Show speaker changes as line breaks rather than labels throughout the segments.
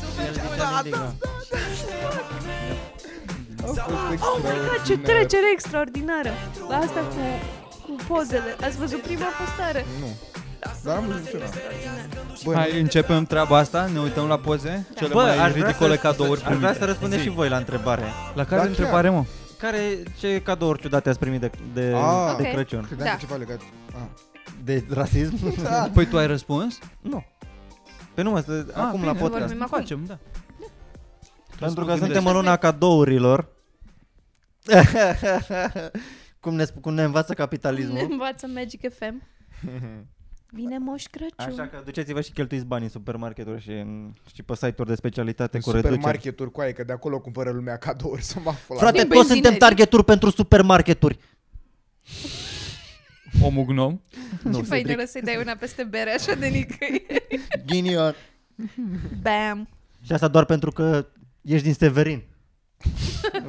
Super ciudat!
Ridică.
Oh my god, ce trecere extraordinară! La asta cu, cu pozele. Ați văzut prima postare?
Nu. Dar am văzut ceva. Bă,
Hai, începem treaba asta, ne uităm la poze, cele
Bă,
mai
aș vrea
ridicole
să-
cadouri
Aș vrea
primite.
să răspundeți și voi la întrebare.
La
Da,
care
chiar.
întrebare, mă?
Care, ce cadouri ciudate ați primit de, de,
Ah.
de
Ok.
Crăciun?
credeam
Da.
că ceva legat. Ah.
De rasism?
Păi tu ai răspuns? Ah,
nu. Pe nu, mă, să- Da, acum la
bine,
podcast.
vorbim acum.
Facem, da.
Pentru
mă
că
gândesc.
suntem în luna cadourilor. cum, ne, sp- cum ne învață
Ne
capitalismul.
învață Magic FM. Vine Moș Crăciun.
Așa că duceți-vă și cheltuiți banii în supermarketuri și, în, și pe site-uri de specialitate
În
cu reduceri.
supermarketuri cu aia, că de acolo cumpără lumea cadouri să mă afla.
Frate,
Din
toți suntem
benzinării.
targeturi pentru supermarketuri.
Omul gnom.
Ce faină să-i dai păi una peste bere așa de nicăieri.
Ghinion.
Bam!
Și asta doar pentru că ești din Severin.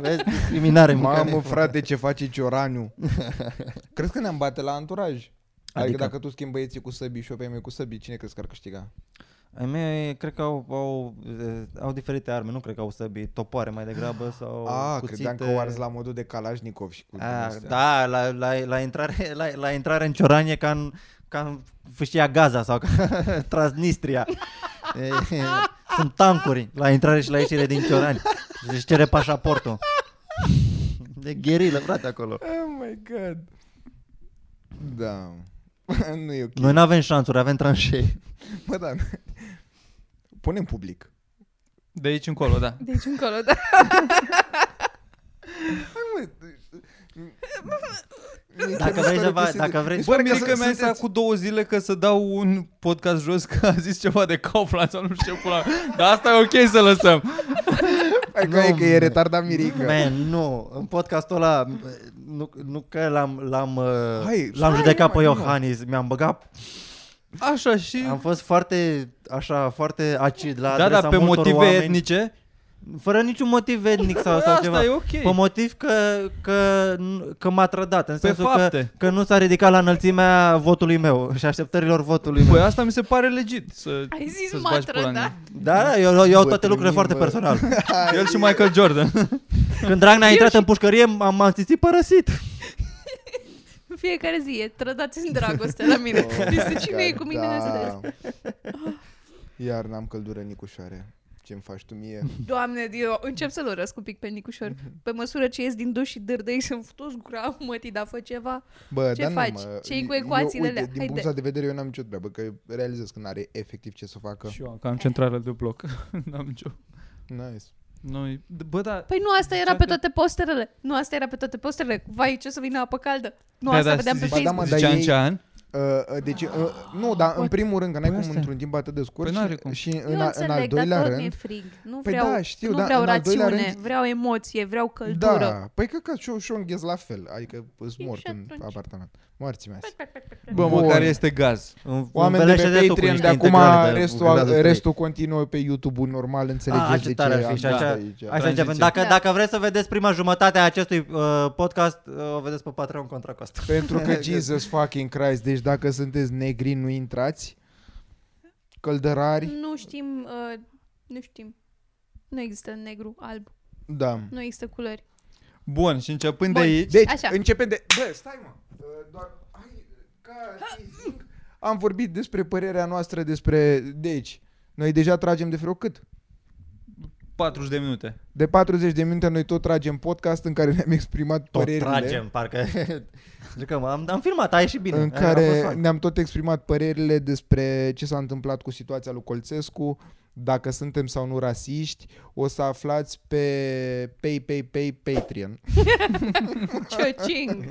Vezi, discriminare.
Mamă,
mâncare.
frate, ce face Cioraniu? crezi că ne-am bate la anturaj? Adică, adică dacă tu schimbi băieții cu săbii și eu pe mei cu săbii, cine crezi că ar câștiga?
Ai mei, cred că au, au, eh, au diferite arme, nu cred că au săbii, topoare mai degrabă sau
Ah,
cuțite.
credeam că o arzi la modul de Kalashnikov și cu
A,
din-astea.
da, la, la, la, intrare, la, la intrare în Cioranie ca în, ca în fâșia Gaza sau ca Transnistria. E, e, Sunt tancuri la intrare și la ieșire din Ciorani. Deci cere pașaportul. De gherilă, frate, acolo.
Oh my god. Da. nu e ok.
Noi nu avem șansuri, avem tranșee.
Mă, da. Punem public.
De aici încolo, da.
Deci încolo, da.
Hai, mă. Mie chiar
Dacă
mi se
vrei să
pare
va,
că se-
dacă vrei
mi se
să...
Bă,
pare
mie că
să-
mi-a zis
sunteți-
cu două zile că să dau un podcast jos că a zis ceva de Kaufland sau nu știu ce pula. mea. Dar asta e ok să lăsăm.
Hai că e
Nu,
că e
man.
retardat mirică.
Man, nu, în podcastul ăla nu, nu că l-am l-am uh,
Hai,
l-am
hai,
judecat
mă,
pe
nu.
Iohannis, mi-am băgat,
Așa și...
am fost foarte așa, foarte acid la
Da,
adresa
da, pe
multor
motive
oameni,
etnice.
fără niciun motiv etnic sau, sau
Asta
ceva.
e ok.
Pe motiv că, că, n- că m-a trădat, în
Pe
sensul
fapte.
că, că nu s-a ridicat la înălțimea votului meu și așteptărilor votului meu.
Păi asta mi se pare legit să,
Ai zis
să-ți bagi
matră,
pula în
da?
ea.
Da, da, eu, eu iau
Bă,
toate lucrurile
primim,
foarte
bă.
personal.
El și Michael Jordan.
Când Dragnea a intrat în pușcărie, m-am m-am simțit părăsit.
În fiecare zi e trădați în dragoste la mine.
Oh,
Este cine e cu mine
da.
în astăzi?
Da. Iar n-am căldură nicușoare. Ce-mi faci tu mie?
Doamne, eu încep să-l urăsc un pic pe Nicușor.
Mhm.
Pe măsură ce ies din duș și dârdei sunt toți gura mătii, dar fă ceva.
Bă,
Ce
dar nu,
faci?
mă.
Ce-i cu
Eu-
ecuațiile
uite,
alea?
Din
Hai,
punctul ăsta de vedere eu n-am nicio treabă, că realizez că n-are efectiv ce să facă.
Și eu am cam centrală de bloc. N-am nicio.
Nice.
Noi, bă, da,
Păi nu asta era
Zicea
pe
că-
toate posterele. Nu asta era pe toate posterele. Vai, ce o să vină apă caldă. Nu
Da,
asta
da,
vedeam pe
zici-
Ba da,
Facebook.
mă,
zicea
dar
în
ei-
ce an?
Uh, uh, deci, uh, nu, dar în primul rând, că n-ai
Păi
cum
asta e.
într-un timp atât de scurt
Păi n-are cum.
și, și
Eu
în, a- în al
înțeleg, dar
doilea
tot mi-e
rând...
frig. Nu
Păi
vreau,
da, știu,
nu
dar
vreau
în al doilea
rațiune,
rând-
vreau emoție, vreau căldură.
Da, păi că, că și eu- și eu înghez la fel, adică îți
E,
mort
și
în
atunci. Păi,
apartament. Moarți mea.
Bă,
Bun.
măcar este gaz.
Oameni de pe Patreon, de acum restul, restul continuă pe YouTube-ul normal,
A,
înțelegeți de
ce
ce
tare ar fi și
am
așa,
zis aici.
așa începem.
Tranziție.
Dacă,
Da.
dacă vreți să vedeți prima jumătate a acestui uh, podcast, uh, o vedeți pe Patreon contra Costa.
Pentru că Jesus fucking Christ, deci dacă sunteți negri nu intrați, căldărari,
Nu știm, uh, nu știm. Nu există negru, alb,
da.
nu există culori.
Bun, și începând de
Bun.
aici,
Deci,
Așa.
începem de... Bă, stai mă, Uh, doar... Hai, ca teasing, Am vorbit despre părerea noastră despre... Deci, noi deja tragem de vreo cât?
40 de minute.
De 40 de minute noi tot tragem podcast în care ne-am exprimat
Tot
părerile.
tragem, parcă. Jucăm, am, am filmat, a ieșit bine.
În
a- a fost
care
fain.
ne-am tot exprimat părerile despre ce s-a întâmplat cu situația lui Colțescu, dacă suntem sau nu rasiști, o să aflați pe Pay Pay Pay Patreon.
Ciocing!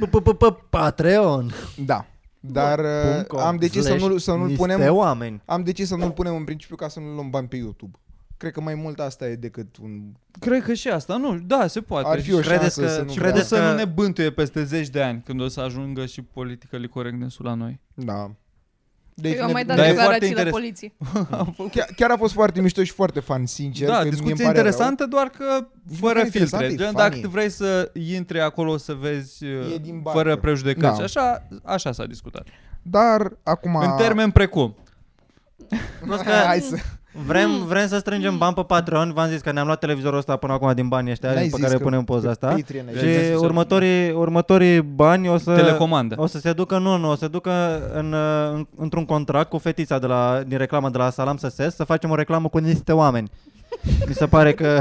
P-p-p-p- Patreon.
Da. Dar uh,
Punct com
am decis să
slash
nu-l, să nu-l
niște
punem
oameni.
Am decis să nu-l punem în principiu ca să nu luăm bani pe YouTube. Cred că mai mult asta e decât un...
Cred că și asta, nu, da, se poate.
Ar fi o
credeți
șansă
că-
să nu
și
credeți
vreau
vrea.
că-
să nu ne bântuie peste zeci de ani când o să ajungă și politică corectness la noi.
Da. Deci
Eu am
ne-
mai dat
Dar e foarte
declarații la
interes-
poliție.
chiar, chiar a fost foarte mișto și foarte fan, sincer.
da,
că mie
discuție
îmi pare
interesantă, doar că fără
chiar interesantă,
filtre.
e
Gen,
funny.
dacă vrei să intri acolo să vezi
E
uh,
din barcă.
fără prejudecăți,
Da.
așa, așa s-a discutat.
Rău, dar acum...
În termen precum.
Plus că
Hai, hai să...
Mm.
vrem, vrem să strângem bani pe Patreon. V-am zis că ne-am luat televizorul ăsta până acum din banii ăștia
N-ai
pe
zis
care
că-
punem poza
că
asta.
Patreon ai
zis.
Și următorii, următorii bani o să...
Telecomandă.
O să se ducă, nu, nu, o să se ducă în, uh, în, într-un contract cu fetița de la, din reclama de la Salam Săses să facem o reclamă cu niște oameni. Mi se pare că,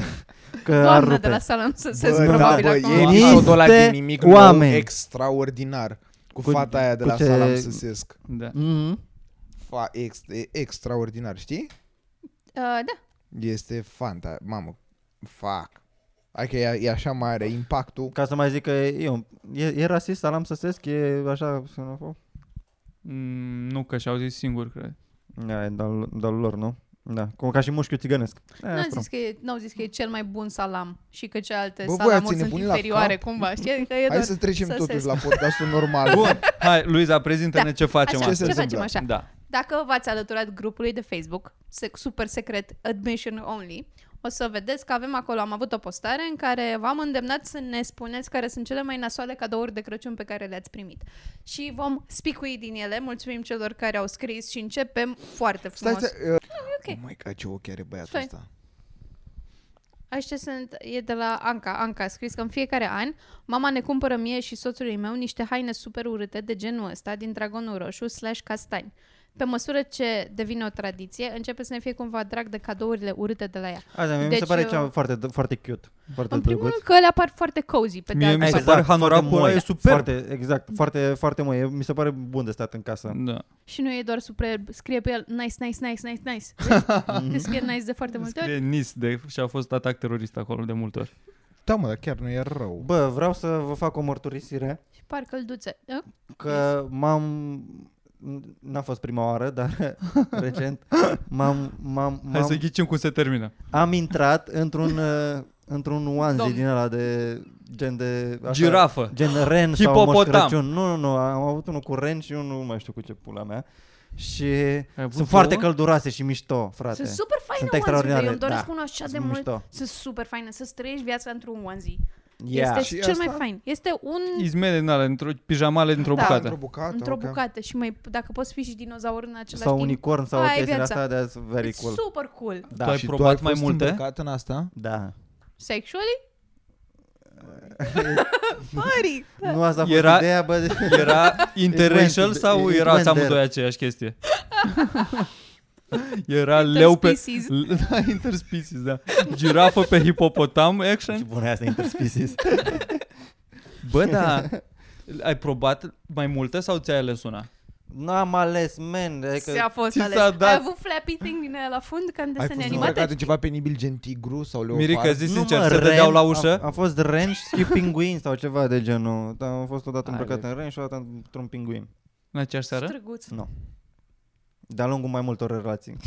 că ar
Doamna
rupe.
de la salon să se
Bă,
zbura
da,
mobil
bă,
acum. Uh,
e
Niște
episodul ăla din nimic oameni.
oameni.
nou, extraordinar. Cu,
Cu-
fata aia de
cu
la
ce-
Salam Săsesc.
Da.
Mm-hmm.
Fa, ex, e extraordinar, știi?
Uh, da.
Este fanta, mamă, fac. Hai că e, e așa mare impactul.
Ca să mai zic că e, un- e, e rasist Salam Săsesc, e așa xenofob.
Mm, nu, că și-au zis singur, cred.
Da, e de-al, de-al lor, nu? Da, cum ca și mușchiul țigănesc. E,
N-au
asta.
zis, că e, n-au zis că e cel mai bun salam și că celelalte
Bă, voi ați
salamuri sunt
nebunit la
inferioare
cap?
cumva, știi? Adică e
Hai
doar
să trecem
să
totuși
se-
la podcastul normal.
Bun, hai, Luiza, prezintă-ne
Da.
ce facem
Așa,
astăzi.
astăzi.
ce
Se
facem
întâmplă.
așa?
Da.
Dacă v-ați alăturat grupului de Facebook, sec- super secret, Admission Only, o să vedeți că avem acolo, am avut o postare în care v-am îndemnat să ne spuneți care sunt cele mai nasoale cadouri de Crăciun pe care le-ați primit. Și vom spicui din ele, mulțumim celor care au scris și începem foarte
Stai
frumos.
să... Uh,
ok.
Oh my God, ce ochi are băiatul
Stai.
ăsta.
Aștia sunt, e de la Anca. Anca a scris că în fiecare an mama ne cumpără mie și soțului meu niște haine super urâte de genul ăsta din dragonul roșu slash castani. Pe măsură ce devine o tradiție, începe să ne fie cumva drag de cadourile urâte de la ea.
Asta mi se
Deci,
pare
eu-
cea foarte, foarte cute, foarte
În primul
drăguț. Exact,
rând că le apar foarte cozy pe de
Mie
altă
mi se
parte.
pare
foarte
hanoracul ăla
moi.
e superb.
Foarte,
Mm.
exact, foarte, foarte moi. E- Mi se pare bun de stat în casă.
da.
Și nu e doar super, scrie pe el nice, nice, nice, nice, nice. Deci, deci scrie nice de foarte multe ori.
Scrie NIS de, și a fost atac terorist acolo de multe ori.
Da, mă, dar chiar nu e rău.
Bă, vreau să vă fac o mărturisire
Și par călduțe. Da?
că m-am N-a fost prima oară, dar recent m-am, m-am,
Hai
m-am,
să ghicim cum se termină.
am intrat într-un uh, într-un onesie
Domn.
din ăla de gen de așa,
Girafă.
Gen ren sau Moș
Hipopotam.
Crăciun. Nu, nu, nu, am avut unul cu ren și unul nu mai știu cu ce pula mea. Și
avut
sunt foarte
două?
călduroase și mișto, frate.
Sunt super faine
Sunt
onesie-urile,
extraordinare,
Eu îmi doresc
da.
unul așa de
Sunt
mult.
mișto.
Sunt super faine. Să-ți trăiești viața într-un onesie.
Yeah.
Este
Și
cel
asta?
mai fain. Este un
Izmele din alea, într-o, pijamale dintr-o
Da,
bucată.
Într-o bucată.
într-o
ok.
bucată și mai, dacă poți fi și dinozaur în același
sau
timp.
unicorn sau
Aia e
chestiile
viața.
astea, that's very
It's
cool.
super cool.
Da,
Tu ai
și-
probat mai
fost
multe?
îmbrăcat în asta?
da.
Sexually? Mări!
Nu asta a fost
Era-
ideea, bă. de-
Era interracial
went-
sau
it
era
went
amândoi
there.
aceeași chestie? Era leu pe...
Interspecies.
L- Da, interspecies, da. Girafă pe hipopotam
Ce
action.
bună e asta interspecies.
Bă, da. Ai probat mai multe sau ți-ai ales una?
N-am ales, man. Adică,
Se a fost
ți
ales.
s-a
Ai
dat?
avut flappy thing din aia la fund ca în
Ai
desene
fost
animate?
îmbrăcat în ceva penibil gen tigru sau leopard?
Mirica, zi
Nu,
sincer,
mă,
se
ren-
dădeau la ușă?
A, a fost ren și pinguin sau ceva de genul. Da, am fost odată
Hai,
îmbrăcat
bă.
în ren și odată într-un pinguin.
În aceeași seară?
Străguț.
Nu. De-a lungul mai multor relații.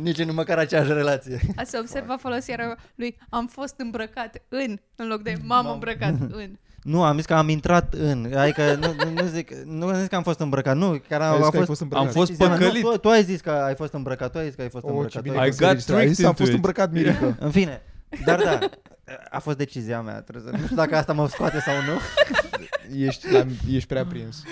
Nici nu măcar aceeași relație.
A se observa folosirea lui am fost îmbrăcat în, în loc de m-am îmbrăcat în.
Nu, am zis că am intrat în. Adică nu, nu, nu zic, nu am zis că am fost îmbrăcat. Nu, care
Ai
am,
zis
a
că ai
fost,
fost
Am
îmbrăcat.
fost
Zina,
păcălit.
Nu, tu, tu ai zis că ai fost îmbrăcat, tu ai zis că ai fost
O, ce
îmbrăcat. tu
bine
ai
că
I
zis-
se
got
registrează.
tricked
Am fost
into it.
îmbrăcat, Mirica.
În fine, dar da, a fost decizia mea. Trebuie să, nu știu dacă asta mă scoate sau nu,
ești, la, ești prea prins.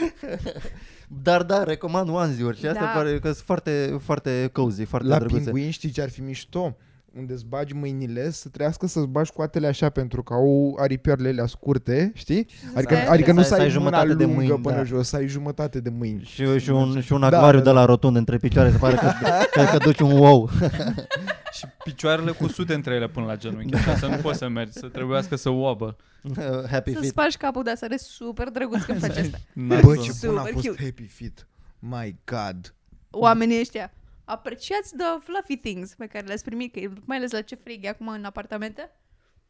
dar da, recomand onesie-uri și asta
Da.
pare că sunt foarte, foarte cozy, foarte
La
drăguțe.
pinguin știi ce ar fi mișto? Unde îți bagi mâinile, să trească să-ți bagi coatele așa pentru că au aripioarele alea scurte, știi? Adică,
stai-
adică nu
Să-
să
să
ai
ai
jumătate
jumătate de
lungă
mâini,
până
da.
jos, să ai jumătate de mâini.
Și, și, un, și un
Da,
acvariu
da,
de la rotund între picioare, se pare că, că, că duci un ou.
Și picioarele cu sute între ele până la genunchi,
Da.
ca să nu poți să mergi, să trebuiască să oabă.
Happy
Să
feet.
spargi capul, dar să arăți super drăguț când faci asta.
Bă,
Nasul.
ce bun a
Super
fost
cute.
Happy Fit. My God.
Oamenii ăștia apreciați de fluffy things pe care le-ați primit, că e- mai ales la ce frig e acum în apartamente.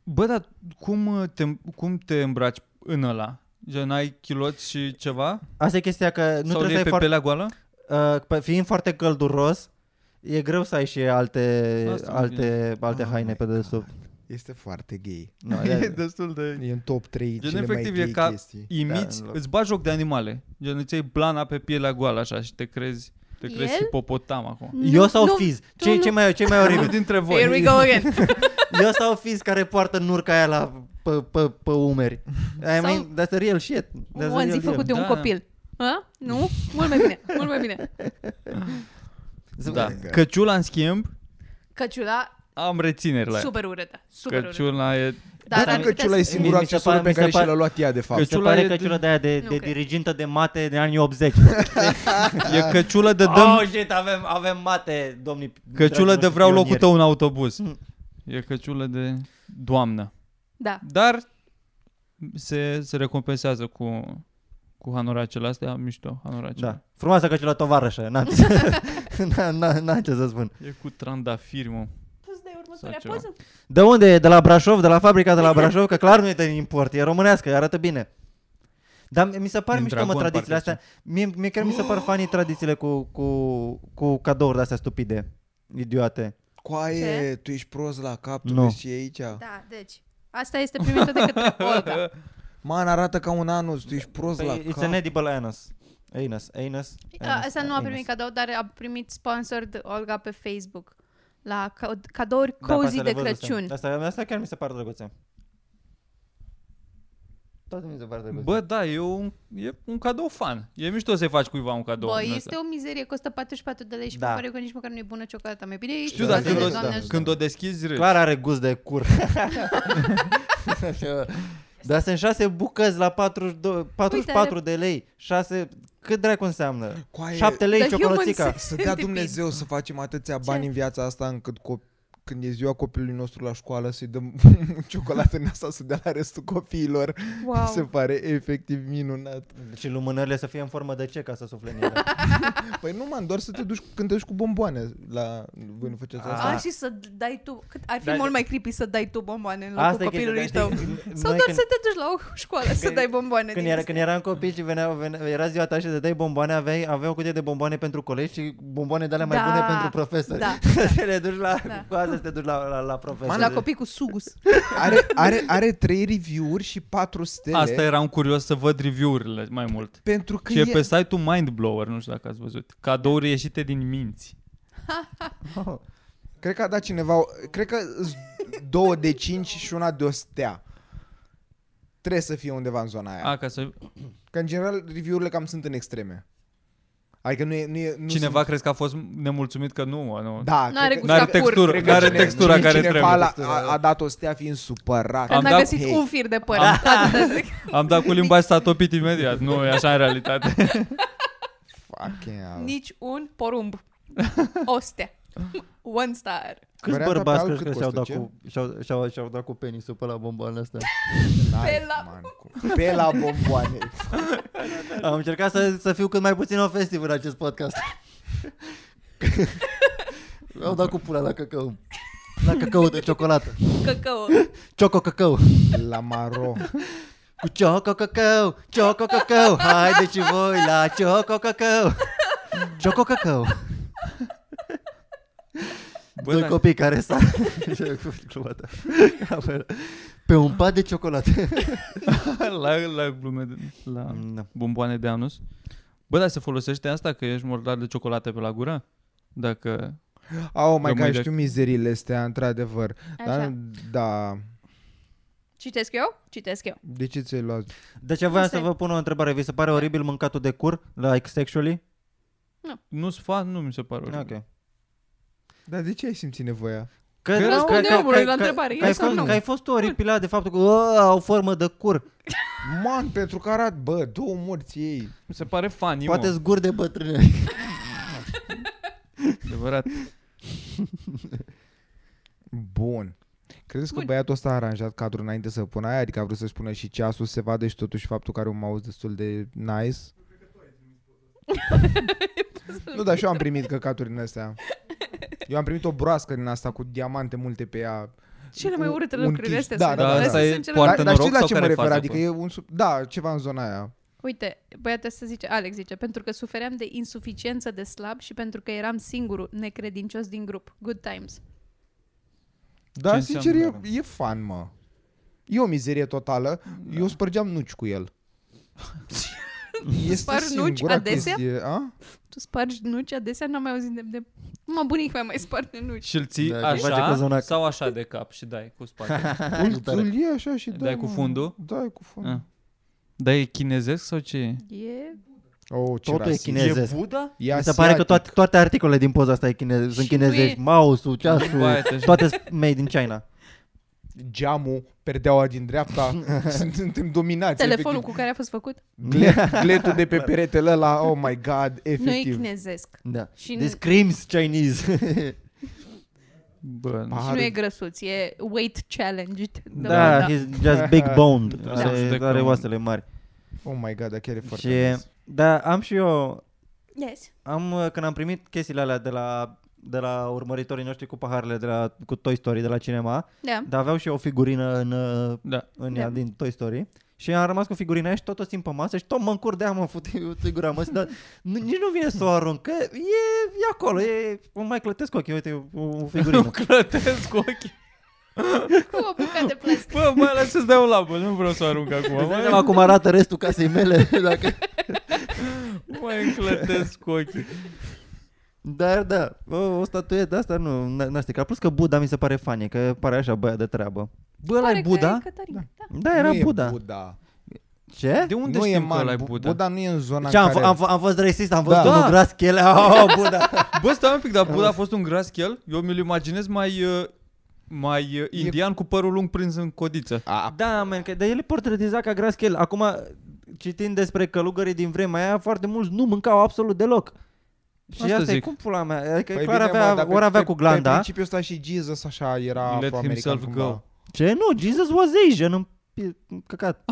Bă, dar cum uh, te, cum te îmbraci în ăla? Gen, ai chiloți și ceva?
Asta e chestia că nu
sau
trebuie
le
să
iei
ai
pe
foarte...
pelea goală?
Uh, pe- fiind foarte călduros, e greu să ai și alte,
Asta mă
alte, alte
Oh
haine
my
pe dedesubt.
Este foarte gay.
No, e-
destul de...
E în top 3
Gen,
cele
efectiv,
mai
e
gay
ca
chestii.
Imiți,
Da, în
da,
loc.
îți bagi joc de animale. Gen, îți iei blana pe pielea goală așa și te crezi, te crezi
El?
hipopotam acum.
eu sau
nu,
Fiz?
tu
Ce,
nu-
ce mai, ce mai
Unul
oribil?
dintre voi.
Here we go again.
eu sau Fiz care poartă nurca aia la, pe, pe, pe umeri? I mean, that's a real shit. That's a
Un onesie
real deal.
făcut de un
Da.
copil. A? Nu? Mult mai bine, mult mai bine.
Da. Căciula, în schimb,
Căciula,
am rețineri la ea.
super urâtă. Super urâtă. Da,
Căciula e...
Dar
Dar
ar
căciula e
putea să-
singur- Da, Mi
singurul
se
accesoriu
pare-
pe
mi se
care și
pare-
l-a luat ea, de
Mi
fapt.
se
Căciula
pare
e
că
de-
căciula de aia de,
Nu
de
cred.
dirigintă de mate de anii 80.
E căciulă de dăm...
oh, shit, avem, avem mate, domnii.
Căciulă
dragilor
de
și
vreau locul
pionieri.
tău în autobuz.
Mm.
E căciulă de doamnă.
Da.
Dar se, se recompensează cu, cu hanoracele astea, mișto, hanoracele.
Da. Frumoasă căciulă tovarășă. N-am, n-am, n-am, n-am ce să spun.
E cu trandafir, mă.
Tu de următoarea
Sau ceva.
poză?
De unde e? De la Brașov? De la fabrica de la Brașov? Că clar nu e de import. E românească, arată bine. Dar mi se par
Din
mișto, mă,
Dragon,
tradițiile
parcă
astea. Mie, mie chiar mi se par funny tradițiile cu, cu, cu cadouri de-astea stupide, idiote.
Coaie, tu ești prost la cap, tu
Nu.
vezi ce e aici.
Da, deci. Asta este primită de către Olga.
Man, arată ca un anus, tu ești prost la
Păi, it's an
cap.
edible anus. Anus, anus.
A, Asta nu a
anus.
primit cadou, dar a primit sponsor de Olga pe Facebook. La ca- cadouri
Da, pe
cozy
astea
de
le văzusem.
Crăciun.
Asta, asta chiar mi se par drăguțe. Toate mi se par drăguțe.
Bă, da, e un, e un cadou fan. E mișto să-i faci cuiva un cadou.
Bă,
din
este o mizerie, costă 44 de lei și
Da.
mi pare că nici măcar nu e bună ciocolata. Mai bine e
Știu,
Da,
dar
ciocolată
când,
da,
de
o,
da.
Doamne ajută.
când o deschizi
Deci-
râzi.
Clar are gust de cur. Dar sunt șase bucăți la 42, 44 de lei. 6, cât dracu înseamnă?
Coaie,
7 lei
The
ciocolățica.
human
Să dea
Tipid.
Dumnezeu să facem atâția bani
Ce?
în viața asta încât cop- când e ziua copilului nostru la școală să-i dăm ciocolată în asta să dea la restul copiilor.
Wow.
Se pare efectiv minunat.
Și lumânările să fie în formă de ce ca să sufle în ele.
Păi nu, man, doar să te duci când te duci cu bomboane la... Voi nu faceți
A,
asta?
A, și să dai tu... Cât, ar fi
Da,
mult
da.
mai creepy să dai tu bomboane în locul
Asta e
copilului
chestia,
tău.
dar
Sau
noi
doar
când-
să te duci la o școală să
Când-
dai bomboane
Când,
din
era,
astea.
când eram copii și veneau, veneau, era ziua ta și te dai bomboane, aveai, aveai o cutie de bomboane pentru colegi și bomboane de alea mai
Da,
bune pentru profesori.
da,
Să le duci la,
da.
cu astea să te duci la, la, la profesori.
La copii cu sugus.
Are, are, are trei review-uri și patru stele.
Asta eram curios să văd review-urile mai mult.
Pentru că
Ce e
e...
pe site-ul Mindblower, nu știu dacă ați văzut. Cadouri ieșite din minți.
Oh.
Cred că a dat cineva... Cred că îs două de cinci și una de o stea. Trebuie să fie undeva în zona aia.
A, ca să...
Că în general review-urile cam sunt în extreme. Adică nu e... Nu e nu
Cineva
sunt...
crezi că a fost nemulțumit că nu, nu.
Da,
N-are
cred că-
gust la
N-are
cur.
textură,
cred că
n-are
cine-
textura
cine-
care
cineva
trebuie.
la- a, a dat o stea fiind supărat.
Că n-a
dat-
găsit
Hei.
un fir de păr. Da, Atât de zic.
Am dat cu limba și s-a topit imediat. Nu, e așa în realitate.
Fucking hell.
da. Nici un porumb. Ostea. One star.
Câți
Varianta pe
bărbați
alt
crezi
cât
că și-au dat,
costă,
cu, și-au, și-au, și-au dat cu penisul pe la bomboanele astea?
N-ai,
Pe la-
man, cum- Pe la bomboane.
Am încercat să, să fiu cât mai puțin ofensiv în acest podcast. Mi-au dat cu pula la căcău. La căcău de ciocolată.
Căcău.
Cioco căcău.
La maro.
Cu cioco căcău, cioco căcău. Haideți și voi la cioco căcău. Cioco căcău.
Bă, da.
Doi
dar-
copii care s-a... Pe un pat de ciocolată.
la, la glume, de, la
Da.
bomboane de anus. Bă, dar se folosește asta că ești murdar de ciocolată pe la gură? Dacă...
Oh my
Rămâi
god,
de-
știu mizerile astea, într-adevăr. Dar,
Așa.
da,
Citesc eu? Citesc eu.
de ce ți-ai luat?
Deci voiam să
Asta e.
vă pun o întrebare. Vi se pare oribil mâncatul de cur la like sexually?
Nu sfat, nu mi se pare oribil.
Ok.
Dar de ce ai simțit nevoia?
Că,
Că erau-
Răspunde omului la
că-
întrebare,
Că,
yes
ai
sau
fost,
no?
că ai fost tu oripilat de faptul că "Ă, au formă de cur.
Man, pentru că arat, bă, două morți ei.
Mi se pare funny,
Poate
mă,
zgur de bătrâne.
adevărat.
Bun. Credeți că
Bun.
băiatul ăsta a aranjat cadrul înainte să pună aia? Adică a vrut să-și pună și ceasul, să se vadă și totuși faptul că are un mouse destul de nice? nu, da. dar și eu am primit căcaturi din astea. Eu am primit o broască din asta cu diamante multe pe ea.
Cele mai
Un-
urâte
un
lucruri
chip-
astea
da,
sunt.
da, da,
Astea
asta
e
sunt cele
poartă
mai-
dar,
în
dar
noroc
știi la
sau
ce mă
care
refer?
fază
Adică
acolo?
e un... sub- Da, ceva în zona aia.
Uite, băiatul să zice, Alex zice, pentru că sufeream de insuficiență de slab și pentru că eram singurul necredincios din grup. Good times.
Da,
Ce
sincer, e,
înseamnă?
e fan, mă. E o mizerie totală. Da. Eu spărgeam nuci cu el. este
Spar nuci
singura
adesea?
Chestie, a?
Tu spargi nuci adesea? N-am mai auzit de... de... Mă, bunic mai mai sparge nuci.
Și îl ții
Da, că face
așa
cozonac.
sau așa de cap și dai cu spate.
Îl, îl iei așa și
Dai
dai
cu fundul?
Dai cu fundul.
Ah. Dar e chinezesc sau ce e?
E
Oh, ce
Totul e
rasist.
chinez. Chinezesc.
E Buddha?
E
Mi se pare că
asiatic.
toate, toate articolele din poza asta e chinez, sunt
Și nu e-
chinezești. Mouse-ul, ceasul,
Bă, deci-
toate sunt made in China.
geamul, perdeaua din dreapta, suntem dominați.
Telefonul
efectiv.
cu care a fost făcut
Glet, gletul de pe peretele ăla, oh my god,
nu e
efectiv.
chinezesc.
Da.
Și
This
nu-
screams Chinese.
Bă, nu.
Și nu
Pahar,
e grăsuț, e weight challenged.
da,
Da,
he's just big boned.
Da.
are,
Da.
are oasele mari.
oh my god, dar chiar e foarte
Și,
nice.
da, am și eu
Yes.
Am, uh, când am primit chestiile alea de la, de la urmăritorii noștri cu paharele, de la, cu Toy Story de la cinema,
Da.
dar aveau și eu o figurină în, uh,
Da.
în
Da.
ea din Toy Story. Și am rămas cu figurina aia și tot o simt pe masă și tot mă încur de mă fute gura mă, dar nu- nici nu vine să o arunc, că e, e acolo, e, o mai clătesc ochii, uite, e o, o figurină.
Îmi clătesc ochii.
Cu o bucată de plastic.
Bă, mai ales să-ți dau labă, nu vreau să o arunc acum.
Îți dai
Mai,
seama cum arată restul casei mele, dacă...
mai îmi clătesc ochii.
Dar da, o, o statuetă asta nu, n- n-a stricat. Plus că Buddha mi se pare fanie, că pare așa băiat de treabă. Bă, ăla e
Pare că
Buddha?
e Cătălin. Da.
Da, era
nu e
Buddha.
Buddha.
Ce?
De unde
nu e
știm că
man,
ăla e
Bu-
Buddha?
Buddha nu e în zona
Ce,
în
am, f-
care...
am, f- am fost rasist, am văzut
Da.
da. unul gras chele, oh, Buddha.
Bă, stai un pic, dar Buddha a fost un gras chel? Eu mi-l imaginez mai... uh, mai uh, indian cu părul lung prins în codiță.
A,
Da, man, că, dar el e portretiza ca gras chele. Acum, citind despre călugării din vremea aia, foarte mulți nu mâncau absolut deloc. Și
Asta
asta, asta e
zic.
cum pula mea, adică
păi
clar
bine, mă,
avea,
dar pe-
ori avea
pe-
cu
Pe
glanda.
principiul ăsta și Jesus așa era
Let
afroamerican
himself
cumva.
go.
Ce? Nu, Jesus was Asian în pi- în căcat.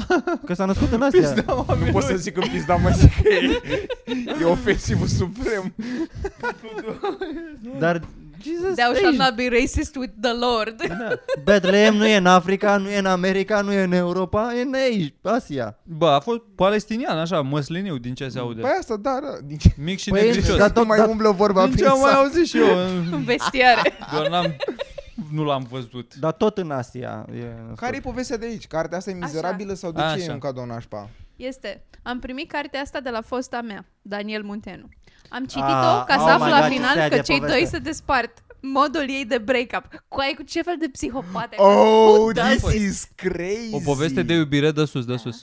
Că s-a născut în Asia.
Nu pot să zic în pizda, mă zic că e, e ofensivul suprem.
Dar Jesus
Thou
Asian.
shall not be racist with the Lord.
Da. Bethlehem nu e în Africa, nu e în America, nu e în Europa, e în aici, Asia.
Bă, a fost palestinian, așa, măsliniu, din ce se aude.
Păi asta, da, da. Din ce,
Mic și
Păi,
negricios.
da,
tot mai
da.
umblă vorba
Din ce am mai auzit și eu, în-
În vestiare.
doar n-am, nu l-am văzut.
Dar tot în Asia. E
Care e povestea de aici? Cartea asta e mizerabilă sau de ce
Așa.
e un cadou nașpa?
Este. Am primit cartea asta de la fosta mea, Daniel Muntenu. Am citit-o
Ah,
ca să
oh
aflu
my
la
God, ce
final
seria
că
de
cei doi
poveste.
se despart. Modul ei de break-up. Coai, cu ce fel de psihopat ai fost?
Oh,
does
this is crazy!
O poveste de iubire de sus, de sus.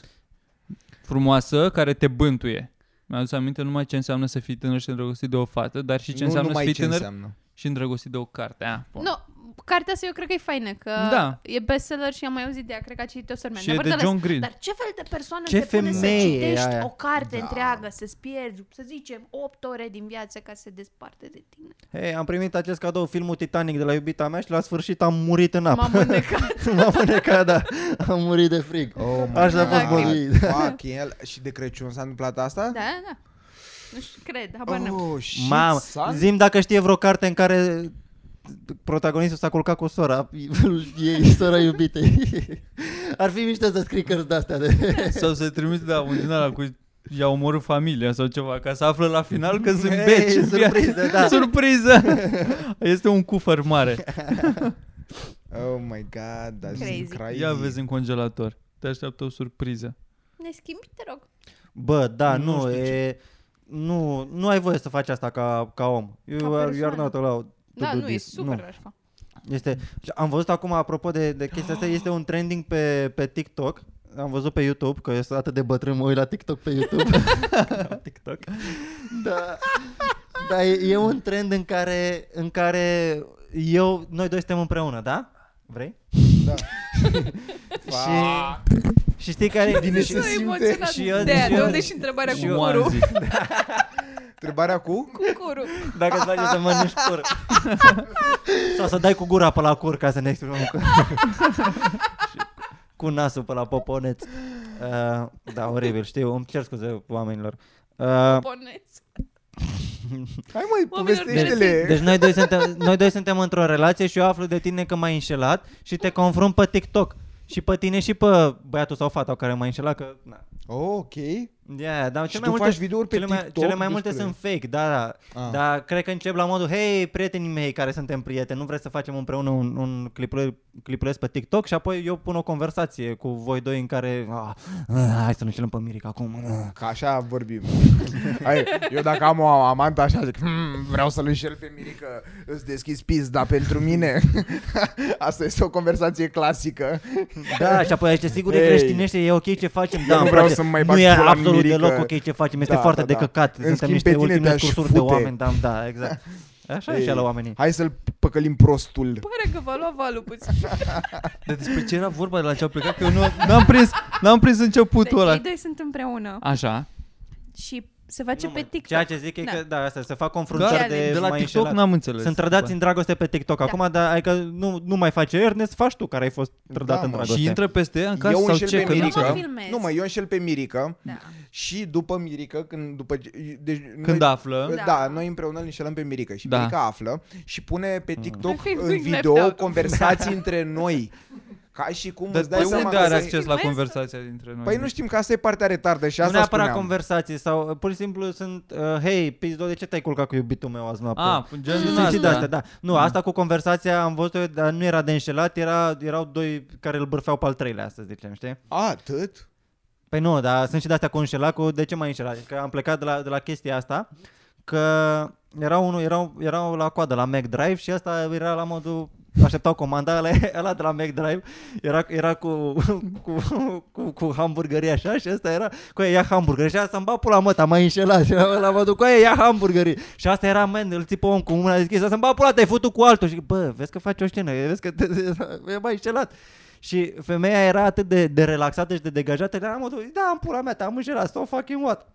Frumoasă, care te bântuie. Mi-am adus aminte numai ce înseamnă să fii tânăr și îndrăgostit de o fată, dar și ce
nu
înseamnă să
numai
fii
ce
tânăr
înseamnă.
și îndrăgostit de o carte. Ah, bun.
Nu, cartea asta eu cred că e faină, că
Da.
e bestseller și am mai auzit de ea, cred că a citit-o să
Și e de John Green.
Dar ce fel de persoană
Ce
te pune să
femeie e
citești
aia?
o carte
Da.
da. întreagă, să-ți pierzi, să zicem, 8 ore din viață ca să se desparte de tine?
Hei, am primit acest cadou, filmul Titanic de la iubita mea și la sfârșit am murit în apă.
M-am înnecat.
M-am înecat, da. Am murit de frig.
Oh my
Așa a
God,
fost mobil.
Fuck, el. Și de Crăciun s-a întâmplat asta?
Da, da. Nu știu, cred, habar n-am.
Oh, shit,
Mamă,
son.
zim dacă știe vreo carte în care protagonistul s-a culcat cu sora ei, sora iubitei. Ar fi mișto să scrii cărți de-astea de...
Sau să trimiți la un din ala cu i-a omorât familia sau ceva, ca să află la final că sunt beci. în viață.
surpriză, da.
Surpriză! Este un cufăr mare.
Oh my god, that's
Crazy.
crazy. crazy.
Ia vezi în congelator. Te așteaptă o surpriză.
Ne schimbi, te rog.
Bă, da,
Nu
nu, nu
știu
e... Nu, nu ai voie să faci asta ca, ca om. You, are, you are
persoană.
not allowed to
Da,
do
nu, e
this.
super nașpa.
Este, și am văzut acum, apropo de, de chestia asta, este un trending pe, pe TikTok. Am văzut pe YouTube, că este atât de bătrân, mă uit la TikTok pe YouTube. TikTok. Da. Da, e, e un trend în care, în care eu, noi doi suntem împreună, da? Vrei?
Da.
și, și știi care
Din
și,
Se
Nu,
simte
Deci emoționat
și
de
eu-
aia,
și
de
eu-
unde și întrebarea cu
Și eu am
curul.
zis.
Întrebarea cu?
Cu curul.
Dacă îți place să mănânci cur Sau să dai cu gura pe la cur Ca să ne exprimăm cu... Și cu nasul pe la poponeț uh, Da, oribil, știu Îmi cer scuze oamenilor uh,
Poneți.
Hai măi,
Oamenilor
povestește-le.
deci noi doi, suntem, noi doi suntem într-o relație și eu aflu de tine că m-ai înșelat și te confrunt pe TikTok. Și pe tine și pe băiatul sau fata care m-a înșelat că... Na.
Oh, ok.
Yeah, dar
Și
cele mai
tu
multe,
faci videouri pe
cele mai,
TikTok
Cele mai multe
despre-
sunt fake, da, da.
Ah.
Dar cred că încep la modul, hei, prietenii mei care suntem prieteni, nu vreți să facem împreună un, un clipule- clipuleț pe TikTok și apoi eu pun o conversație cu voi doi în care, ah, ah, hai să nu înșelăm pe Mirica acum. ah."
Ca așa vorbim. Hai, eu dacă am o amantă așa zic, hmm, vreau să-l înșel pe Mirica, îți deschizi pizda pentru mine. Asta este o conversație clasică.
Da, și apoi ești sigur e
Hei.
creștinește, e ok ce facem, da,
nu
îmi
vreau
place.
să-mi mai
Nu
bag
e
pula în
absolut absolut
Mirica.
deloc ok ce facem, este
Da,
foarte
da,
de
da.
căcat.
În
Suntem
schimb,
niște
pe tine
ultime
te-aș
cursuri de
fute.
oameni, da, da, exact. Așa e
Ei,
și la oamenii.
Hai să-l păcălim prostul.
Păi,
Pare că v-a luat valul puțin.
Dar despre ce era vorba de la ce a plecat? Că eu nu, n-am prins, n-am prins începutul
Deci
ăla.
ei doi sunt împreună
Așa.
și se face
Nu,
pe
mă,
TikTok.
Ceea ce zic e
Da.
că, da, asta, se fac
Da,
confruntări
de
de,
de la
mai
TikTok
înșelat.
n-am înțeles.
Sunt trădați în dragoste pe TikTok
Da.
acum, dar adică nu, nu mai face Ernest, faci tu care ai fost trădat
Da,
în
mă.
dragoste.
Și intră peste ea în casă
eu
sau
înșel
ce?
pe
Că nu
Mirica.
mă filmez.
Nu, mă, eu înșel pe Mirica
Da.
și după Mirica, când, după, ce- deci
Când
noi,
află,
Da.
Da.
da, noi împreună îl înșelăm pe Mirica și
Da. Mm.
da. Mirica află și pune pe TikTok
Ar fi
în
being left
video
out.
conversații între noi. Ca și cum
dar
îți dai
de
seama
unde
că
are
asta e-
acces la
Filmez?
conversația dintre noi?
Păi nu știm că asta e partea retardă și
nu
asta
neapărat
spuneam.
conversații sau uh, pur și simplu sunt uh, Hei, pizdo, de ce te-ai culcat cu iubitul meu azi noapte?
A, gen
Și
din
sunt și de
Ah, păi, asta. Mm.
astea, da. Nu, asta cu conversația am văzut-o, dar nu era de înșelat, era, erau doi care îl bârfeau pe al treilea, să zicem, știi?
A, atât?
Păi nu, dar sunt și de astea cu înșelat, cu de ce mai înșelat? Că am plecat de la, de la chestia asta, că era unul, erau, erau la coadă la Mac Drive și asta era la modul așteptau comanda, ăla, ăla de la Mac Drive era, era cu, cu, cu, cu hamburgerii așa și ăsta era cu aia ia hamburgeri și asta îmi bag pula mă, mai înșelat și la mă duc cu aia ia hamburgerii și asta era men, îl țipă om cu mâna deschisă, asta îmi bag pula, te-ai făcut cu altul și bă, vezi că faci o scenă, vezi că te, e mai înșelat și femeia era atât de, de relaxată și de degajată, era la modul, da, am pula mea, te-am înșelat, so fucking what.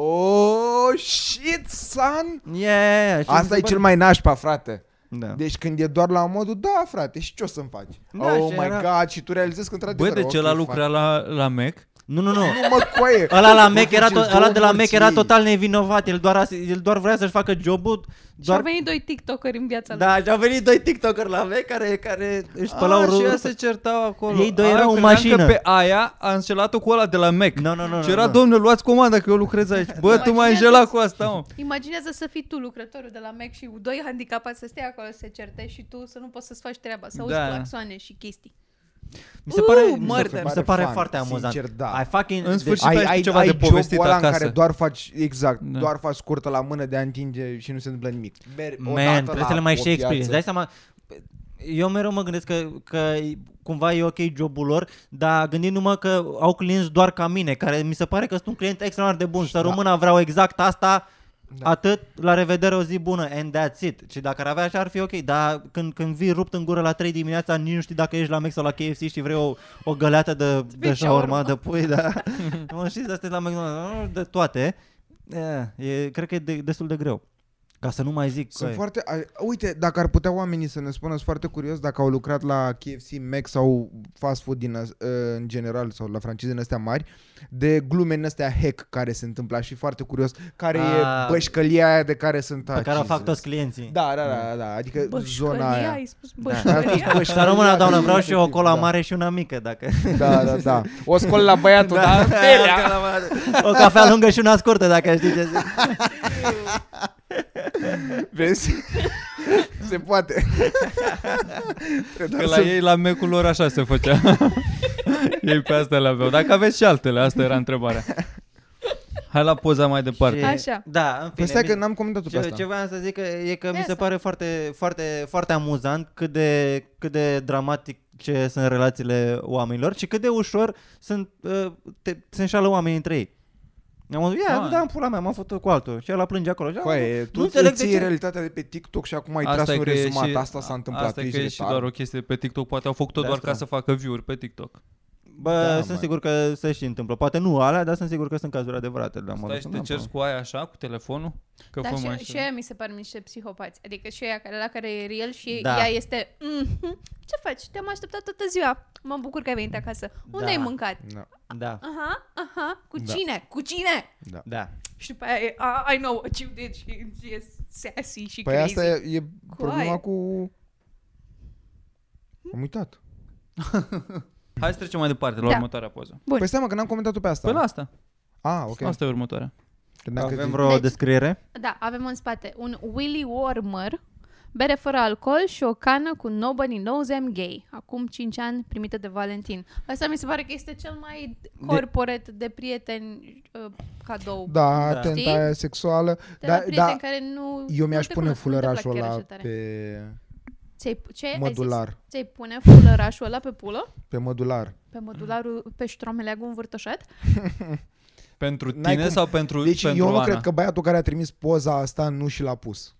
Oh, shit, son!
Yeah, și mi se
Asta
pare-
e cel mai nașpa, frate.
Da.
Deci când e doar la modul, da, frate, și ce o să-mi faci?
Da,
oh
și
my
era-
god, și tu realizezi că într-adevăr...
Bă, de ce
ok,
l-a
fac.
lucrat la, la Mac?
Nu, nu, nu.
Nu mă coaie.
Ăla, la Mac
Profit
era
în
to-
două
ăla de la Mac
părți
era
ei.
total nevinovat, el doar, as- el doar vrea să-și facă jobul,
Și au
doar...
venit doi TikTokeri în viața lui.
Da, și au venit doi TikTokeri la Mac care, care își spălau
Ah, și
râul.
ea se certau acolo.
Ei doi
Ah, eu
erau în
credeam
mașină.
Că pe aia a înșelat-o cu ăla de la Mac.
Nu, nu, nu,
Și
nu,
era,
nu.
domnule, luați comanda că eu lucrez aici. Bă, tu m-ai
Imaginează-ți.
înșelat cu asta, mă.
Imaginează să fii tu lucrătorul de la Mac și doi handicapați să stea acolo să se certe și tu să nu poți să-ți faci treaba, să auzi
Da.
claxoane și chestii.
Mi se pare,
Uh,
mi se,
murder.
mi se pare
Fun,
foarte amuzant.
sincer, da.
I fucking,
În sfârșit,
deci,
ai, ai ceva de
jobul
povestit
ăla
acasă.
în care doar faci, exact,
Da.
da. doar faci scurtă la mână de a întinge și nu se întâmplă nimic. Mer-
Man, trebuie să le mai și experience. Dai seama, eu mereu mă gândesc că, că cumva e ok jobul lor, dar gândindu-mă că au clienți doar ca mine, care mi se pare că sunt un client extraordinar de bun. Să româna vreau exact asta, da. atât, la revedere, o zi bună, and that's it. Și dacă ar avea așa ar fi ok, dar când, când vii rupt în gură la 3 dimineața, nici nu știi dacă ești la Mac sau la KFC și vrei o, o găleată de, de
vezi
shawarma,
shawarma.
de pui, da. mă știți, astea la McDonald's, de toate. E, e, cred că e de, destul de greu. Ca să nu mai zic
Sunt
că e-
foarte, a, uite, dacă ar putea oamenii să ne spună, sunt foarte curios dacă au lucrat la KFC, Mac sau fast food din, ăs- în general sau la francize în astea mari, de glume în astea hack care se întâmplă. Aș fi foarte curios care
Ah.
e bășcălia aia de care sunt
pe care o fac toți clienții.
Da, da, da, da, adică zona
Bășcălia,
aia.
ai spus
Da.
bășcălia?
Bă,
Să rămână, doamnă, vreau și eu o cola
da.
mare și una mică, dacă...
Da, da, da. O scol la băiatul, da, berea.
o cafea lungă și una scurtă, dacă știi ce zic.
Vezi? Se poate. Trebuie
Că
doar
la
să-
ei, la mecul lor, așa se făcea. ei pe astea le aveau. Dacă aveți și altele, asta era întrebarea. Hai la poza mai departe.
Și-
Așa.
Da, în
Păi
fine.
stai
mi-
că n-am comentat pe
ce,
asta.
ce voiam să zic că e că mi se
asta.
pare foarte, foarte, foarte amuzant cât de, cât de dramatic ce sunt relațiile oamenilor și cât de ușor sunt, uh, te, se înșală oamenii între ei. Am zis, ia,
Da.
da, în pula mea, m-am făcut cu altul. Și ăla plânge acolo. Și
Da,
ăla,
Coaie,
nu
tu
înțeleg
îți
de
iei
ce.
realitatea de pe TikTok și acum ai tras
e
un
că e
rezumat.
și-
Asta s-a întâmplat.
Asta e
ești
că e și
retard.
doar o chestie pe TikTok. Poate au făcut-o
De
doar
asta.
ca să facă view-uri pe TikTok.
Bă,
Da,
sunt
mă.
sigur că se și întâmplă. Poate nu alea, dar sunt sigur că sunt cazuri adevărate. Da, La modul
Stai și
că
te
n-am
ceri
problemă.
cu aia așa, cu telefonul? Că
Dar
fă
Da, și,
mai
și
așa.
aia mi se par niște psihopați. Adică și aia care, la care e real și
Da.
da. ea este... "Mhm, ce faci? Te-am așteptat toată ziua. Mă bucur că ai venit acasă. Unde
Da.
ai mâncat?
Da.
Da,
Aha, aha. Cu
Da.
cine? Cu cine?
da.
Și după aia e, "Ah, I know what you did. Și și e sassy și
Păi
crazy.
asta e, e problema
Coaie. Hm?
cu... Am uitat.
Hai să trecem mai departe la
Da.
următoarea poză.
Bun.
Păi stai mă că n-am comentat-o pe asta.
Păi la asta.
Ah, ok.
Asta e următoarea.
Credeam că
Avem
zici-
vreo
Deci-
descriere?
Da, avem în spate un Willy Warmer, bere fără alcool și o cană cu Nobody Knows I'm Gay, acum 5 ani primită de Valentin. Asta mi se pare că este cel mai corporate de, prieteni uh, cadou. Da,
Da,
Da.
atenta
Știi?
aia sexuală.
de la
Da,
prieteni
da,
care nu...
eu mi-aș
nu te
pune
cunosc, nu te plac
fulărașul
chiar
ăla
așa tare.
pe
Ți-ai, ce ai zis?
mădular.
Ți-ai pune fulărașul ăla pe pulă?
Pe mădular.
Pe modularul, pe ștromeleagul învârtoșat?
Pentru
N-ai
tine
cum.
sau pentru,
Deci
pentru
eu nu
Ana?
cred că băiatul care a trimis poza asta nu și l-a pus.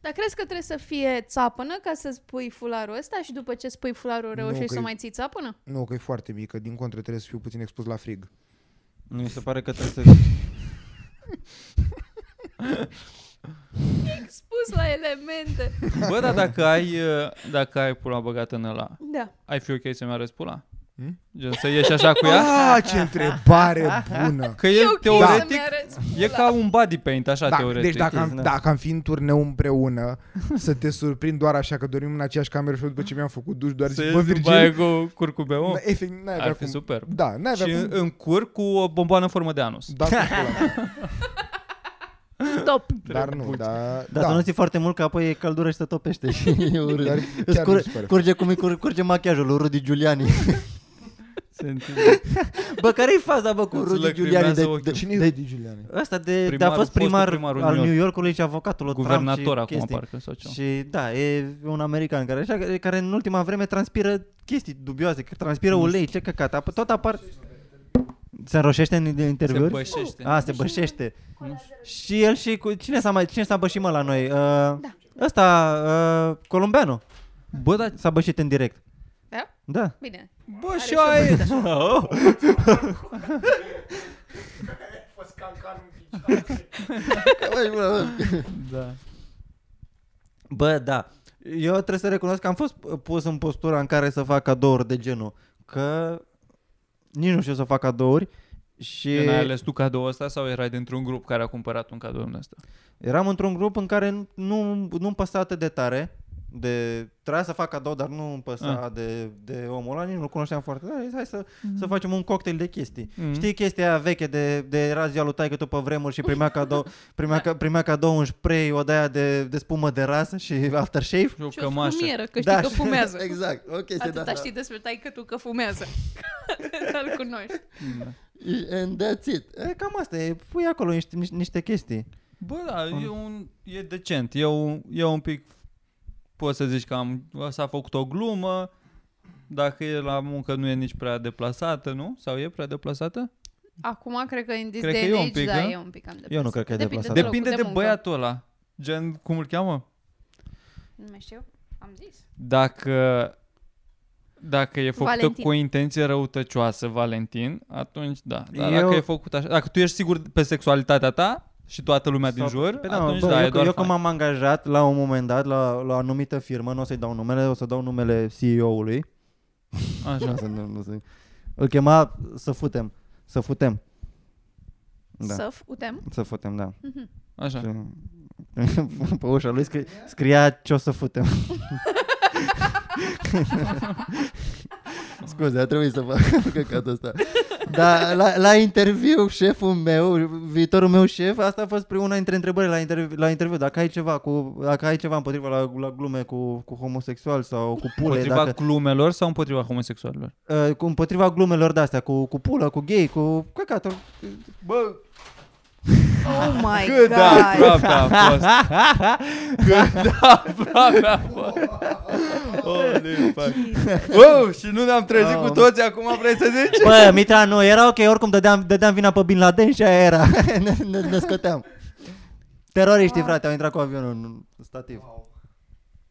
Dar crezi că trebuie să fie țapănă ca să spui fularul ăsta și după ce spui fularul
Nu,
reușești
că
să
e-
mai ții țapănă?
Nu, că e foarte mică, din contră trebuie să fiu puțin expus la frig.
Nu, Mi se pare că trebuie să...
Spus la elemente.
Bă, dar dacă ai, uh, dacă ai pula băgată în ăla,
Da.
ai fi ok să-mi arăți pula?
Hmm?
Gen, să ieși așa cu ea?
Ah, ce întrebare bună!
Că e,
E ok să
teoretic,
mi-arăți
e
pula.
ca un body paint, așa
Da,
teoretic.
deci dacă am,
Da.
dacă am fi în turneu împreună, să te surprind doar așa că dormim în aceeași cameră și eu după ce mi-am făcut duș, doar
să
zic,
ieși
bă,
după aia
Virgil,
cu curcubeu,
n- efectiv, n-ai avea
ar fi
cum.
super.
Da, n-ai
Și
avea
în,
cum.
în cur cu o bomboană în formă de anus.
Da, cu pula.
Top.
dar nu, da,
Dar da. să
da.
nu ții foarte mult, că apoi e căldură și te topește și e urât.
Dar
Îți
chiar mi
cur-
se pare.
curge, cum îi cur- curge machiajul lui Rudy Giuliani.
Se
bă, care-i faza, bă, cu
Îți
Rudy Giuliani?
lăcrimează
De,
ochii.
de,
Cine e
de,
Rudy Deci- Giuliani?
Ăsta de, de a
Primarul,
fost
fostul
primar
primarul
al
New
New Yorkului și avocatul lui Trump
Guvernator
și
acum,
chestii.
parcă, sau ceva.
Și da, e un american care, așa, care- care în ultima vreme transpiră chestii dubioase, că transpiră ulei, ce căcat, ap- tot apar... Se înroșește în
Se
interviuri?
bășește.
A, se bășește. Și el și cu... Cine s-a, mai, cine s-a bășit mă la noi? Uh, Ăsta, uh, Colombeanu.
Bă, dar...
S-a bășit în direct.
Da?
Da.
Bine.
Bă, și
și
eu
o
ai... Da.
Bă, da. Eu trebuie să recunosc că am fost uh, pus în postura în care să fac cadouri de genul. Că nici nu știu să fac cadouri și
Când ai ales tu cadoul ăsta sau erai dintr-un grup care a cumpărat un cadou din ăsta?
eram într-un grup în care nu, nu-mi păsa atât de tare. De, trebuia să fac cadou, dar nu îmi păsa
Ah.
de, de omul ăla, nici nu-l cunoșteam foarte tare. Hai să, mm.
Mhm.
să facem un cocktail de chestii.
Mm.
Mm. Știi chestia aia veche de, de era ziua lui taică tu pe vremuri și primea cadou, primea, ca- primea cadou un spray, o de de, de spumă de rasă și aftershave?
Și o
Și o
cămașă.
scumieră, că știi da, că
și-
fumează.
exact, o chestie de
Atâta
da.
asta.
știi despre taică tu că fumează. Îl cunoști.
Da.
And that's it. E, cam asta e, pui acolo niște, niște- niște chestii.
Bă, da, e, un, e decent. E un, e un pic... Poți să zici că am, s-a făcut o glumă, dacă e la muncă nu e nici prea deplasată, nu? Sau e prea deplasată?
Da,
Acum cred că in this
Cred că
day
e
and
un
age,
pic,
da,
a?
e un pic am
Eu nu cred că e
Depinde
deplasat.
de
Depinde
locul de
de, de
muncă.
băiatul ăla. Gen, cum îl cheamă?
Nu mai știu. Am zis.
Dacă dacă e făcută
Valentin.
cu o intenție răutăcioasă, Valentin, atunci da. Dar
Eu-
dacă e făcut așa, dacă tu ești sigur pe sexualitatea ta și toată lumea din
Sau-
jur,
Păi mă,
atunci
bă,
da,
eu,
e doar
eu că
fain.
m-am angajat la un moment dat la, la o anumită firmă, nu o să-i dau numele, o să dau numele CEO-ului.
Așa.
Nu să- nu- nu să- Îl chema să futem, să futem. Da.
Să futem.
Să futem, da.
Așa.
Și- Pe ușa lui scrie, scria ce o să futem. Scuze, a trebuit să fac căcatul ăsta. Dar la, la interviu, șeful meu, viitorul meu șef, asta a fost una dintre întrebări la interviu, la interviu dacă, ai ceva cu, dacă ai ceva împotriva la, la glume cu, cu homosexual sau cu pule,
Împotriva
dacă,
glumelor sau împotriva homosexualilor?
uh, cu, împotriva glumelor de-astea, cu, cu pulă, cu gay, cu căcatul. Bă,
Oh my
Cât da,
god.
aproape a fost. Cât da, aproape a fost. Holy fuck. Wow, și nu ne-am trezit
Oh.
cu toți acum, vrei să zici?
Bă, Mitra, nu, era ok, oricum dădeam, dădeam vina pe Bin Laden și aia era. ne, ne, ne scoteam. Teroriștii, frate, au intrat cu avionul în stativ.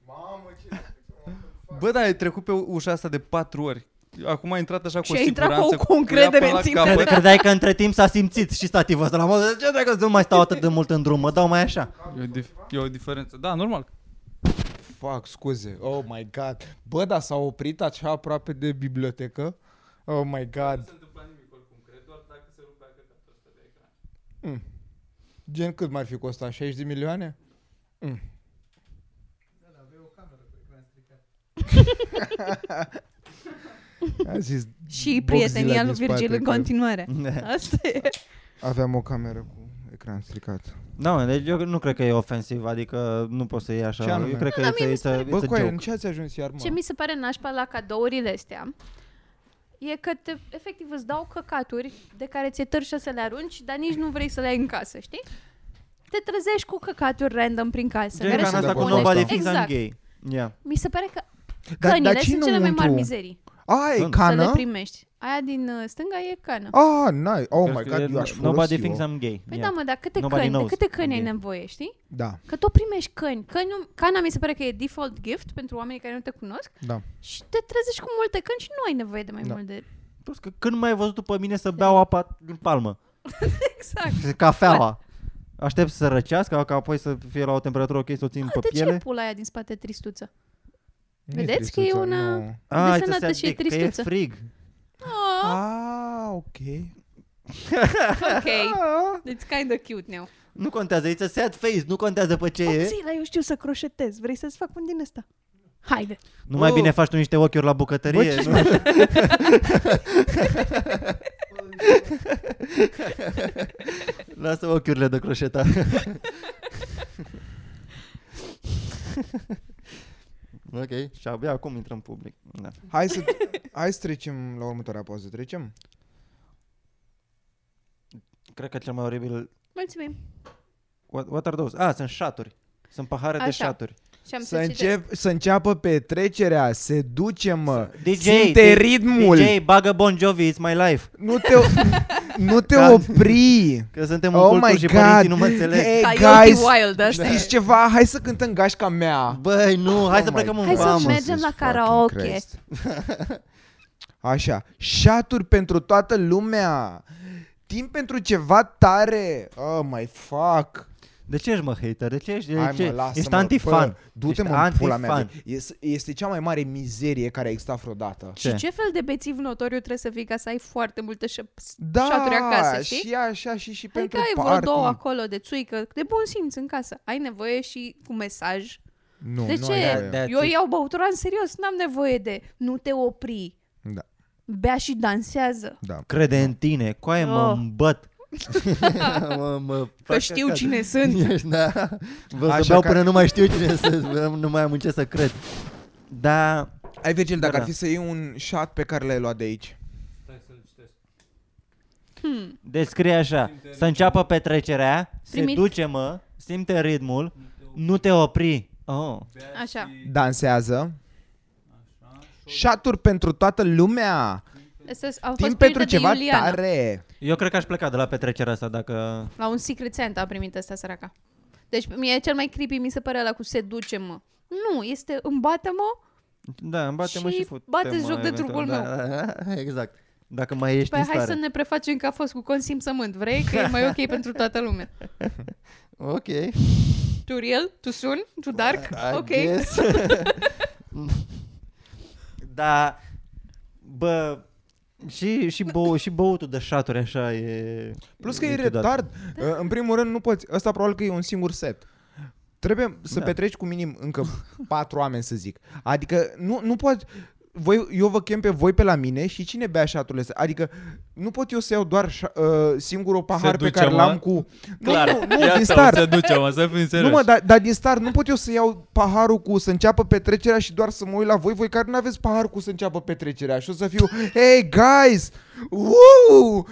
Mamă, ce...
Bă, dar ai trecut pe ușa asta de patru ori. Acum a intrat așa cu
Și
o
ai intrat cu-
siguranță.
cu încredere
ea până
în
la
tine.
capăt.
Cre- Credeai că între timp s-a simțit și stativul ăsta la modul de, ce dacă nu mai stau atât de mult în drum, mă dau mai așa.
E o, dif- e o diferență. Da, normal.
Fuck, scuze. Oh my god. Bă, dar s-a oprit acea aproape de bibliotecă. Oh my god. Mm. Gen cât mai fi costat? 60 de milioane? Mm. A zis, Box
Și
zilele
prietenia
din
lui Virgil
spate,
în
că-
continuare. Asta e.
aveam o cameră cu ecran stricat.
Nu, no, deci eu nu cred că e ofensiv, adică nu poți să iei așa.
Ce anume?
Eu cred că e
Da, mie mi se
să
Bă, Coaie,
joke.
în ce ați ajuns iar, mă?
Ce mi se pare nașpa la cadourile astea e că te, efectiv îți dau căcaturi de care ți-e târșă să le arunci, dar nici nu vrei să le ai în casă, știi? Te trezești cu căcaturi random prin casă.
Gen
care
ca
sunt
asta
sunt
cu
de
unele-
acord
nobody
cu
thinks I'm
Exact.
gay. Yeah.
Mi se pare că
Dar-
cănile
dar ce
sunt cele mai mari
înăuntru?
mizerii.
A, e
Sunt.
Să le
cană?
primești. Aia din uh, stânga e cană.
Ah, nice. Oh my
Crezi că
god, eu aș
no-
folosi
Nobody
eu.
thinks I'm gay.
Păi
Yeah.
da, mă, dar câte
Nobody
căni, de
knows.
câte căni ai
Ok.
nevoie, știi?
Da,
Că tot primești căni. căni nu, cana mi se pare că e default gift pentru oamenii care nu te cunosc
da.
și te trezești cu multe căni și nu ai nevoie de mai
Da.
mult de...
Plus că când mai ai văzut după mine să beau apa din palmă?
Exact.
Cafeaua. Aștept să se răcească, ca apoi să fie la o temperatură ok, să o țin
A,
pe
Ah, de ce
piele.
e pula aia din spate e tristuță?
E
Vedeți că e
tristuță,
una-
nu.
Ah,
de
să se
sănătate și e
adică că e
tristuță.
frig.
Oh,
Ah, ok.
Ah,
ah,
ok. It's kind of cute now.
Nu contează, it's a sad face, nu contează pe ce e.
Zi, dar eu știu să croșetez. Vrei să-ți fac un din ăsta? Haide.
Nu mai
Oh.
bine faci tu niște ochiuri la bucătărie.
Bă,
nu? Lasă ochiurile de croșetat. ok, și abia acum intrăm public. Da.
Hai să, hai să trecem la următoarea pauză. Trecem?
Cred că cel mai oribil...
Mulțumim.
What, what are those? Ah, sunt șaturi. Sunt pahare de
Așa.
șaturi.
Și am
Să,
citesc.
încep, să înceapă petrecerea, se duce mă.
DJ,
Simte
D-
ritmul.
DJ, bagă Bon Jovi, it's my life.
Nu te, nu te
Ca-
opri.
Că suntem în
Oh
culturi
my
și
God.
părinții nu mă înțeleg.
Hey,
Coyote
guys, Da.
Wild, asta e.
Știți ceva? Hai să cântăm gașca mea.
Băi, nu, hai
Oh
să
my
plecăm în
Hai să
vamă.
mergem la
Jesus fucking
karaoke.
Christ. Așa, șaturi pentru toată lumea. Timp pentru ceva tare. Oh my fuck.
De ce ești, mă, hater? De ce ești? De
Hai
ce?
mă, lasă
ești antifan.
Bă, du-te
Ești
mă în pula mea.
antifan.
Este, este cea mai mare mizerie care a existat vreodată.
Ce?
Și ce fel de bețiv notoriu trebuie să fii ca să ai foarte multe ș-
Da,
șaturi acasă, știi?
și așa și și
Adică
pentru
ai vreo
party.
două acolo de țuică, de bun simț în casă. Ai nevoie și cu mesaj.
Nu,
De
nu
ce?
ai
Da,
voie.
da,
Eu
ți-
iau băutura în serios, n-am nevoie de nu te opri.
Da,
Bea și dansează.
da.
Crede în tine. Coaie, mă
Oh.
îmbăt. mă, mă,
Că știu cine sunt.
Ești, da. Vă
Așa
să beau
ca-
până nu mai știu cine sunt. Nu mai am în ce să cred. Da,
Ai, Virgil, dacă
Da,
ar
da.
fi să iei un șat pe care l-ai luat de aici.
descrie așa. Să înceapă petrecerea, se
Primit.
duce, mă, simte ritmul, nu te opri. Oh.
Așa.
Dansează. Șaturi pentru toată lumea.
Astea s- au fost
Timp pentru
primite de
ceva
Iuliana.
tare.
Eu cred că aș pleca de la petrecerea asta dacă...
La un secret Santa a primit asta săraca. Deci mie cel mai creepy mi se pare la cu se duce mă. Nu, este îmbată-mă
Da, îmi bate mă
Și
și fut. da.
bateți joc de trupul
Exact. Dacă mai ești
Păi
în
hai
stare.
să ne prefacem că a fost cu consimțământ. Vrei? Că e mai ok pentru toată lumea.
Ok.
Too real? Too soon? Too dark?
I
ok.
guess. da, bă, și, și, bă, și băutul de șaturi așa e...
Plus că e
ciudat.
retard.
Da.
Uh, În primul rând nu poți. Ăsta probabil că e un singur set. Trebuie să
Da.
petreci cu minim încă patru oameni, să zic. Adică nu, nu poți... Voi, eu vă chem pe voi pe la mine și cine bea șaturile astea? Adică nu pot eu să iau doar șa, uh, singurul pahar pe
duce,
care
mă.
l-am cu...
Clar,
Nu, nu, nu
iată,
din
o să
start.
ducem, o să fim serios.
Nu mă, dar dar din start nu pot eu să iau paharul cu să înceapă petrecerea și doar să mă uit la voi, voi care nu aveți pahar cu să înceapă petrecerea și o să fiu, hey guys, wow!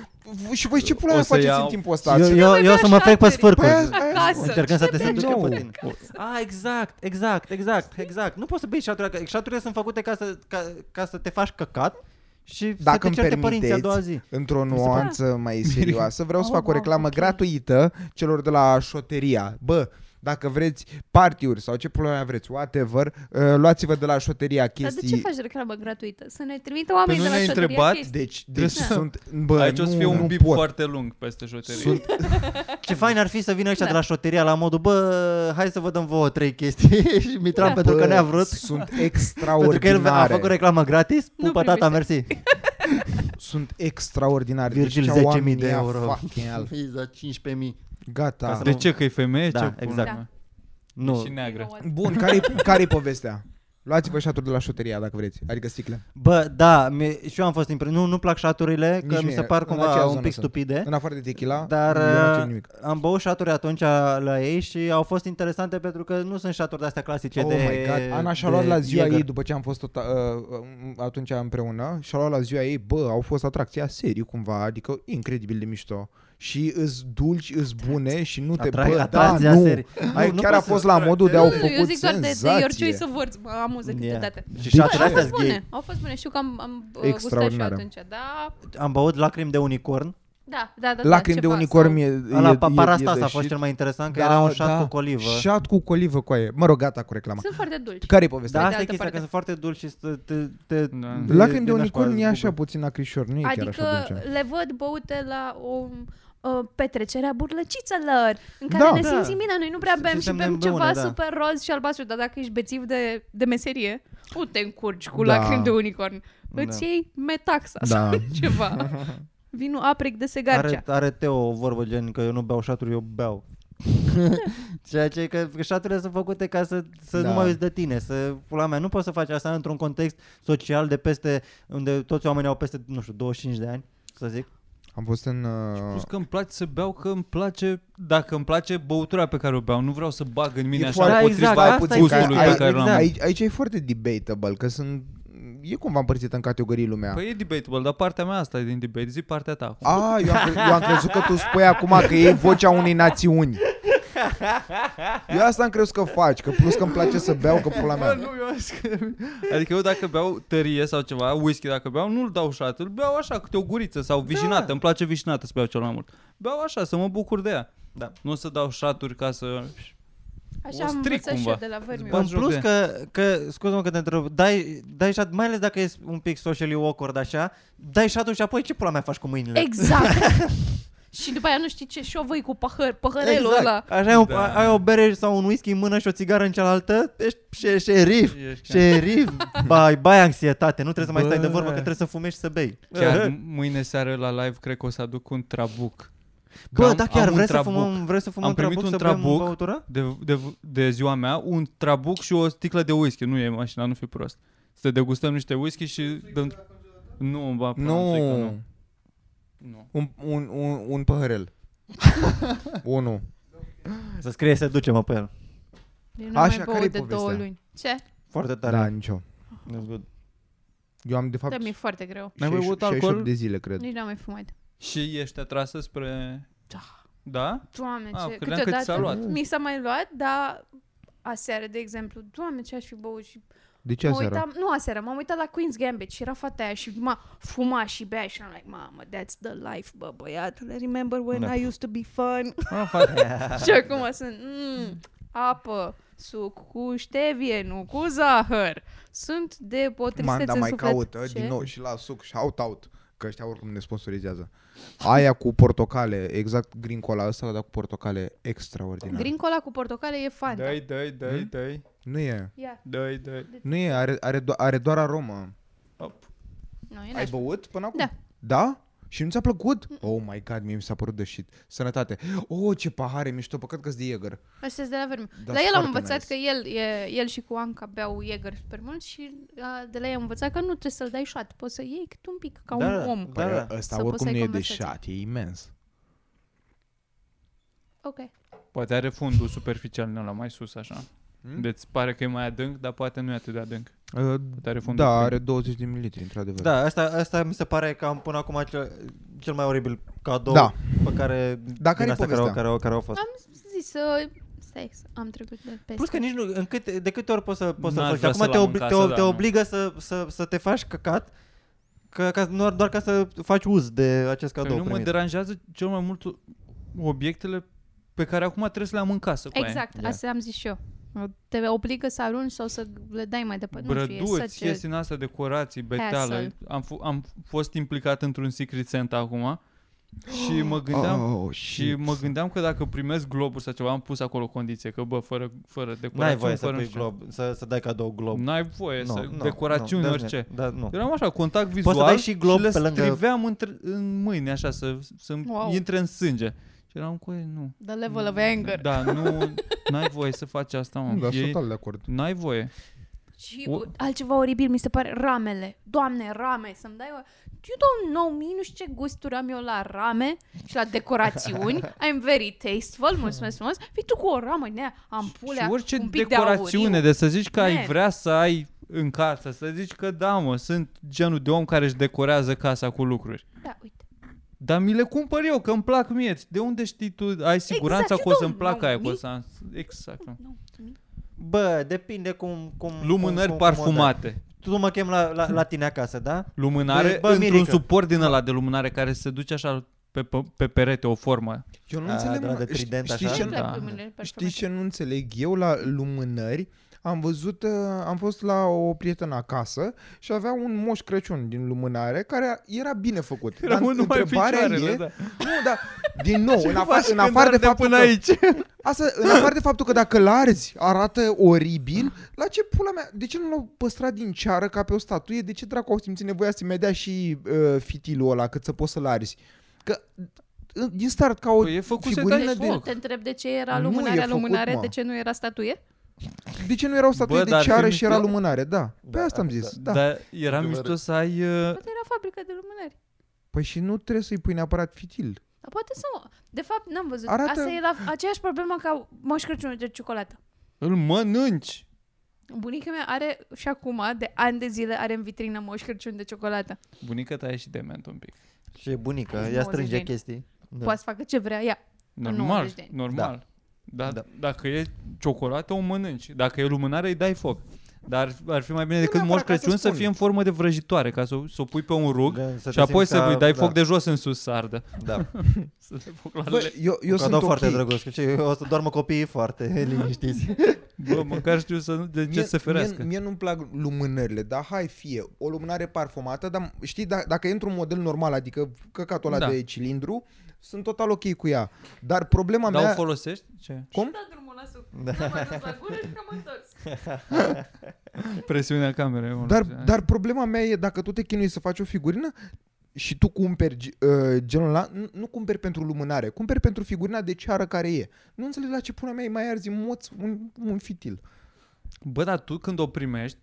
Și voi ce pula
O
mea
să
faceți
iau-
în timpul ăsta?
Eu, eu,
mai
eu o să
bea
mă frec pe
șaturi?
sfârcuri.
Păi aia- aia-
Acasă.
Încercând să te
Ce
seduc
bea
pe
eu?
tine. A, exact, exact, exact, exact. Nu poți să bei șaturi. acasă. Șaturile sunt făcute ca să, ca, ca să te faci căcat și să
Dacă
te
îmi
certe părinții a doua
permiteți,
zi.
într-o
se pare-
nuanță mai serioasă, vreau să
Oh,
fac o
wow,
reclamă
ok.
gratuită celor de la șoteria. Bă, dacă vreți partiuri sau ce pula mea vreți, whatever, uh, luați-vă de la șoteria
Dar de
chestii.
ce faci reclamă gratuită? Să ne trimită oamenii
nu
de la
ne-ai
șoferia
întrebat?
chestii.
Deci, deci
Da.
sunt... Bă,
Aici
nu,
o să fie un
nu
bip
pot.
foarte lung peste șoterie.
Sunt,
Ce fain ar fi să vină ăștia
Da.
de la șoteria la modul, bă, hai să vă dăm vouă trei chestii și Mitran
Da.
pentru că
bă,
ne-a vrut.
Sunt
Pentru că el a făcut
extraordinare.
reclamă gratis, pupa tata, mersi.
Sunt extraordinare.
Virgil,
deci,
10.000 de euro.
Fucking
Fiza, 15.000.
Gata.
Ca să
De ce? Că e femeie?
Da,
ce pula
exact.
mea? E
Nu.
Și neagră.
Bun, care-i, care-i povestea? Luați-vă șaturi de la șoteria dacă vreți, adică sticle.
Bă, da, mi- și eu am fost impresionat. Nu, nu-mi plac șaturile, că
Nici
mi se
mie.
par
În aceea
cumva un
zonă
pic
sunt.
stupide.
În afară de tequila,
Eh? Dar
eu nu cer
uh,
nimic.
am băut șaturi atunci la ei și au fost interesante pentru că nu sunt șaturi de-astea clasice
oh
de
my God. Ana și-a
de
luat la ziua
Jäger.
ei după ce am fost tot, uh, uh, atunci împreună și-a luat la ziua ei, bă, au fost atracția serii cumva, adică incredibil de mișto. și îs dulci, îs bune și nu te
Atrag
bă, da,
atenția
nu.
serii.
Ai,
Nu, nu
chiar a
poți să-
fost la modul de au
Nu, eu
făcut
zic doar de, de your
senzație.
choice of words. Mă amuză
Yeah.
câteodată.
Și
De
șatele
ce?
astea
Au
sunt
fost
gay.
bune, au fost bune. Știu că am, am uh, gustat și
Extraordinară.
atunci. Da,
Am băut lacrimi de unicorn.
da, da. da
Lacrimi
da,
de
ceva,
unicorn
sau-
e, e,
Ăla,
e,
pa- parastasa
e
a fost cel mai interesant, că
Da,
era un șat
da.
cu colivă.
Șat cu colivă cu aie. Mă rog, gata cu reclama.
Sunt foarte dulci.
Care-i povestea?
Da,
de
asta e
altă
chestia,
parte.
că sunt foarte dulci și te... te, te
Da.
te-
Lacrimi de
din
unicorn e așa
zbubă.
puțin acrișor, nu e chiar
Adică
așa dulce.
le văd băute la o uh, petrecerea burlăcițelor, în care
Da.
ne
Da.
simțim bine, noi nu prea
Se- se
bem și bem
semne
ceva
bune, da.
super roz și albastru, dar dacă ești bețiv de, de meserie, nu te încurci cu
Da.
lacrimi de unicorn. Îți
Da.
iei metaxa
Da.
sau ceva. Vinul aprec de segarcea.
Are, are Teo o vorbă gen că eu nu beau șaturi, eu beau. Ceea ce e că șaturile sunt făcute ca să, să
Da.
nu mai uiți de tine, să pula mea, nu poți să faci asta într-un context social de peste, unde toți oamenii au peste, nu știu, 25 de ani, să zic.
Am fost în... Uh,
Plus că îmi place să beau, că îmi place, dacă îmi place băutura pe care o beau, nu vreau să bag în mine
E
așa
foarte-
Da,
potrivit
exact,
stai
asta
puțin,
e
că
gustul
chestia,
pe care
ai-
l-am.
exact.
aici, aici e foarte debatable, că sunt... E cumva împărțită în categorii
Da.
lumea.
Păi e debatable, dar partea mea asta e din debate, zi partea ta. acum.
A, eu am, cre- eu am crezut că tu spui acum că e vocea unei națiuni. Eu asta am crezut că faci, că plus că îmi place să beau, că pula
Bă,
mea.
nu, eu așa că- Adică eu dacă beau tărie sau ceva, whisky dacă beau, nu-l dau șat, îl beau așa, câte o guriță sau
Da.
vișinată, îmi place vișinată să beau cel mai mult. Beau așa, să mă bucur de ea.
Da.
Nu o să dau șaturi ca să...
Așa
o
am
stric
învățat și
cumva.
eu de la Vermiu.
Ba-
În plus
joc de-
că, că scuze-mă că te întreb, dai, dai șat, mai ales dacă e un pic socially awkward așa, dai șatul și apoi ce pula mea faci cu mâinile?
Exact! și după aia nu știi ce șovăi cu pahăr, păhărelul
Exact.
ăla.
Exact. Așa ai, o,
Da.
ai o bere sau un whisky în mână și o țigară în cealaltă, ești șe- șerif.
Ești chiar-
Șerif, bai, bai anxietate, nu trebuie să mai stai de
Bă.
vorbă că trebuie să fumești și să bei.
Chiar mâine seară la live cred că o să aduc un trabuc. Că
Bă,
am-
da
am
chiar
un
vreți să
trabuc.
fumăm, vreți să fumăm
Am primit
trabuc,
un
să bem
trabuc.
băutură?
de, de, de ziua mea un trabuc și o sticlă de whisky. Nu e mașina, nu fi prost. Să degustăm niște whisky și dăm... Nu, ba, până
Nu,
am zis că nu. nu.
un, un, un, un păhărel. Unu.
Să scrie să ducem pe el.
Eu nu am
Așa,
mai
care-i
băut de două
povestea?
luni. Ce?
Foarte tare.
Da, nicio.
That's good.
Eu am de fapt
Da, mi-e foarte greu.
N-ai mai băut
68
alcool?
de zile, cred.
Nici n-am mai fumat.
Și ești atrasă spre... Da?
Doamne,
Ah,
ce...
credeam că ți s-a luat.
mi s-a mai luat, dar aseară, de exemplu, doamne, ce aș fi băut și
De ce
mă
aseară?
uitam, nu aseară, m-am uitat la Queen's Gambit și era fata aia și ma, fuma și bea și am like, mamă, that's the life, bă, băiatule, remember when
Da.
I used to be fun?
Ah, fa-
și acum sunt, mm, apă, suc cu ștevie, nu cu zahăr. Sunt de o tristețe
Manda
în
mai
suflet.
caută
Ce?
din nou și la suc, shout out, că ăștia oricum ne sponsorizează. Aia cu portocale, exact green cola ăsta, dar cu portocale extraordinar.
Green cola cu portocale e fan.
Da,
dai, dai, dai, dai,
Nu e,
Ia,
dai, dai.
nu e, are, are, do- are doar aromă.
Op.
nu, e
Ai
nașpa.
băut până acum?
Da.
Da? Și nu ți-a plăcut? Oh my god, mie mi s-a părut de shit. Sănătate. Oh, ce pahare mișto, păcat că-s de Jäger.
Astea de la Vermiu.
Da,
la el am
foarte
învățat
nice.
nice. că el, e, el și cu Anca beau Jäger super mult și a, de la ei am învățat că nu trebuie să-l dai șat. Poți să iei cât un pic, ca
Da,
un
da,
om.
da.
Păi ăsta
Sau poți
oricum
să-i
nu e de
conversați.
șat, e imens.
Ok.
Poate are fundul superficial în ăla mai sus, așa.
Hmm?
Deci pare că e mai adânc, dar poate nu e atât de adânc.
Uh,
Poate are fundul.
da,
plin.
are 20 de mililitri, într-adevăr.
Da, asta, asta mi se pare că am până acum cel, cel mai oribil cadou
Da.
pe care,
Da, care-i
din astea care, au,
povestea?
care, au, care au fost.
Zis să... Stai, să- am trecut de peste.
Plus că nici nu, în câte, de câte ori poți să, poți să
N-aș
faci.
vrea
Acum
să-l
te,
am în
obli-
casă,
te, o-
dar
te
nu.
obligă să, să, să te faci căcat, că, ca, doar, doar ca să faci uz de acest
Pe
cadou
Păi nu mă
primit.
deranjează cel mai mult obiectele pe care acum trebuie să le am în casă. cu aia.
Exact,
Ia.
asta am zis și eu. Te obligă să arunci sau să le dai mai departe. Păi nu știu, e
Brăduți,
such a-
chestii din asta, decorații, beteală.
Hassle.
Am, f- am fost implicat într-un Secret Santa acum și mă gândeam...
Oh,
Și
shit.
mă gândeam că dacă primesc globuri sau ceva, am pus acolo condiție, că bă, fără, fără decorațiune,
N-ai voie să
fără
pui
nu știu.
glob, să, să dai cadou glob.
N-ai voie
Nu,
să,
nu,
decorațiuni,
nu,
orice.
Da, nu.
Eram așa, contact vizual
Poți să dai și glob
și le
pe lângă-
striveam între, în mâini, așa, să, să
Wow.
intre în sânge. Și eram cu ei, nu.
The level of anger.
Da, nu, n-ai voie să faci asta, mă.
Nu,
Da,
dar sunt
Ei,
total de acord.
n-ai voie.
Și
O-
o... altceva oribil mi se pare ramele. Doamne, rame, să-mi dai o... You don't know me, nu știu ce gusturi am eu la rame și la decorațiuni. I'm very tasteful, mulțumesc frumos. Vii tu cu o ramă din aia, am pulea,
și orice
un pic
decorațiune,
de,
de, să zici că ai
Man.
vrea să ai în casă, să zici că da, mă, sunt genul de om care își decorează casa cu lucruri.
auriu. Da, uite.
Dar mi le cumpăr eu, că îmi plac mie. De unde știi tu? Ai siguranța
Exact,
că o
eu
să-mi
nu-
placă
nu,
aia, că o
mi-
să am... Exact. nu.
Bă, depinde cum... cum cum,
Lumânări
cum, Cum o dai.
parfumate.
tu mă chem la, la, la tine acasă, da?
Lumânare,
Bă,
bă,
bă,
într-un
Mirica.
suport din ăla de lumânare care se duce așa pe, pe, pe perete, o formă.
Eu nu
A,
înțeleg,
de la
mă,
de
știi-
trident,
știi
așa?
ce
Nu-mi
Da.
plac glumele
Știi
perfumate.
ce nu înțeleg eu la lumânări? Am văzut, uh, am fost la o prietenă acasă și avea un moș Crăciun din lumânare care era bine făcut.
Era mult numai picioarele,
e,
da.
Nu, dar din nou, în, afa-
faci
în
când
afară de
arde
faptul
până
că,
aici.
asta, în afară de faptul că dacă l arzi arată oribil, la ce pula mea, de ce nu l-au păstrat din ceară ca pe o statuie? De ce dracu au simțit nevoia să-mi mai dea și uh, fitilul ăla cât să poți să-l arzi? Că uh, din start ca o
Păi e făcut să
figurină
dai
de...
foc.
Nu Deci, te întreb de ce era
Nu e
lumânarea
făcut,
lumânare,
mă.
de ce nu era statuie?
De ce nu erau statuie
Bă,
de
dar ar fi
ceară și
mișto.
era lumânare? Da, pe
Da,
asta am
da,
zis. Da.
Da. Dar era
Adevărat.
mișto să ai... Uh,
Poate era fabrica de lumânări.
Păi și nu trebuie să-i pui neapărat fitil.
Dar poate să mă... De fapt, n-am văzut.
Arată-
Asta e la aceeași problemă ca Moș Crăciunul de ciocolată.
îl mănânci.
Bunica mea are și acum, de ani de zile, are în vitrină Moș Crăciun de ciocolată.
Bunica ta e și dement un pic.
Și e bunica,
Ai
ea
90 de
strânge
ani.
chestii. Da.
Da. Poate să facă ce vrea ea.
Normal,
90 de ani.
normal. Da.
Da.
Da. Dacă e ciocolată, o mănânci. Dacă e lumânare, îi dai foc. Dar ar fi mai bine decât
neapărat
Moș
ca să
Crăciun să
spun.
fie în formă de vrăjitoare, ca să, o- să o pui pe un rug
Da, să te
și apoi
simți
să
ca-
îi dai
da,
foc de jos în sus să ardă.
Da.
Să dai foc la
Bă, eu, eu
Eu
sunt
sunt
ok.
foarte drăguț. Și eu o să doarmă copiii foarte liniștiți.
Bă, măcar știu să, nu- de ce
Mie-
să se ferească.
Mie, mie nu-mi plac lumânările, dar hai fie o lumânare parfumată, dar știi, da, dacă e într-un model normal, adică căcatul ăla
Da.
de cilindru, sunt total ok cu ea. Dar problema
Dar o
mea...
folosești? Ce?
Cum?
Da, drumul la suc. M-am dus la gură și am întors.
Presiunea camerei. mă rog.
Dar, dar problema mea e dacă tu te chinui să faci o figurină și tu cumperi uh, genul ăla, nu- nu cumperi pentru lumânare, cumperi pentru figurina de ceară care e. Nu înțeleg la ce puna mea e mai arzi în moț un, un fitil.
Bă, dar tu când o primești,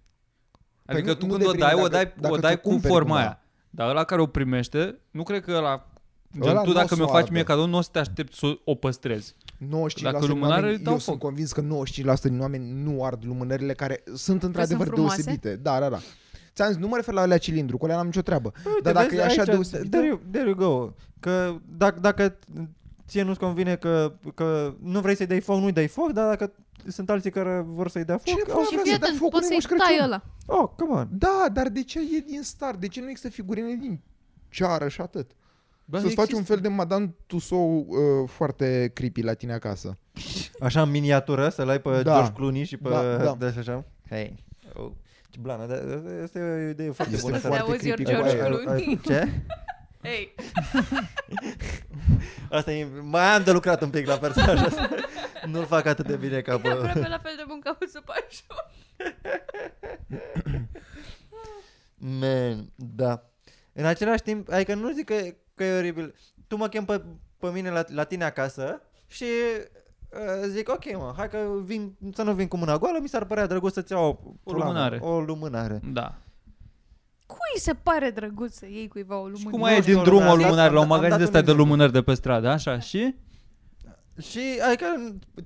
Păi
adică
nu-
tu
nu
când
de
o
primit,
dai, o
dacă-
dai,
dacă
o
ți-o
dai cu
cumperi
forma
cumva.
aia. Dar ăla care o primește, nu cred că ăla... Gen,
Ăla
tu
n-o
dacă mi-o
s-o
faci
ardă.
mie cadou, nu o să te aștepți să o păstrezi.
95%
Dacă
din
lumânare,
oameni,
dau
eu
foc.
sunt convins că 95% din oameni nu ard lumânările care sunt într-adevăr
frumoase?
deosebite. Da, da, da. Ți-am zis, nu mă refer la alea cilindru, cu alea n-am nicio treabă.
Păi
Dar dacă e așa da. deosebită...
There you, there you go. Că dacă, dacă ție nu-ți convine că, că nu vrei să-i dai foc, nu-i dai foc, dar dacă sunt alții care vor să-i dea
Da, Cine
foc,
pula
Și
vrea
fii
să dea
atent,
foc
poți
unui Moș
să-i tai
Crăciun?
ăla.
oh, come on.
Da, dar de ce e din start? De ce nu există figurine din ceară și atât?
Bă,
Să-ți faci un fel de Madame Tussauds uh, foarte creepy la tine acasă.
Așa în miniatură, să-l ai pe
Da.
George Clooney și pe...
Da, da.
da, și așa. Hei. Oh. Ce blană, dar dar asta e o idee foarte
Este
bună. să-
foarte
auzi,
creepy.
George
Ai- ai- ai-
Clooney.
Ce?
Ei,
Asta e, mai am de lucrat un pic la personajul ăsta. Nu-l fac atât de bine ca
e
pe...
aproape la fel de bun ca un supașu.
Man, da. În același timp, adică nu zic că, că e oribil. Tu mă chem pe, pe mine la, la tine acasă și uh, zic, ok mă, hai că vin, să nu vin cu mâna goală, mi s-ar părea drăguț să-ți iau o,
O lumânare.
O lumânare.
Da.
Cui se pare drăguț să iei cuiva o lumână?
Și cum ai
știu,
din drum o
lumânare.
lumânare la un
Am- am
magazin
dat
de
un
ăsta de
exemplu.
lumânări de pe stradă, așa, și?
Și adică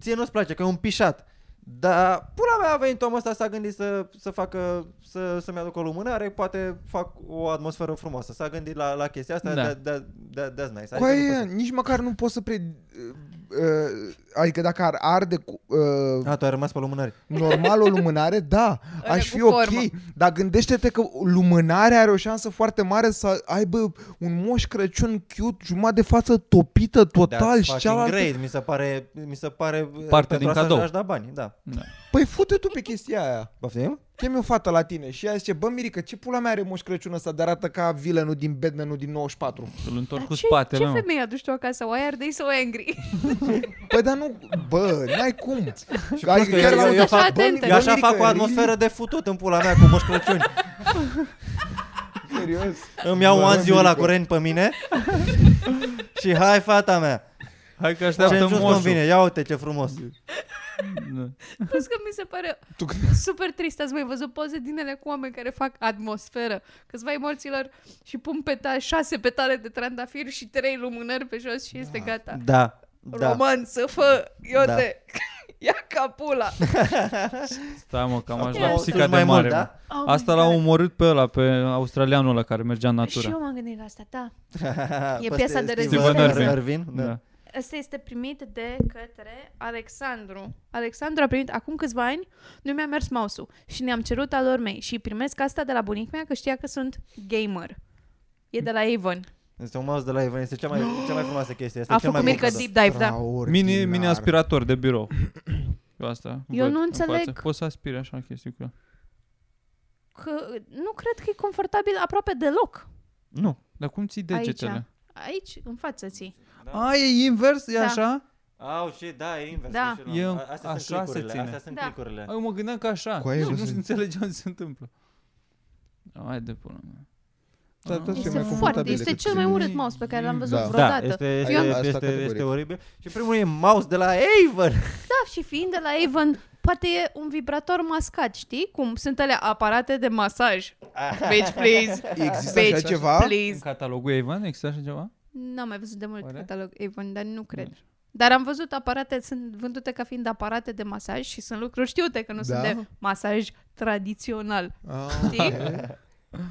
ție nu-ți place, că e un pișat. Dar pula mea a venit omul ăsta s-a gândit să, să facă, să, să-mi aducă o lumânare, poate fac o atmosferă frumoasă. S-a gândit la, la chestia asta, da.
Da.
da, da, da, that's nice.
Cu
nu pot
aia,
să-
nici măcar nu poți să pre... uh, uh, Adică dacă ar arde cu, uh,
A, tu ai rămas pe lumânări.
normal o lumânare, da, aș
cu
fi ok.
formă.
Dar gândește-te că lumânarea are o șansă foarte mare să aibă un moș Crăciun cute, jumătate de față topită total
That's
și
fucking
cealaltă...
great, mi se pare, mi se pare
Parte
pentru
din
asta
cadou.
aș da bani, da.
Da.
Păi fute tu pe chestia aia.
Poftim?
Chemi o fată la tine și ea zice, bă Mirica, ce pula mea are moș Crăciun ăsta de arată ca villainul din Batmanul din 94?
Îl întorc cu
ce,
spatele,
ce
mă.
femeie aduci tu acasă? Why are they so angry?
Păi dar nu, bă, n-ai cum. Și
plus că eu- eu fac-
atentă.
Eu
Bă,
așa fac o atmosferă de futut în pula mea cu Moș Crăciun.
Serios.
Îmi iau
Bă,
un anziu ăla
Mirica.
cu ren pe mine și hai fata mea.
Hai că
Ce
așteaptă
nu-ți
moșul.
convine, ia uite ce frumos.
Da.
Plus că mi se pare
Tu când-
super trist. Ați mai văzut poze din ele cu oameni care fac atmosferă. Câțiva ai morților și pun peta- șase petale de trandafiri și trei lumânări pe jos și este gata.
Da, da.
Romanță, fă, iute. Ia ca pula.
Stai mă, că am ajuns
Acum
la
au
psica
sus
de
mai mult,
mare. mă.
da?
Oh
Asta
my
l-a
God.
omorât pe ăla, pe australianul ăla care mergea
Păi
în
Și
natură.
eu m-am gândit la asta, da.
Păi
piesa
este
de
Steven
rezistență.
Irvin, da.
Da.
Asta este primit de către Alexandru. Alexandru a primit acum câțiva ani, nu mi-a mers mouse-ul și ne-am cerut al lor mei și primesc asta de la bunica mea că știa că sunt gamer. E de la Avon.
Este un mouse de la Ivan, este cea mai, cea mai frumoasă chestie. Este
a
cea
făcut
mai
Mirca
bună.
deep dive, da.
Mini, mini aspirator de birou. Eu asta.
Eu
văd
nu
în
înțeleg.
față. Poți să aspiri așa chestii cu ea.
Că nu cred că e confortabil aproape deloc.
Nu.
Dar cum ții
Aici.
degetele?
Aici, în față ții.
Da.
A, e invers? E
Da.
așa?
Au, și da, e invers.
Da.
e și la-
Eu-
a- Astea
așa se
sunt clicurile,
ține.
astea sunt
Da.
clicurile.
Eu mă gândeam că așa.
Cu aia
nu,
jos
nu
în-
înțelegeam ce se întâmplă. Hai de pula mea.
Dar tot
Ah.
ce
Este
mai
foarte,
confortabil
este
decât
cel mai
ții.
urât mouse pe care l-am văzut
Da.
Da,
vreodată.
este, este,
Eu am-
este,
Asta
este,
categoric.
oribil. Și primul e mouse de la Avon.
Da, și fiind de la Avon, poate e un vibrator mascat, știi? Cum sunt alea aparate de masaj. Bitch, please.
Există
Bitch,
așa ceva?
În
please.
catalogul Ivan există așa ceva?
N-am mai văzut de mult
Oare? Mm.
catalog Avon, dar nu cred.
Nu.
Dar am văzut aparate, sunt vândute ca fiind aparate de masaj și sunt lucruri știute că nu
Da?
sunt de masaj tradițional.
Ah,
Știi?
ok,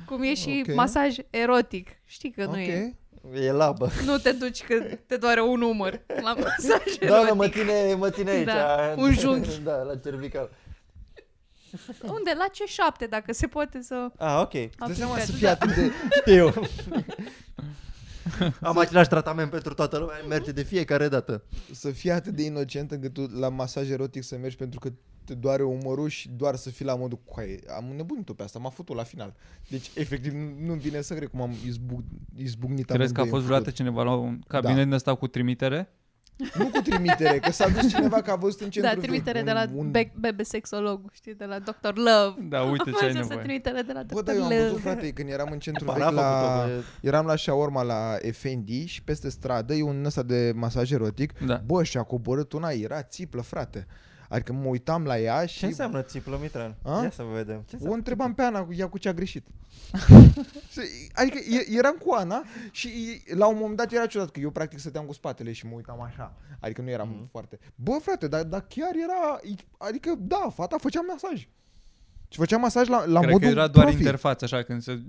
Cum e și
Ok.
masaj erotic. Știi că nu e.
ok.
E labă.
Nu te duci că te doare un umăr la masaj erotic.
Da,
Doamne, mă ține, mă ține aici.
Da, un junghi.
Da, la cervical.
Unde? La ce șapte, dacă se poate să...
Ah, ok.
Dă seama să
aplicați.
Da.
fii atât de...
Știu. Am același tratament pentru toată lumea, merge de fiecare dată.
să fii atât de inocent încât tu la masaj erotic să mergi pentru că te doare umărul și doar să fii la modul cu am nebunit-o pe asta, m-a făcut la final. Deci, efectiv, nu- nu-mi vine să cred cum am izbuc, izbucnit
Crezi că a
amândoi
fost
în
vreodată
fur.
cineva la
Da.
un cabinet din ăsta cu trimitere?
Nu cu trimitere, că s-a dus cineva că a văzut în centru
Da, trimitere
vechi
de la
un- un-
be- bebe sexolog, știi, de la Dr. Love.
Da, uite ce
Mai
ai
zis să
nevoie.
trimitere de la Dr.
Bă, dar eu am văzut,
Love.
frate, când eram în centru
Ba,
vechi
n-a
la...
făcut-o, bă.
Eram la șaorma la Efendi și peste stradă e un ăsta de masaj erotic.
Da.
Bă, și-a coborât una, era țiplă, frate. Adică mă uitam la ea și...
Ce înseamnă țiplă, Mitran?
A?
Ia să vedem. Ce
O
înseamnă?
întrebam pe Ana, ea cu ce a greșit. Și- adică e- eram cu Ana și e- la un moment dat era ciudat că eu practic stăteam cu spatele și mă uitam așa. Adică nu eram
Mhm.
foarte... Bă, frate, dar dar chiar era... Adică, da, fata făcea masaj. Și făcea masaj la, la
Cred că
modul
era doar
profi.
interfața, așa, când se,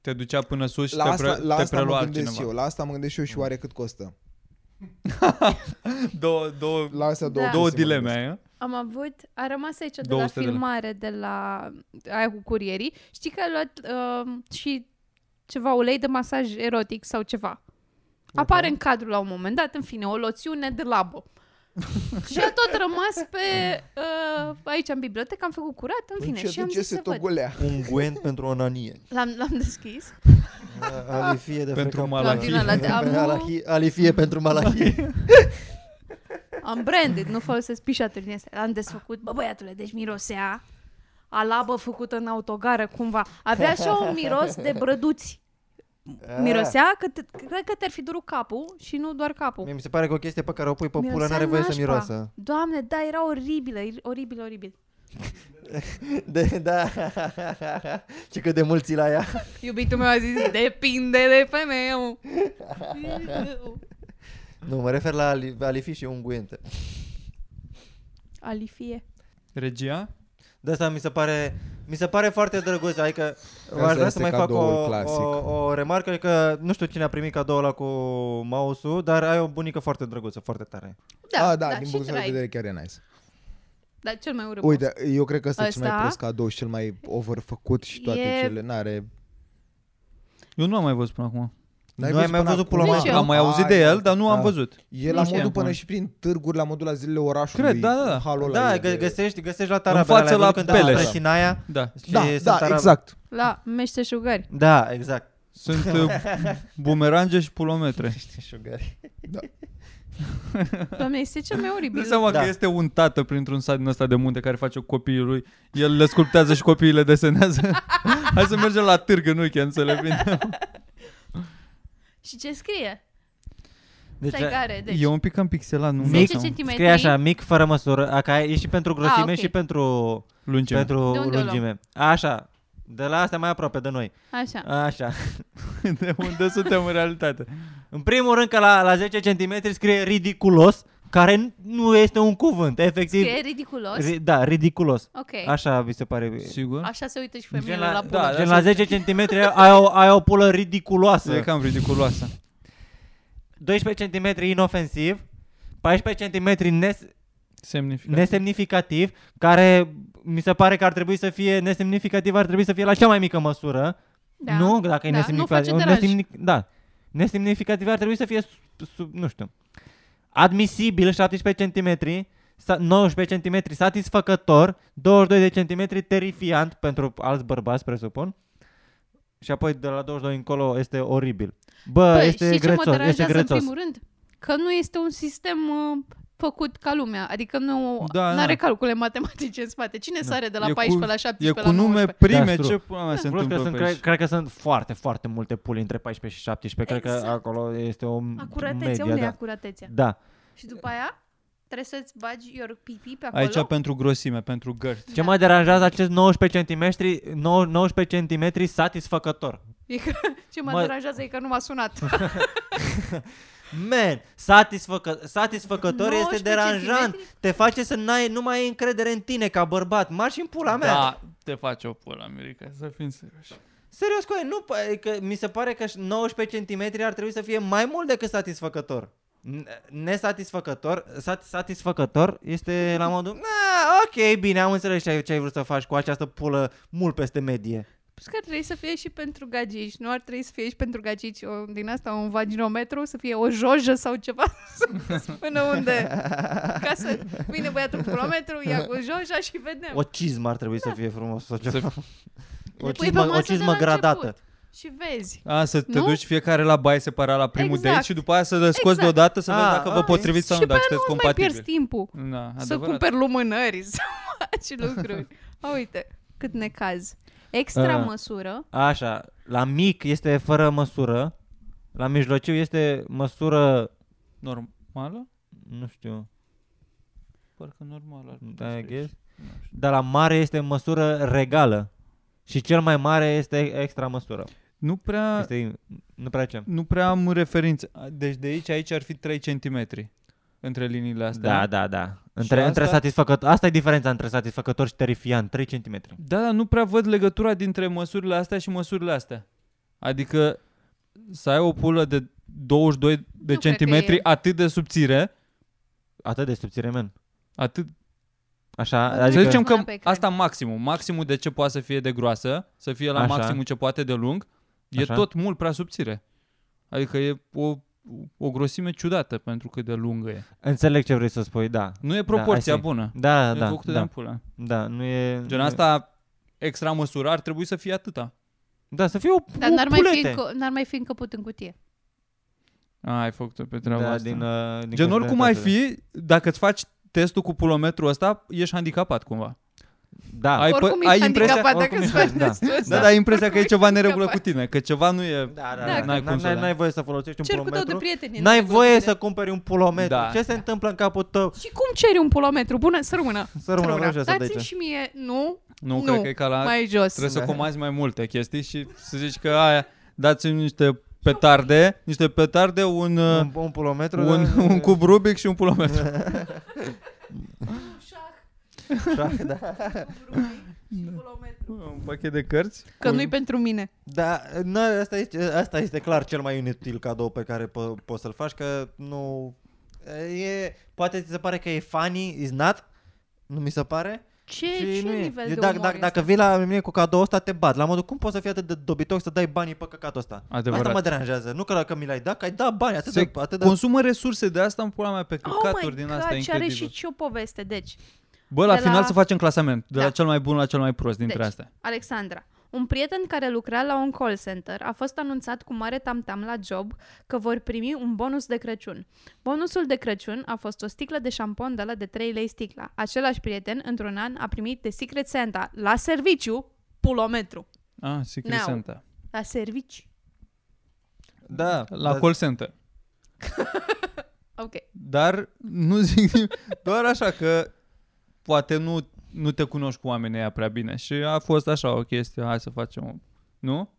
te ducea până sus și
La
te,
asta,
pre-
la
te
asta
prelua Mhm.
mă gândesc
altcineva.
eu, la asta mă gândesc și eu și oare cât costă.
Două, două,
La astea două,
Da.
două
chestii mă
dileme
gândesc.
ai, eh? a?
Am avut, a rămas aici de la
200 de lei.
filmare, de la aia cu curierii. Știi că ai luat um, și ceva ulei de masaj erotic sau ceva. Apare în cadru la un moment dat, în fine, o loțiune de labă. și a tot rămas pe uh, aici în bibliotecă, am făcut curat, în fine,
Încet,
și am
încet
zis
se
să văd.
togolea.
Unguent pentru onanie.
L-am, l-am deschis.
Alifie de
Pentru
frecat.
malahie.
Din ăla de amu.
Alahie- Alifie pentru malahie.
Am branded, nu folosesc pișaturi din astea. Am desfăcut, bă băiatule, deci mirosea a labă făcută în autogară cumva. Avea așa un miros de brăduți.
Ah.
Mirosea că te, cred că te-ar fi durut capul și nu doar capul.
Mie mi se pare că o chestie pe care o pui pe pulă
Mirosea
n-are voie să
nașpa.
miroasă.
Doamne, da, era oribilă, ir- oribil, oribil.
De, da. Ce cât de mult ții la ea.
Iubitul meu a zis, depinde de femeu.
Nu, mă refer la ali- alifii și unguente.
Alifie.
Regia?
De asta mi se pare, mi se pare foarte drăguț, adică aș vrea să
este
mai fac o,
cadoul clasic.
o, o remarcă, că nu știu cine a primit cadoul ăla cu mouse-ul, dar ai o bunică foarte drăguță, foarte tare.
Da,
ah, da, din
și
punctul ăsta de
drag.
vedere chiar e nice.
Dar Da, cel mai urât.
Uite, eu cred că ăsta e cel mai
Ăsta?
prost cadou și cel mai overfăcut și toate
E-
cele. N-are...
Eu nu am mai văzut până acum.
N-ai
Nu ai mai
până
văzut
acum?
pula
Nici
mea?
eu.
Am mai auzit
Ai,
de el, dar nu
Ah.
am văzut.
E
Nu
la
știam
modul până
până.
și prin târguri, la modul la zilele orașului.
Cred, da, da, da.
halul ăla
da,
e de-
gă- găsești, găsești la tarabele alea,
față
ai
la
văzut când
Beleș.
intră Sinaia.
Da.
și
Da,
sunt
da,
tarabe-
exact.
La meșteșugari.
Da, exact.
Sunt uh, bumerange și pulometre.
Doamne, este cel mai oribil.
Dă seama
Da.
că este un tată printr-un sat din ăsta de munte care face copiii lui. El le sculptează și copiii le desenează. Hai să mergem la târg în weekend să le vindem.
Și ce scrie?
Deci,
Stai care, deci.
E un pic cam pixelat, nu?
10
nu-
centimetri.
scrie așa, mic fără măsură, a, ca e și pentru grosime
Ah, ok.
și pentru,
Lungime.
pentru
De unde o luăm?
lungime. Așa, de la astea mai aproape de noi.
Așa.
Așa.
De unde suntem în realitate.
În primul rând că la, la 10 cm scrie ridiculos care nu este un cuvânt, efectiv.
E ridiculos?
Ri- da, ridiculos.
Ok.
Așa mi se pare.
Sigur?
Așa se uită și
Gen
femeile la,
la-
la
da,
pulă.
dar
Gen
asta
la 10 cm ai o, ai o pulă ridiculoasă.
E cam ridiculoasă.
12 cm inofensiv, 14 cm nes-
Semnificativ.
nesemnificativ, care mi se pare că ar trebui să fie nesemnificativ, ar trebui să fie la cea mai mică măsură.
Da.
Nu, dacă e
Da, nu
nesemnificativ.
face deraj.
nesemnic- da. Nesemnificativ ar trebui să fie sub, sub nu știu. Admisibil 17 cm, 19 cm satisfăcător, 22 de cm terifiant pentru alți bărbați, presupun. Și apoi de la 22 încolo este oribil. Bă,
da,
Bă,
este
știi Păi, ce mă
grețos, este
deranjează în
grețos.
primul rând? Că nu este un sistem uh, făcut ca lumea. Adică nu
Da,
are
da.
calcule matematice în spate. Cine sare de la
E cu-
14 la
E
17
cu
la
nume
19?
prime,
Da,
ce până se
Plus că
întâmplă
sunt,
pe
cred,
aici?
cred că sunt foarte, foarte multe puli între 14 și 17. Cred că
Exact.
acolo este o
Acuratețea,
media.
unde e
Da.
acuratețea?
da.
Și după aia trebuie să-ți bagi your pipi pe acolo.
Aici pentru grosime, pentru gărți.
Ce mă deranjează acest 19 cm, 19 cm satisfăcător.
E că, ce mă,
Mă-
deranjează e că nu m-a sunat.
Man, satisfăcă, satisfăcător este
19
deranjant. Te face să n-ai, nu mai ai încredere în tine ca bărbat. Marși în pula mea.
Da, te face o pulă, America, să fim serioși.
Serios, cu nu, p- că mi se pare că și 19 cm ar trebui să fie mai mult decât satisfăcător. N- Nesatisfăcător, sat- satisfăcător este la modul, na, ok, bine, am înțeles ce ai, ce ai vrut să faci cu această pulă mult peste medie.
Plus că ar trebui să fie și pentru gagici. Nu ar trebui să fie și pentru gagici o, din asta un vaginometru, să fie o jojă sau ceva să spună unde. Ca să vine băiatul cu kilometru, ia cu joja și vedem.
O cizmă ar trebui să fie frumos. Sau ceva.
Să-
O
Da. Le pui
cizmă,
pe
o
masă de
cizmă
la
gradată.
început Și vezi.
A, să te
Nu?
duci fiecare la bai separat la primul
Exact.
date și după aia să le scoți
Exact.
deodată să vezi
Ah,
dacă vă
ok.
potriviți sau
și
nu,
pe aia
dacă sunteți
nu îți mai pierzi
compatibili.
timpul
Da,
să
adevărat.
cumperi lumânări, să faci lucruri. A, uite, cât necaz. Extra
Ah.
măsură.
Așa, la mic este fără măsură, la mijlociu este măsură,
Normală?
nu știu,
Parcă normală. ar putea
da,
să
I
fie.
guess,
Nu știu.
dar la mare este măsură regală. Și cel mai mare este extra măsură.
Nu prea...
Este, nu prea ce.
Nu prea am referințe. Deci de aici, aici ar fi 3 cm între liniile astea.
Da, da, da. Între,
asta?
între satisfăcător, asta e diferența între satisfăcător și terifiant, 3 cm.
Da, dar nu prea văd legătura dintre măsurile astea și măsurile astea. Adică să ai o pulă de 22 de
Nu cred că e.
centimetri atât de subțire,
Atât de subțire, men.
atât,
Așa,
adică
adică...
să zicem
Până
că
pe ecran.
asta maximum, maximul de ce poate să fie de groasă, să fie la
Așa.
maximul ce poate de lung, e
Așa.
tot mult prea subțire. Adică e o, o grosime ciudată pentru cât de lungă e.
Înțeleg ce vrei să spui, da.
Nu e
I
proporția
see.
bună.
Da,
e
da,
făcută de
da,
ampulă.
da, nu e...
Gen
nu e-
asta extra măsură ar trebui să fie atâta.
Da, să fie o,
Dar
o
n-ar mai, fi
pulete.
încă, n-ar mai fi încăput în cutie.
A, ai făcut-o pe treaba
da,
asta.
din, uh, din
Gen, oricum ai
considerațiile.
fi, dacă îți faci testul cu pulometrul ăsta, ești handicapat cumva.
Da.
Ai-
Ai...
pă-
oricum
ai
ești
impresia-
handicapat dacă
oricum ești-
îți faci
da.
testul
Da,
Da,
ăsta.
dar ai impresia că e
Oricum
ceva
ești
neregulă cu
handicapat.
tine, că ceva nu e...
Da, da,
Da,
da,
că- n-ai
n-ai,
cum să
n-ai,
le-
n-ai voie să folosești un
Cercul tău de
pulometru.
prieteni.
N-ai voie
neregulă.
să cumperi un pulometru.
Da.
Ce se întâmplă în capul tău?
Și cum ceri un pulometru? Bună, să rămână.
Să rămână jos de
Dați-mi
aici.
și mie, nu,
Nu,
Nu,
cred că e ca la...
mai jos.
Trebuie
Da.
să comanzi mai multe chestii și să zici că aia, dați-mi niște petarde, niște petarde, un, uh,
Un, un pulometru?
un,
da?
un cub Rubic și un pulometru. un pachet de cărți?
Că nu-i pentru mine.
Da, na, asta, este, asta este clar cel mai inutil cadou pe care po- poți să-l faci, că nu... E, poate ți se pare că e funny, is not, nu mi se pare.
Ce,
Și
ce
nu e.
nivel
Eu
de
dacă-
umor
dacă,
este?
dacă vii la mine cu cadou ăsta, te bat. La modul, cum poți să fii atât de dobitoc să dai banii pe căcatul ăsta?
Adevărat.
Asta mă deranjează. Nu că dacă mi l-ai dat, că ai dat bani atât
Se
de... Atât de...
consumă resurse de asta în pula mea pe
Oh
căcaturi
my
din asta,
God, și are
incredibil.
și ce o poveste. Deci,
Bă, la
de la-
final să facem clasament, de
Da.
la cel mai bun la cel mai prost dintre
Deci,
astea.
Alexandra, un prieten care lucra la un call center a fost anunțat cu mare tamtam la job că vor primi un bonus de Crăciun. Bonusul de Crăciun a fost o sticlă de șampon de la de 3 lei sticla. Același prieten, într-un an, a primit de Secret Santa la serviciu pulometru.
Ah, Secret
Now.
Santa.
La servici.
Da,
La
da.
call center.
Ok.
Dar nu zic nimic, doar așa că poate nu, nu te cunoști cu oamenii aia prea bine și a fost așa o chestie, hai să facem o... Nu?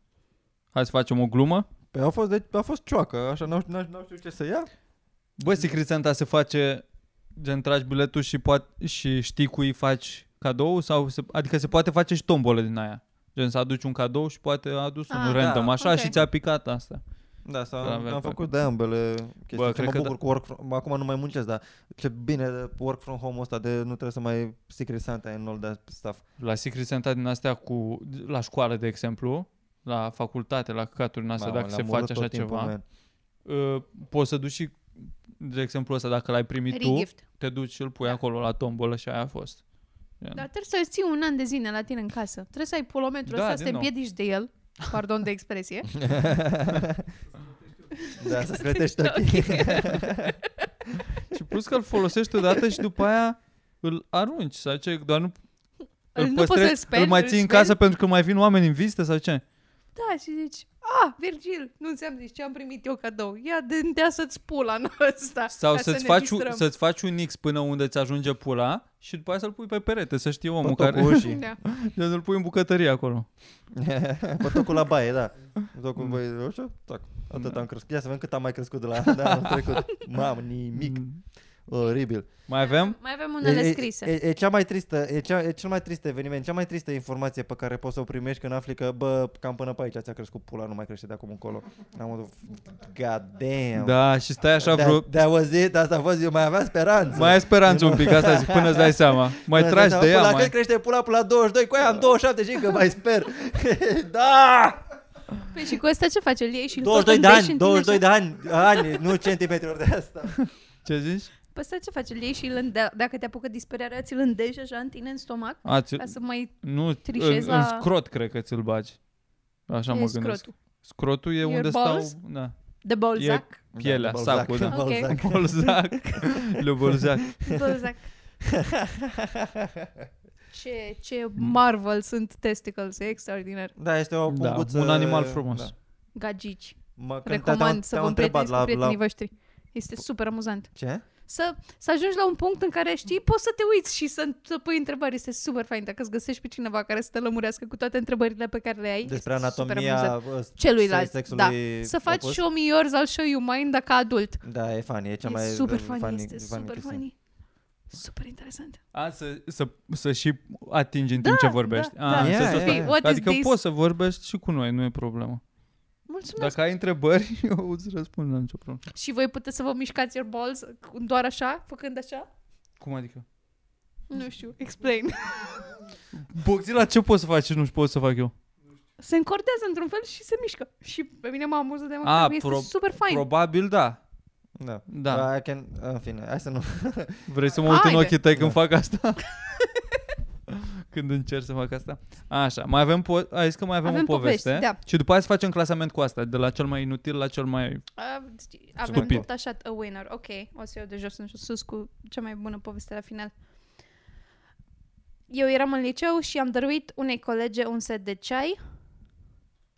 Hai să facem o glumă?
Păi a fost, de, a fost cioacă, așa, n-au, n-au, n-au știut ce să ia.
Bă, Secret Santa se face Gen, tragi biletul și, poat, și știi cui faci cadou? Sau se, adică se poate face și tombolă din aia. Gen, să aduci un cadou și poate a adus
Ah,
unul random,
da,
așa,
ok.
și ți-a picat asta.
Da, sau
Da,
am,
avem
am
parte.
făcut de ambele chestii.
Bă,
Bă,
cred
mă
că da.
bucur cu work from, acum nu mai muncesc, dar ce bine de work from home ăsta de nu trebuie să mai secret Santa and all that stuff.
La Secret Santa din astea cu, la școală, de exemplu, la facultate, la căcaturi în astea,
Mamă,
dacă se
le-am urât
face
tot
așa
timpul,
ceva,
man.
uh, poți să duci și, de exemplu ăsta, dacă l-ai primit tu,
Regift.
te duci și îl
Da.
pui acolo la tombolă și aia a fost. Gen.
Dar trebuie să-l ții un an de zile la tine în casă. Trebuie să ai pulometrul
Da,
ăsta,
din
să te
nou.
împiedici de el. Pardon de expresie.
da, să scretești ochii.
Și plus că îl folosești odată și după aia îl arunci sau ce, doar nu...
Îl- nu poți să-l speli,
îl Păi mai
îl
ții în
speli?
casă pentru că mai vin oameni în vizită sau ce?
Da, și zici, a, Virgil, nu ți-am zis ce am primit eu cadou. Ia de dea să-ți pula în ăsta.
Sau
ca să
să-ți
ne
faci,
distrăm."
un, să-ți faci un X până unde ți ajunge pula și după aia să-l pui pe perete, să știe omul
Tot
care...
cu ușii.
Da.
Să-l pui în bucătărie acolo.
Pătocul la baie, da. Pătocul,
Mm.
băi, ușa, tac. Atât
Da.
am crescut. Ia să vedem cât am mai crescut de la de anul trecut. Mamă, nimic.
Mm.
Oribil.
Mai avem?
Mai avem unele
e,
scrise.
E, e, cea mai tristă, e, cea, e cel mai trist eveniment, cea mai tristă informație pe care poți să o primești când afli că, bă, cam până pe aici ți-a crescut pula, nu mai crește de acum încolo. Am modul, god damn.
Da, și stai așa vreo...
that, that was it, asta a fost, eu mai aveam speranță.
Mai ai speranță un pic, asta zic, până îți dai seama. Mai
Da, Până
tragi
să-mi
de
dau,
ea,
"Bă, La
mai...
cât crește pula până la 22, cu aia am 27 și încă mai sper. da!
Păi și cu ăsta ce face? Îl iei și îl tot
22 de
îmbeși în
ani, 22
tine așa?
de ani, ani, nu centimetri ori de asta.
Ce zici?
Pe ăsta Păi ce face? Îl iei și îl înde- dacă te apucă disperarea, ți-l îndești așa în tine, în stomac?
A, ți...
Ca să mai
Nu, în,
trișezi
în
la-
scrot cred că ți-l bagi. Așa mă
iei
gândesc.
scrotul.
Scrotul e
Your
unde
balls?
stau... Da.
De Balzac?
Pielea,
Balzac,
sacul, da.
Balzac.
Bolzac. Le Bolzac.
Balzac. ce, ce Marvel sunt testicles, e extraordinar.
Da, este o
Da,
punguță.
un animal frumos.
Da.
Gagici.
Mă, când te-am-
Recomand să
te-am
vă
întrebat
împrieteniți cu
la,
prietenii
la...
voștri. Este super amuzant.
Ce?
Să, să ajungi la un punct în care știi, poți să te uiți și să, să pui întrebări. Este super fain dacă îți găsești pe cineva care să te lămurească cu toate întrebările pe care le ai.
Despre
este super
anatomia
amuzant.
uh,
celuilalt.
sexului
Da. Să faci
opus.
show me yours, I'll show you mine dacă adult.
Da, e funny, e cea
e
mai
super
uh,
funny, este
funny
super
chestie.
funny. Super interesant.
A, să, să, să și atingi în timp ce vorbești.
da,
A,
da.
în
Yeah,
sensul
yeah,
ăsta.
yeah.
What is
Adică
this?
poți să vorbești și cu noi, nu e problemă.
Mulțumesc.
Dacă ai întrebări, eu îți răspund, nu am nicio problemă.
Și voi puteți să vă mișcați your balls cu- doar așa, făcând așa?
Cum adică?
Nu știu, explain.
Bogzila, ce poți să faci și nu poți să fac eu?
Se încordează într-un fel și se mișcă. Și pe mine m-a amuzat de mult.
A,
Ah,
este
pro-
super fain.
Probabil da.
Da.
Da.
Uh, I can, în fine, hai să nu.
Vrei să mă uit în
Haide.
ochii tăi când
Da.
fac asta? când încerc să fac asta? Așa, mai avem, po- ai zis că mai avem,
Avem
o poveste
povești, da.
și după aia să facem clasament cu asta, de la cel mai inutil la cel mai...
A, știi, Avem
Stupid.
tot așa a winner. Ok, o să iau de jos în sus cu cea mai bună poveste la final. Eu eram în liceu și am dăruit unei colege un set de ceai,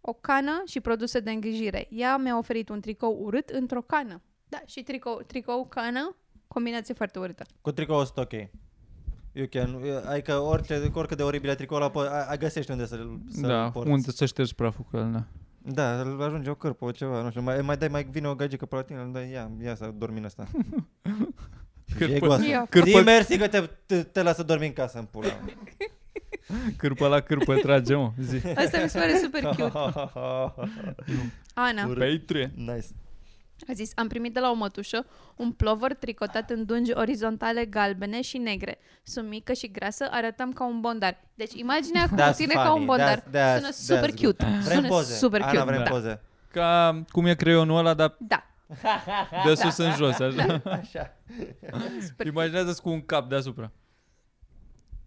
o cană și produse de îngrijire. Ea mi-a oferit un tricou urât într-o cană. Da, și tricou, tricou cană, combinație foarte urâtă.
Cu tricou sunt ok. You can, uh, adică orice, cu oricât de oribil e tricoul ăla, po- a, a găsești unde să-l, să-l
da,
porți.
unde să ștergi praful cu el, da.
Da, îl ajunge o cârpă, o ceva, nu știu, mai, mai dai, mai vine o gagică pe la tine, îl dai, ia, ia să dormi în asta.
Cârpă-
E goasă.
Ia.
Cârpă-
Zi mersi că te, te, te lasă dormi în casă în pula.
Cârpă la cârpă trage, mă, zi.
Asta mi se pare super cute. Ana
Patreon.
nice.
a zis, am primit de la o mătușă un plover tricotat în dungi orizontale galbene și negre. Sunt mică și grasă, arătam ca un bondar. Deci imaginea cu
That's
tine
funny.
ca un bondar.
That's- that's-
Sună
that's
super
good.
cute.
Vrem
Sună
poze.
super
Ana,
cute.
vrem
da.
poze.
Ca cum e creionul ăla, dar
da.
de sus în jos, așa.
Da, Așa.
Imaginează-ți cu un cap deasupra.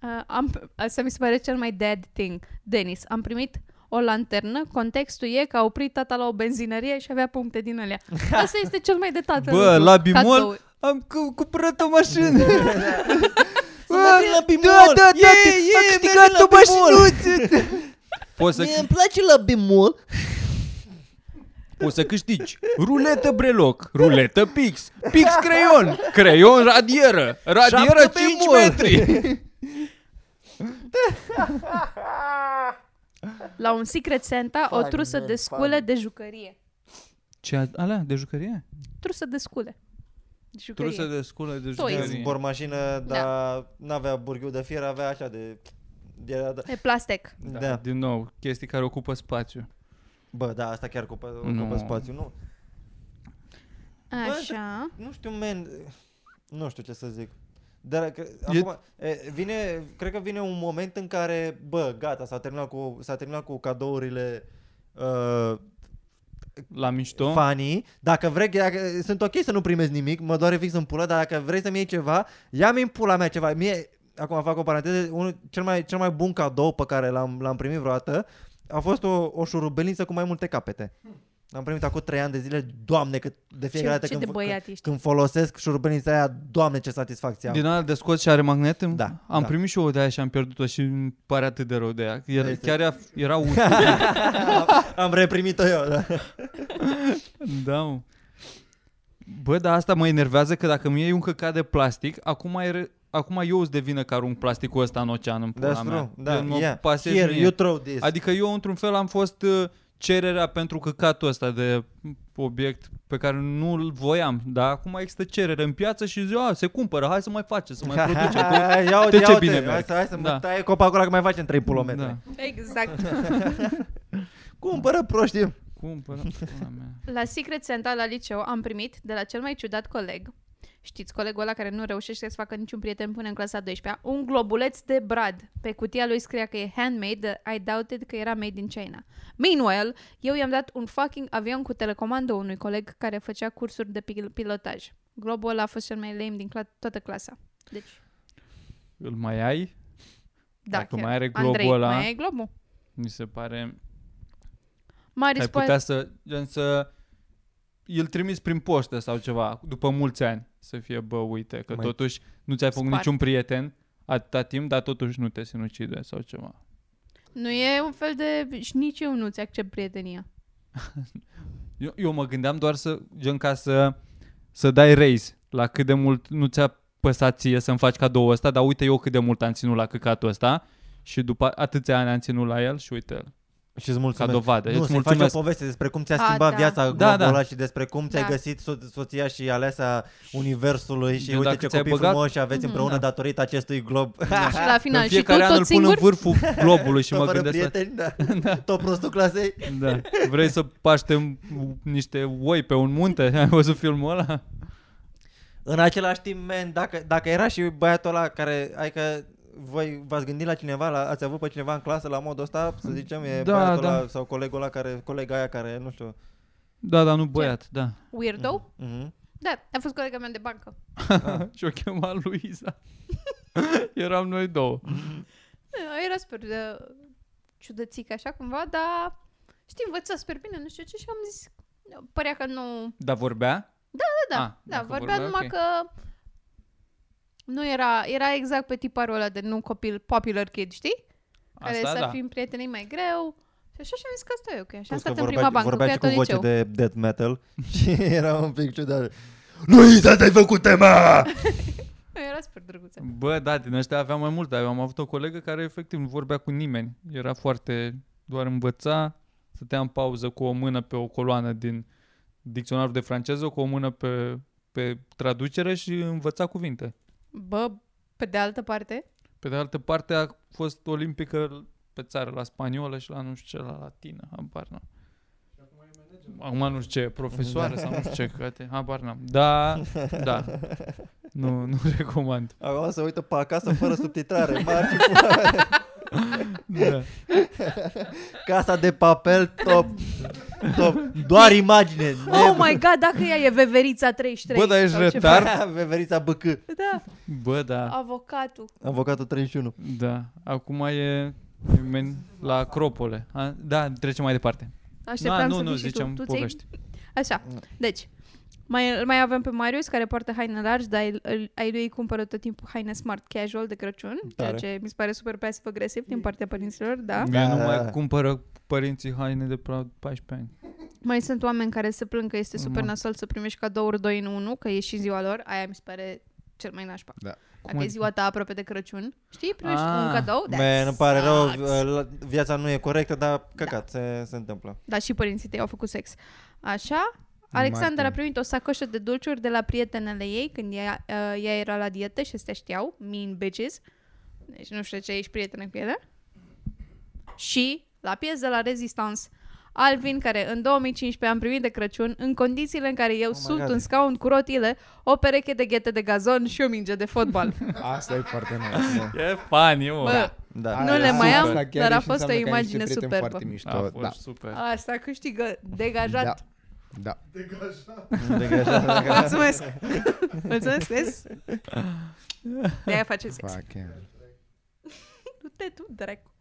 Uh, am, asta mi se pare cel mai dead thing. Denis, am primit o lanternă, contextul e că a oprit tata la o benzinărie și avea puncte din alea. Asta este cel mai de tată.
Bă,
lucru.
la bimol?
Cadou.
Am cu, cumpărat o mașină. Bă,
la bimol.
Da, da, da,
Yeah,
yeah,
yeah,
am câștigat
mergem la
o
bimol.
mașinuță. Poți să
îmi place la bimol.
Poți să câștigi ruletă breloc, ruletă pix, pix creion, creion radieră, radieră
Șapte
5
bemol.
metri.
La un Secret Santa, o
Funny,
trusă
man,
de scule
funny.
de jucărie.
Ce, alea, de jucărie?
Trusă de scule. jucărie.
Truse de sculă de
Toys.
jucărie.
Zbor mașină,
Da.
dar n-avea burghiu de fier, avea așa de... Era, da.
E plastic.
Da,
Da.
da. Din nou, chestii care ocupă spațiu.
Bă, da, asta chiar ocupă,
Nu.
ocupă spațiu. Nu,
Așa.
nu știu, men, nu știu ce să zic. Dar că, acum, e, vine, cred că vine un moment în care, bă, gata, s-a terminat cu, s-a terminat cu cadourile uh,
La mișto.
fanii. Dacă vrei, dacă, sunt ok să nu primezi nimic, mă doare fix în pulă, dar dacă vrei să-mi iei ceva, ia-mi în pula mea ceva. Mie, acum fac o paranteză, unul, cel, mai, cel mai bun cadou pe care l-am, l-am primit vreodată a fost o, o șurubelniță cu mai multe capete. Am primit acum 3 ani de zile, doamne, cât de fiecare
Ce,
dată
ce de
când, când,
băiat ești.
când folosesc șurubelnița aia, doamne, ce satisfacție am.
Din ala de scoți și are magnet? Îmi-
Da,
Am
da.
primit și eu de aia și am pierdut-o și îmi pare atât de rău de ea. Era,
Este-
chiar ea- era un...
Am reprimit-o eu, da.
da, mă. Bă, dar asta mă enervează că dacă mi iei un căcat de plastic, acum ai re- Acum eu îți devină că arunc plasticul ăsta în ocean în pula
That's true.
mea.
Da,
Gen, mă
yeah.
pasez
Here,
mie.
you throw this.
Adică eu într-un fel am fost uh, cererea pentru căcatul ăsta de obiect pe care nu-l voiam, dar acum există cerere în piață și ziua se cumpără, hai să mai facem, să mai producem.
ia uite,
Uite ce
ia uite,
bine
hai
merg.
să, hai să mă
Da.
taie copacul ăla că mai facem 3 km.
Da,
Exact.
Cumpără proștii.
cumpără, pula mea.
La Secret Santa la liceu am primit de la cel mai ciudat coleg, știți, colegul ăla care nu reușește să facă niciun prieten până în clasa 12 un globuleț de brad. Pe cutia lui scria că e handmade, dar I doubted că era made in China. Meanwhile, eu i-am dat un fucking avion cu telecomandă unui coleg care făcea cursuri de pil- pilotaj. Globul ăla a fost cel mai lame din cla- toată clasa. Deci,
Îl mai ai?
da,
Dacă
chiar.
mai are globul
Andrei,
ăla-
mai e globul.
Mi se pare...
Mari
Ai putea să, gen, să îl trimis prin poștă sau ceva, după mulți ani, să fie, bă, uite, că
Mai-
totuși nu ți-ai făcut
Spart.
niciun prieten atâta timp, dar totuși nu te sinucide sau ceva.
Nu e un fel de... și nici eu nu-ți accept prietenia.
Eu, eu mă gândeam doar să, gen, ca să, să dai raise la cât de mult nu ți-a păsat ție să-mi faci cadoul ăsta, dar uite eu cât de mult am ținut la căcatul ăsta și după atâția ani am ținut la el și uite
Și îți
ca
mulțumesc.
dovadă.
nu, să
Îți
faci o
mulțumesc.
poveste despre cum ți-a
A,
schimbat
da.
viața
Da,
globul ăla
da.
și despre cum ți-ai
Da.
găsit so- soția și aleasa universului și
Gen,
uite
dacă
ce
ți-ai
copii
băgat-
frumoși
Mm-hmm.
aveți împreună
Da.
datorită acestui glob.
Și la
Că
final,
în
și tu
fiecare an
tot
îl pun
singur?
în vârful globului și
Tot
mă
fără
gândesc la
prieteni, da. Tot prostul clasei.
Da. Vrei să paștem niște oi pe un munte? Ai văzut filmul ăla?
În același timp, man, dacă, dacă era și băiatul ăla care, adică voi v-ați gândit la cineva, la, ați avut pe cineva în clasă la modul ăsta, să zicem, e
Da,
băiatul
da.
ăla sau colegul ăla care, colega aia care, nu știu.
Da, dar nu băiat, da.
Weirdo?
Mhm.
Da, a fost colega mea de bancă.
Și o Ah. chema Luiza. Eram noi două.
Era super de ciudățică așa cumva, dar știi, învăța super bine, nu știu ce, și am zis, părea că nu...
Dar vorbea?
Da, da,
Ah,
da
dacă
vorbea,
vorbea,
numai
ok.
că nu era, era exact pe tiparul ăla de nu copil popular kid, știi? Care
Asta
să
da.
fim prietenii mai greu. Și așa și-am zis că asta e ok. Și am
Plus
stat
că
în
vorbea-
prima bancă,
vorbea
cu
și
ea
cu
tot
voce
liceu.
de death metal și era un pic ciudat. Luisa, ți-ai făcut tema!
Era super drăguță.
Bă, da, din ăștia aveam mai mult, dar eu am avut o colegă care efectiv nu vorbea cu nimeni. Era foarte, doar învăța, stătea în pauză cu o mână pe o coloană din dicționarul de franceză, cu o mână pe, pe traducere și învăța cuvinte.
Bă, pe de altă parte,
Pe de altă parte a fost olimpică pe țară, la spaniolă și la nu știu ce, la latină, habar n-am. Acum nu știu ce, profesoară sau nu știu ce, căte, habar n-am. Da, da. Nu, nu recomand.
Acum se uită pe acasă fără subtitrare. Marci,
Da.
casa de papel, top. top. Doar imagine.
Oh my god, dacă ea e veverița 33.
Bă, dar ești
sau ceva.
retard?
Veverița BC,
Da,
Bă, da.
avocatul.
avocatul 31.
Da, acum e e men, la Acropole. A, da, trecem mai departe.
Așteptam
Da, nu,
să
nu,
vii și tu.
ziceam
tu ți-ai-
povești.
Așa,
Da.
deci, mai, îl mai avem pe Marius care poartă haine largi, dar el- îl- ai lui îi cumpără tot timpul haine smart casual de Crăciun,
Tare.
ceea ce mi se pare super pasiv-agresiv din partea părinților, da.
Mie nu
Da, da,
mai
da.
cumpără părinții haine de pra- 14 ani.
Mai sunt oameni care se plâng că este super
Mamă.
nasol să primești cadouri 2 în 1, că e și ziua lor, aia mi se pare cel mai nașpa.
Da.
Dacă
Cum
e
adică?
ziua ta aproape de Crăciun, știi, primești
Ah,
un cadou, da.
Man, îmi pare rău, Ă, la- viața nu e corectă, dar căcat, se, se întâmplă.
Dar și părinții tăi au făcut sex. Așa, Alexandra a
Martin.
primit o sacoșă de dulciuri de la prietenele ei când ea, uh, ea era la dietă și astea știau, mean bitches. Deci nu știu de ce ești prietenă cu ele. Și la pies de la Resistance, Alvin, care în 2015 am primit de Crăciun, în condițiile în care eu oh
my
sunt
God.
un scaun cu rotile, o pereche de ghete de gazon și o minge de fotbal.
Asta e foarte nice. da.
E funny, mă.
Bă,
Da.
Aia
Nu le
e
mai am,
super.
dar
chiar
a
și
fost o
înseamnă că ai niște
imagine
prieteni
superbă.
Foarte
A
mișto,
fost
da.
super.
asta câștigă degajat.
Da. Da.
Da.
Mulțumesc! Mulțumesc, vezi? De-aia face sex.
Fuck yeah.
Du-te tu, dracu.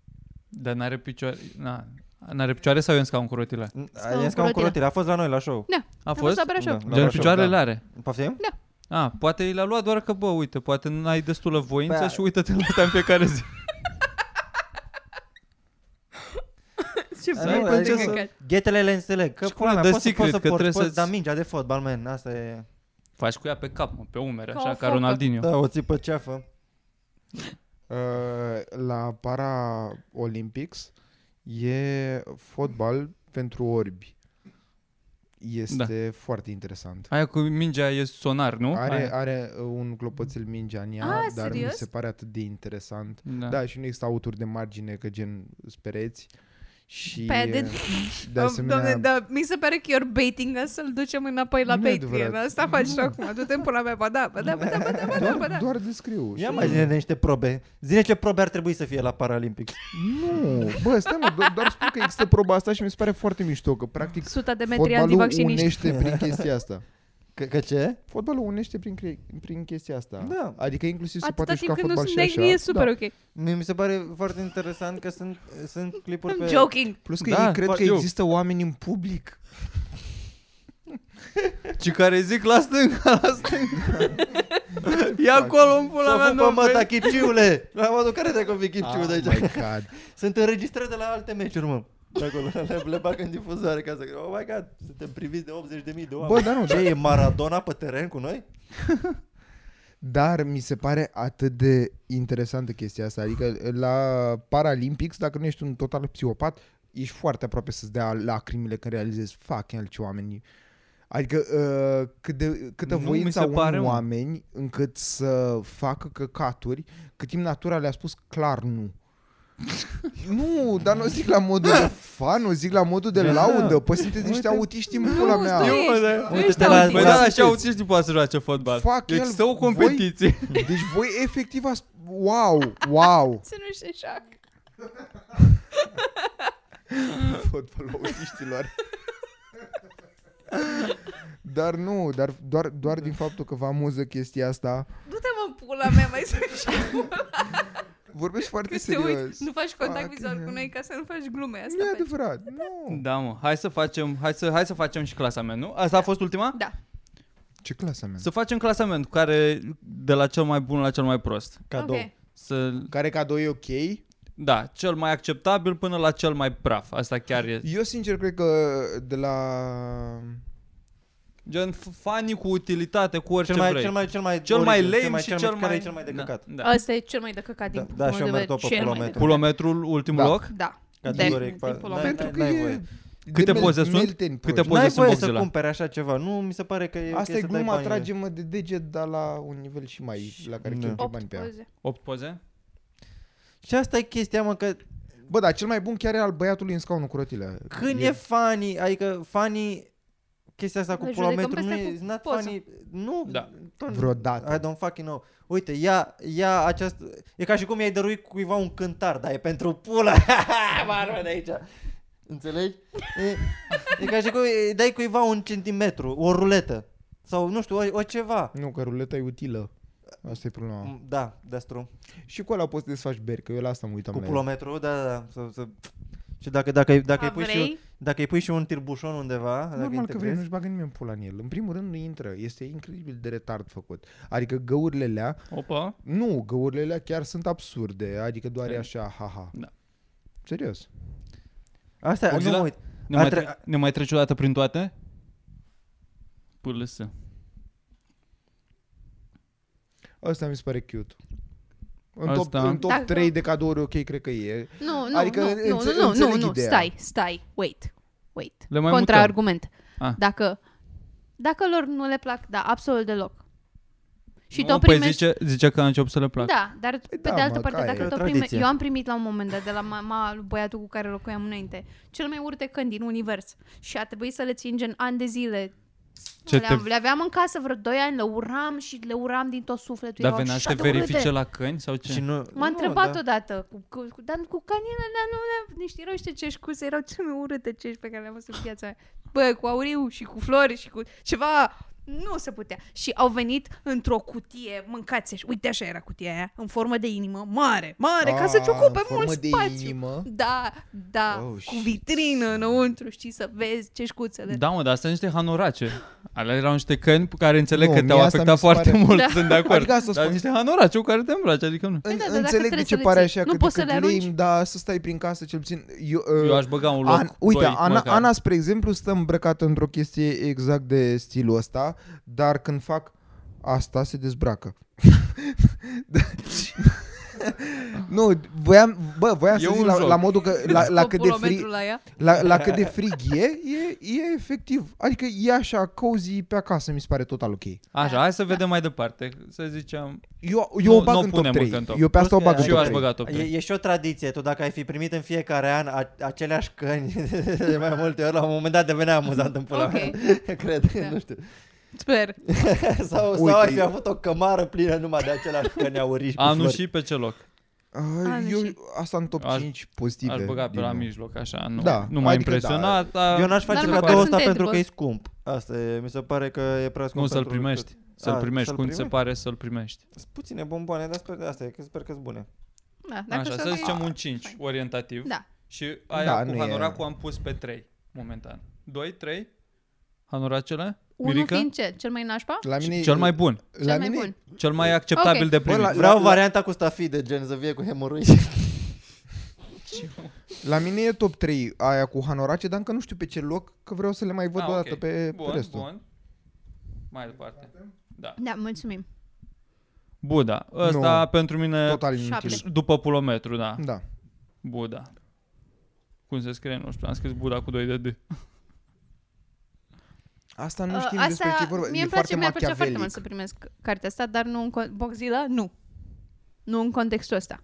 Dar n-are picioare... Na. N-are picioare sau e în scaun cu rotile?
E
cu
scaun cu
rotile.
rotile. A fost la noi la show.
A
A fost
fost?
la Brașov.
Da. la
Gen
Brașov,
picioarele
da.
are.
Poftim?
A, poate i l-a luat doar că, bă, uite, poate n-ai destulă voință
Bă,
și uite-te la asta în fiecare zi.
Ce
Da,
vrei,
nu,
bă,
adică
de
să-
căcat.
Ghetele le înțeleg. Că
Și
pula
cum
mea,
The
poți să
Secret,
poți să
că
porți,
trebuie
poți,
să-
dar mingea de fotbal, man, asta e...
Faci cu ea pe cap, mă, pe umeri,
Ca
așa,
o
ca
focă.
Ronaldinho.
Da, o țipă ceafă.
Uh, la Para Olympics e fotbal pentru orbi. Este
Da.
foarte interesant.
Aia cu mingea e sonar, nu?
Are,
Aia.
are uh, un clopoțel minge în ea,
Ah,
dar mi
serios?
se pare atât de interesant.
Da.
Da. da, și nu există auturi de margine, că gen spereți. Și
Pe aia de-
uh, de
Am-
asemenea,
Doamne, da, mi se pare că you're baiting us să-l ducem înapoi la
Nu e
Patreon.
adevărat.
Asta faci tu acum. Du-te în pula mea, ba da, ba da, ba da, ba da, ba da, ba
doar,
da.
doar descriu.
Ia mai zine de niște probe. Zine ce probe ar trebui să fie la Paralympics.
Nu, bă, stai mă, do- doar spun că există proba asta și mi se pare foarte mișto, că practic
Suta de metri
fotbalul
antivacciniști.
unește prin chestia asta.
Că, că ce?
Fotbalul unește prin, cre- prin chestia asta.
Da.
Adică inclusiv se
Atâta
poate
timp
juca
când nu
fotbal
sunt
și
negri, e
așa.
super
Da.
ok.
Mie mi se pare foarte interesant că sunt, sunt clipuri
I'm
pe...
joking.
Plus că
Da,
ei cred
fac
că
eu.
există oameni în public.
Ci care zic la stânga, la stânga. e acolo în pula mea,
S-a făcut
nu Ah,
pe măta
vezi.
Chipciule! La modul care te-a convins Chipciul de
oh
aici?
my god.
Sunt înregistrat de la alte meciuri, mă. De acolo, le, le bag în difuzoare ca să... Oh my god, suntem priviți de 80.000 de oameni.
Bă, dar
da.
nu,
ce e Maradona pe teren cu noi?
Dar mi se pare atât de interesantă chestia asta. Adică la Paralympics, dacă nu ești un total psihopat, ești foarte aproape să-ți dea lacrimile când realizezi fucking hell, ce oameni. Adică uh, cât de, câtă
Nu mi
voință
se
au
pare,
unii
mă.
oameni încât să facă căcaturi, cât timp natura le-a spus clar nu. nu, dar nu zic la modul de fan, o zic la modul de
Da.
laudă. Păi sunteți niște autiști în pula mea.
stai.
Eu, mă, da.
Nu ești
Uite-te la-
autist.
Păi da,
la-
așa autiștii poate să joace fotbal.
Fac el,
Există o
voi-
competiție.
Deci voi efectiv ați... Wow, wow.
Se nu știe așa.
fotbalul autiștilor. dar nu, dar doar, doar din faptul că vă amuză chestia asta,
Du-te mă în pula mea, mai să știi.
vorbesc foarte
Că te
serios.
uiți, nu faci contact
Fucking
vizual cu
hell.
noi ca să nu faci glume asta.
Nu e
faci.
adevărat, nu.
Da, mă, hai să facem, hai să, hai să facem și clasament, nu? Asta a fost ultima?
Da.
Ce clasa mea?
Să facem clasament, care de la cel mai bun la cel mai prost.
Cadou.
Ok.
Să,
Care cadou e ok?
da, cel mai acceptabil până la cel mai praf. Asta chiar e.
Eu sincer cred că de la...
Gen f- funny cu utilitate, cu orice
Cel mai,
vrei.
cel mai, cel mai,
cel mai
oribil,
lame și cel mai...
Care e cel mai de căcat?
Da. da.
Asta e cel mai de căcat din
Da, da,
punctul meu
și eu
de
merg
vedere,
tot pe
cel mai
pulometru.
de
Pulometrul, ultimul
Da.
loc?
Da.
Categoric. da.
Definitiv
fa-
pulometru.
n-ai-
Pentru că
n-ai
e-
voie.
Câte
de mel-
poze sunt?
Melten
Câte
Pro.
poze
N-ai
sunt
voie
Godzilla.
să cumpere așa ceva. Nu, mi se pare că e
Asta
ok să
e
dai
gluma,
banii.
tragem de deget, dar la un nivel și mai la care
Da.
cheltuie bani
Opt
pe ea.
poze.
8 poze?
Și asta e chestia, mă, că
Bă, dar cel mai bun chiar e al băiatului în scaunul cu rotile.
când e funny, adică funny, chestia asta cu
Le judecăm
pulometru nu
peste
e,
cu
it's not
poza.
funny. Nu,
Da.
don't-
Vreodată.
I don't fucking know. Uite, ia, ia această... E ca și cum i-ai dăruit cuiva un cântar, dar e pentru pula. Marmă de aici. Înțelegi? E, e ca și cum îi dai cuiva un centimetru, o ruletă. Sau, nu știu, o, o ceva.
Nu, că ruleta e utilă. Asta e problema.
Mm, Da, that's true.
Și cu ăla poți să desfaci beri, că eu la asta mă uitam
Cu
la el.
pulometru, da, da, da. Să, să... Și dacă, dacă, dacă,
A,
îi pui și,
vrei?
dacă îi pui și un tirbușon undeva, dacă
Normal că vrei,
integrezi-
nu-și bagă nimeni pula în el. În primul rând nu intră, este incredibil de retard făcut. Adică găurile alea,
Opa.
nu, găurile alea chiar sunt absurde, adică doar e așa, haha.
Da.
Serios.
Asta, nu
Godzilla?
mă uit.
Ne
Ar
mai,
tre-
tre- ne mai treci o dată prin toate? PLS.
Asta mi se pare cute. În top,
Asta-
în top
Dacă-
3 de cadouri, ok, cred că e.
Nu, nu,
Adică
nu,
înțe-
nu, nu, nu,
înțeleg
nu, nu,
ideea.
stai, stai, wait, wait.
Le mai
Contraargument.
mutăm. Ah.
Dacă Dacă lor nu le plac, da, absolut deloc. Și
nu,
tu o
păi
primești...
zice, zice că a început să le placă.
Da, dar pe
da,
de altă
mă,
parte,
că
dacă
e
tot
o
prime...
tradiție.
Eu am primit la un moment dat de la mama lui băiatul cu care locuiam înainte cel mai urtecând din univers și a trebuit să le țin gen ani de zile.
Ce
le,
te-
le aveam în casă vreo 2 ani, le uram și le uram din tot sufletul.
Dar
Erau
venea să te
așa de urâte.
verifice la căni sau ce?
Și nu,
M-a
nu,
întrebat
da.
odată, cu, cu, cu, dar cu canile alea nu le nici erau niște ceșcuse, erau cele mai urâte cești pe care le-am văzut în viața
Da,
mea. Bă, cu auriu și cu flori și cu ceva, nu se putea. Și au venit într-o cutie, mâncați și uite așa era cutia aia, în formă de inimă, mare, mare, ca să-ți
Ah,
ocupe
în formă
mult
de
spațiu.
inimă?
Da, da,
Oh,
oh, cu
shit.
vitrină înăuntru, știi, să vezi ceșcuțele.
Da, mă, dar astea sunt niște hanorace. Alea erau niște căni pe care înțeleg
Nu,
că
mie
te-au
asta mi
afectat
se
foarte
pare-
mult,
Da.
sunt de acord.
Adică asta
dar
spun.
niște hanorace cu care te îmbraci, adică nu.
În,
da, dar dacă
înțeleg de
trebuie
ce
să le
pare
ții,
așa
nu
că
poți să
decât
le arunci?
lame, dar să stai prin casă cel puțin. Eu, uh,
Eu aș băga un loc.
An, uite,
doi,
Ana,
măcar.
Ana, spre exemplu, stă îmbrăcată într-o chestie exact de stilul ăsta, dar când fac asta, se dezbracă. Da. nu, voiam, bă, voiam
E
să zic
un
la,
joc.
la modul că la, la, cât de
Scopulometrul
frig,
la ea.
la, la cât de frig e, e, e efectiv. Adică e așa, cozy pe acasă, mi se pare total ok.
Așa, hai să vedem mai departe. Să zicem...
Eu, eu
Nu-
o bag
nu
în top
punem
3.
încă în top.
Eu pe asta o
Plus că
bag în
și eu
top 3.
aș băga top
E,
3.
e și o tradiție, tu dacă ai fi primit în fiecare an a, aceleași căni de mai multe ori, la un moment dat devenea amuzant în pula
Ok.
mea, cred,
Da.
nu știu.
Sper.
Sau, Uite,
Uite,
sau ai fi
eu-
avut o cămară plină numai de aceleași căni aurii și cu
Anul
flori.
și pe ce loc?
Ah,
nu
Eu,
știu.
asta în top
Aș-
5 pozitive.
Aș băga pe
din
la
nou.
mijloc, așa. Nu,
Da,
nu m-a
adică
impresionat. dar
Eu n-aș face
Dar măcar
cadoul
sunt
ăsta pentru că
edible.
e scump. Asta e, mi se pare că e prea scump.
Nu să-l
pentru-
primești.
A,
Da,
Să-l primești,
să-l
cum ți se
primești?
pare să-l primești.
Sunt puține bomboane, dar sper de asta, e, că sper că sunt bune.
Da, dacă
Așa,
s-a
să
găsit-
zicem un 5
Fine.
orientativ.
Da.
Și aia
Da,
cu
nu e-
hanoracul am pus pe 3 momentan. 2, 3? Hanoracele?
Unul
Mirica?
fiind ce? Cel mai nașpa?
La mine,
Cel mai bun.
Cel
la
mai
mine,
bun.
Cel mai acceptabil
Ok.
de
Bă, la-
primit.
Vreau varianta cu stafide, gen să vie cu hemoroizi.
La mine e top 3 aia cu Hanorace, dar încă nu știu pe ce loc, că vreau să le mai văd
Ah,
o
ok.
dată pe,
bun,
pe restul.
Bun. Mai departe. Da.
Da, mulțumim.
Buda. Ăsta
Nu.
pentru mine
Total
Șapte.
inutil.
ș- după pulometru, da.
Da.
Buda. Cum se scrie? Nu știu. Am scris Buda cu 2 de D.
Asta nu
Uh,
știm despre
asta,
ce vorba.
mie
e
îmi
foarte
place, mi-ar plăcea
machiavelic.
foarte mult să primesc cartea asta, dar nu în con- Boxila, nu. Nu în contextul ăsta.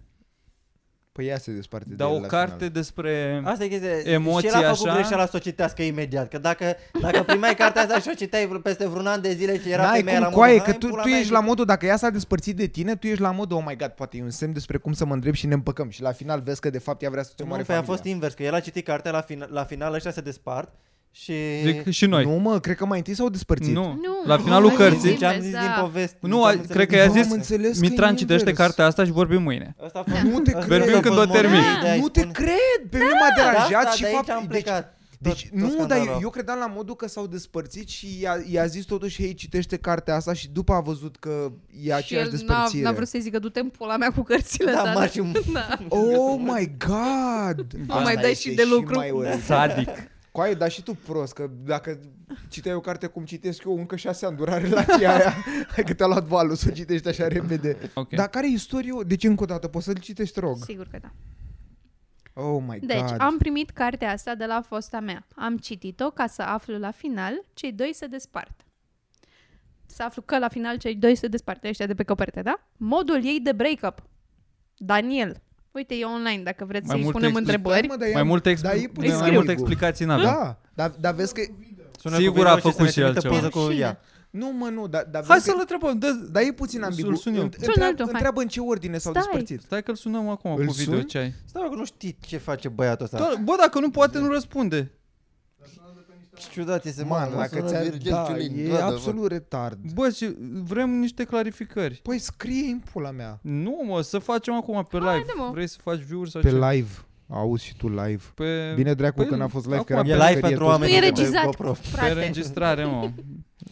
Păi ea se desparte
Dar
de
o
el la
carte
final.
despre...
Asta e chestia.
Emoții
și el a
așa?
făcut greșeala să o citească imediat. Că dacă, dacă primeai cartea asta și o citeai peste vreun an de zile și era
N-ai
femeia
cum
la modul,
coaie,
"Hai,
că tu,
pula
tu
mea,
ești la modul, dacă ea s-a despărțit de tine, tu ești la modul, oh my god, poate e un semn despre cum să mă îndrept și ne împăcăm. Și la final vezi că de fapt ea vrea să te
Nu,
omoare
păi a
familia.
fost invers, că el a citit cartea la, fin- la final, ăștia se despart și...
Zic și noi.
Nu mă, cred că mai întâi s-au despărțit.
Nu.
Nu,
La
nu,
finalul
nu,
cărții...
Deci am
invers,
zis
da.
din poveste.
Nu,
am
ai-
înțeles
cred că
din
i-a
Nu am
zis,
poveste.
înțeles că e
Mitran, citește
invers.
cartea asta și vorbim mâine.
Asta a fost,
Nu te
asta
cred.
a
Vorbim
fost
când o
motivul
termin.
de a-i
Nu
spune.
te cred! Pe mine m-a deranjat
Da,
și
de aici
fapt...
am
deci-
plecat.
Deci,
Tot- tot
nu, dar eu,
scandalul.
eu credeam la modul că s-au despărțit și i-a, i-a zis totuși, hei, citește cartea asta și după a văzut că e
Și
aceeași
el n-a,
despărțire.
n-a vrut să-i zică, du-te în pula mea cu cărțile
Da,
tale.
mă, și-
da.
Oh my god!
Mă
Asta
mai dai
este
și de lucru.
mai urât.
Sadic.
Coaie, dar și tu prost, că dacă citeai o carte cum citesc eu, încă șase ani dura relația aia. Hai că te-a luat valul să o citești așa repede.
Ok.
Dar care e istoriul? Deci încă o dată, poți să-l citești, te rog.
Sigur că da.
Oh my
Deci,
god.
am primit cartea asta de la fosta mea. Am citit-o ca să aflu la final cei doi se despart. Să aflu că la final cei doi se despart, ăștia de pe coperte, da? Modul ei de breakup. Daniel. Uite, e online dacă vreți
Mai
să-i
multe
punem
ex-
întrebări.
Stai, mă, dar i-am-
Mai multe, expl-
dar îi punem
mai
în
multe
Google.
explicații n-avem.
Da, dar, dar vezi că...
Sună
Sigur
cu
a
Vidal și
făcut
să ne
și el
trimită
ceva.
poză cu
Rușine.
ea.
Nu, mă, nu, dar, dar
Hai
vezi
să-l
că...
întrebăm. dă-
Dar e puțin
Să-l
ambigu.
sun eu.
Înt-
Sună
întreabă-
altul, hai.
Întreabă în ce ordine s-au
Stai.
despărțit.
Stai că-l sunăm acum
Îl
cu video
sun?
ce ai.
Stai, mă, că nu știi ce face băiatul ăsta.
Da, Bă, dacă nu poate, nu răspunde.
Ce ciudat este,
Man,
mă,
dacă
sună
ți-a...
Virgil
Da,
Ciulin,
e
doamnă, mă.
absolut retard.
Bă, și vrem niște clarificări.
Păi scrie în pula mea.
Nu, mă, să facem acum pe
Haide,
live.
mă.
Vrei să faci view-uri sau
Pe
ce?
live. Auzi și tu live.
Pe,
Bine dracu
Păi,
că n-a fost live, că
acum
eram
E
pe
live
ferie
pentru
toți.
Nu
oameni.
Păi, e
de pe
regizat,
GoPro.
pe
frate.
înregistrare, mă.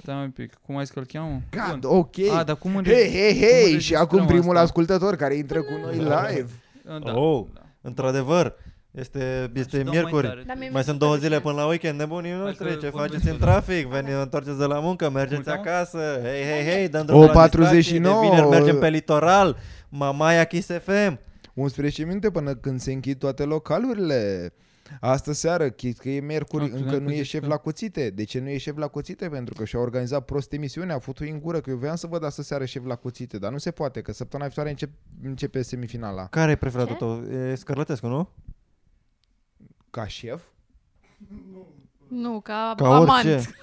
Stai un pic. Cum ai că-l cheamă?
God,
Bun.
ok.
A, dar cum înre-
Hei, hei,
cum
hei, și
înregistrăm
acum primul
asta?
ascultător care intră cu noi live.
A, Da.
Oh.
da.
Într-adevăr, este, este
Și dau
miercuri.
tare.
mie
Mai
mi-e
sunt
frică
două
de
zile
tine.
până la weekend, nebunii
Hai
noștri,
să
ce
vorbim
faceți în
despre-
trafic, veni, întoarceți de la muncă, mergeți
Culcam?
acasă, hei, hei, hei, dăm
O,
drumul la
49.
distracție, de vineri mergem pe litoral, Mamaia Kiss FM.
11 minute până când se închid toate localurile. Astă seară, chit că e miercuri,
Ah,
încă
credeam
nu
că
e
zici
șef
că-
la cuțite. De ce nu e șef la cuțite? Pentru că și-a organizat prost emisiunea, a făcut în gură, că eu voiam să văd astă seară șef la cuțite, dar nu se poate, că săptămâna viitoare încep, începe semifinala.
Care e preferatul tău? E Scarlătescu, nu?
Ca șef?
Nu, ca,
Ca
amant.
orice.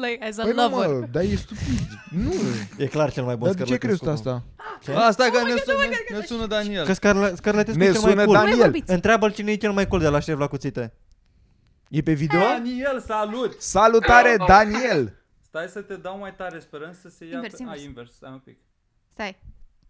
like, as a
Păi nu,
lover.
mă, dar e stupid. Nu,
E clar cel mai bun
dar de ce crezi
Scarlătescu.
tu asta?
Ce?
Asta că ne sună, ne sună Daniel.
Că Scarla- Scarlătescu
Ne
e cel mai
sună
cool.
Daniel. Nu mai
Daniel. Întreabă-l cine e cel mai cool de la șef la cuțite.
E pe video?
Da,
Daniel, salut!
Salutare, Daniel!
Stai să te dau mai tare, sperăm să se ia...
Invers,
pe... A,
invers.
invers, stai un pic.
Stai.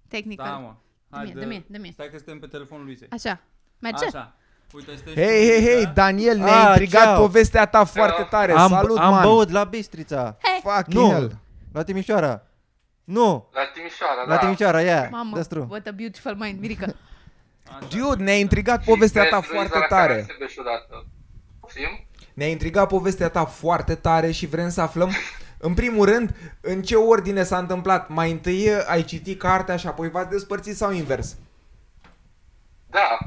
Tehnică.
Da, mă. Hai,
mie, dă mie, dă mie.
Stai că suntem pe telefonul lui Isei.
Așa. Merge?
Așa. Uite, stai
Hei, hei, hei, Daniel, ne-a
Ah,
intrigat
ceau.
povestea ta
Da,
foarte tare.
am,
Salut,
am
man.
băut la Bistrița.
Fuck
Nu.
hell.
La Timișoara. Nu.
La Timișoara,
La
da.
Timișoara, ea.
Mamă,
That's true.
what a beautiful mind, Mirica.
Dude, ne-a intrigat povestea ta foarte tare.
Și odată. Poftim?
Ne-a intrigat povestea ta foarte tare și vrem să aflăm, în primul rând, în ce ordine s-a întâmplat. Mai întâi uh, ai citit cartea și apoi v-ați despărțit sau invers?
Da.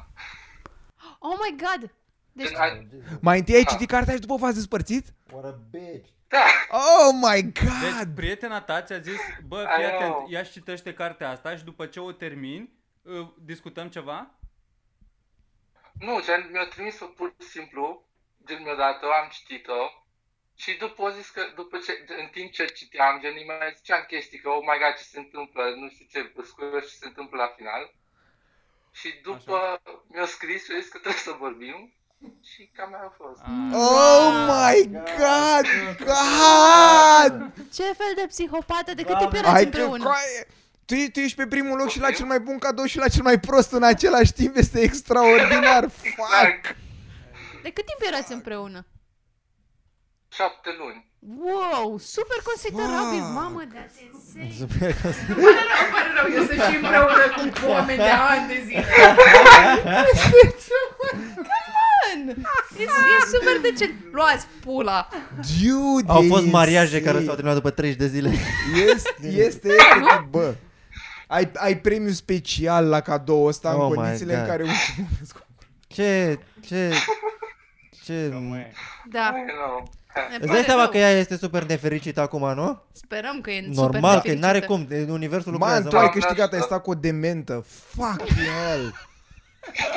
Oh my god! Deci,
Când ai-
Mai întâi ai citit cartea și după v-ați despărțit?
Da.
Oh my
Deci,
god!
prietena ta ți-a zis, bă, fii
Ai,
atent,
au.
ia și citește cartea asta și după ce o termin, uh, discutăm ceva?
Nu, gen, mi-a trimis-o pur și simplu, gen mi-a dat-o, am citit-o. Și după o zis că, după ce, în timp ce citeam, gen, îi mai ziceam chestii, că, oh my god, ce se întâmplă, nu știu ce, scură ce se întâmplă la final. Și după mi-a scris și a zis că trebuie să vorbim. Și cam aia a fost.
Ah.
Mm.
Oh my god! God!
ce fel de psihopată de cât
Doamne.
timp erați
Ai că
împreună?
coaie! Tu, tu ești pe primul loc și la cel mai bun cadou și la cel mai prost în același timp. Este extraordinar. Fuck!
Exact.
De cât timp erați împreună?
Șapte luni.
Wow, super considerabil, mamă, de
Eu sunt și împreună cu oameni de ani de zile.
e, e super decent. Luați pula.
Dude,
Au
e
fost mariaje
insane.
care s-au terminat după 30 de zile.
Este, este,
Da,
efectiv, bă. Ai, ai premiu special la cadou ăsta
Oh
în
my
condițiile în
God.
care ultimul
Ce, ce, ce...
Da.
I know.
ne
Îți
pare
dai seama
rău.
că ea este super nefericită acum, nu?
Sperăm că e super
Normal, că
fericită.
n-are cum, de- universul
Man,
lucrează.
tu ai
mă.
mă.
câștigat, ai stat cu o dementă. Fuck hell.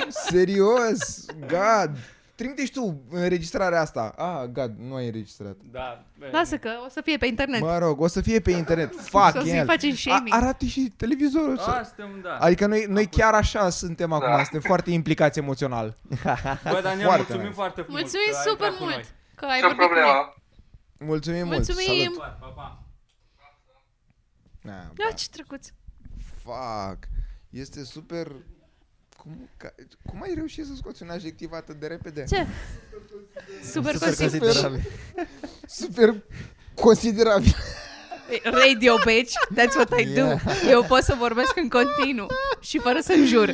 Serios, God. Trimite și tu înregistrarea asta. Ah, God, nu ai înregistrat.
Da. bine.
Lasă că o să fie pe internet.
Mă rog, o să fie pe internet.
O
Fuck
să-i
hell.
facem shaming. Ah.
A- Arată și televizorul.
A,
să-
suntem, da.
Adică noi, noi chiar așa suntem acum,
Da.
suntem foarte implicați emoțional.
Bă, Daniel,
Foarte
mulțumim
nice.
foarte mult.
Mulțumim
că ai
super
intrat cu
mult
noi.
că ai
Ce
vorbit cu noi.
problemă?
Mulțumim, mult.
Mulțumim.
Salut.
Pa, pa, pa.
Na,
Da, ce drăguț.
Fuck. Este super... Cum, ca, cum ai reușit să scoți un adjectiv atât de repede?
Ce? Super
Super
considerabil.
considerabil.
Super considerabil.
Radio bitch, that's what I do. Eu pot să vorbesc în continuu și fără să jur.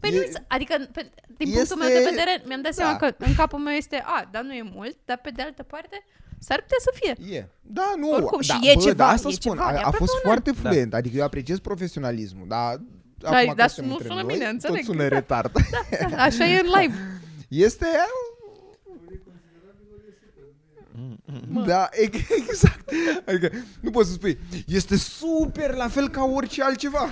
Păi nu,
E-
mi se- adică, pe, din
este-
punctul meu de vedere, mi-am dat seama
Da.
că în capul meu este, a, dar nu e mult, dar pe de altă parte, s-ar putea să fie.
E. Da, nu.
Oricum,
da,
și e
bă,
ceva,
da, asta
e
spun.
ceva, e
a, a
aproape
fost
un an.
foarte fluent. Da. Adică eu apreciez profesionalismul, dar...
Da,
acum că
dar
suntem
nu
între
sună
noi,
bine, înțeleg.
Tot sună
Da.
retard.
Da, Așa e în live.
Este... Da, e- exact. Adică nu poți să spui, este super la fel ca orice altceva.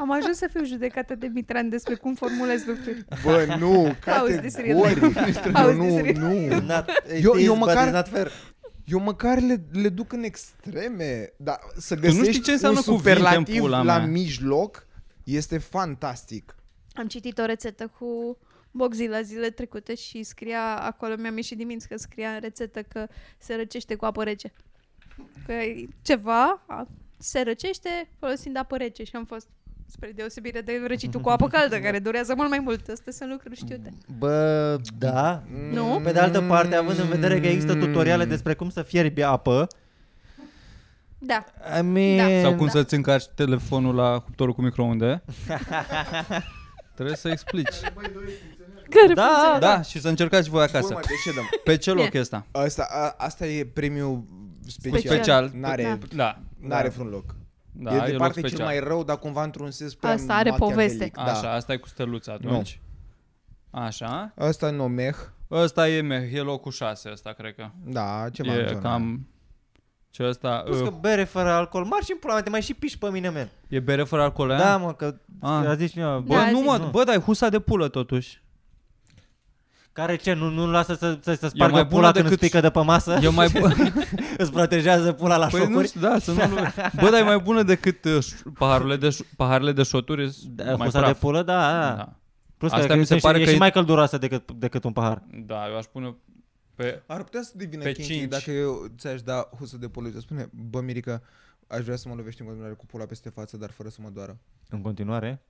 Am ajuns să fiu judecată de Mitran despre cum formulez lucruri.
Bă, nu,
Auzi, this real
categoric. Nu,
Auzi,
nu,
this
nu.
Not, it
Eu-
is,
eu
but
măcar-
it's not fair.
Eu măcar le, le duc în extreme, dar să
știi
găsești
ce înseamnă
un
cuvinte în
superlativ
pula
la
mea.
mijloc este fantastic.
Am citit o rețetă cu Boxila zile trecute și scria acolo, mi-am ieșit din minți că scria în rețetă că se răcește cu apă rece. Că e ceva a, se răcește folosind apă rece și am fost spre deosebire de răcitul cu apă caldă, care durează mult mai mult. Astea sunt lucruri știute.
Bă, da.
Nu?
Pe de altă parte, având în vedere că există tutoriale despre cum să fierbi apă,
Da.
I mean...
Sau cum
Da.
să-ți încarci telefonul la cuptorul cu microunde. Trebuie să explici.
Care
Da, da.
Da, și să încercați voi acasă.
Urmă, deședăm.
Pe ce loc e ăsta?
Asta, a, asta e premiul special.
Special.
N-are,
Da.
da.
Da.
n-are vreun loc.
Da,
e de
loc
parte cel
special.
mai rău, dar cumva într-un sens prea
Asta are poveste.
machiavelic,
Așa,
Da.
asta e cu steluța atunci. Așa.
Asta e Nomeh.
Ăsta e, meh, e locul 6 ăsta, cred că.
Da, ceva în
e
zona aia.
cam... Ce ăsta?
Plus că
Uh,
bere fără alcool, mari și în pula mea, te mai și piși pe mine, men.
e bere fără alcool aia?
Da, mă, că
Ah.
a zis cineva,
Bă,
bă,
Da,
nu
zic,
mă,
nu.
bă, dai husa de pulă totuși.
care ce, nu, nu lasă să, să, să
mai
spargă
bună
pula când
decât-
îți pică de pe masă?
E mai bună,
îți protejează pula la
păi nu
șocuri?
știu, da, să nu Bă, dar e mai bună decât uh, ș- paharele de, ș- paharele de șoturi, sunt
Da,
mai
husa de
praf.
pulă, da, da. da.
Da.
Plus
Asta
că,
mi
mi
se pare
e,
că
și
e-
mai călduroasă decât, decât un pahar.
da, eu aș pune pe...
Ar putea să devină
Pe
pe kinky
cinci.
dacă eu ți-aș da husă de pulă. Uite, Spune, bă, Mirica, aș vrea să mă lovești în continuare cu pula peste față, dar fără să mă doară.
În continuare.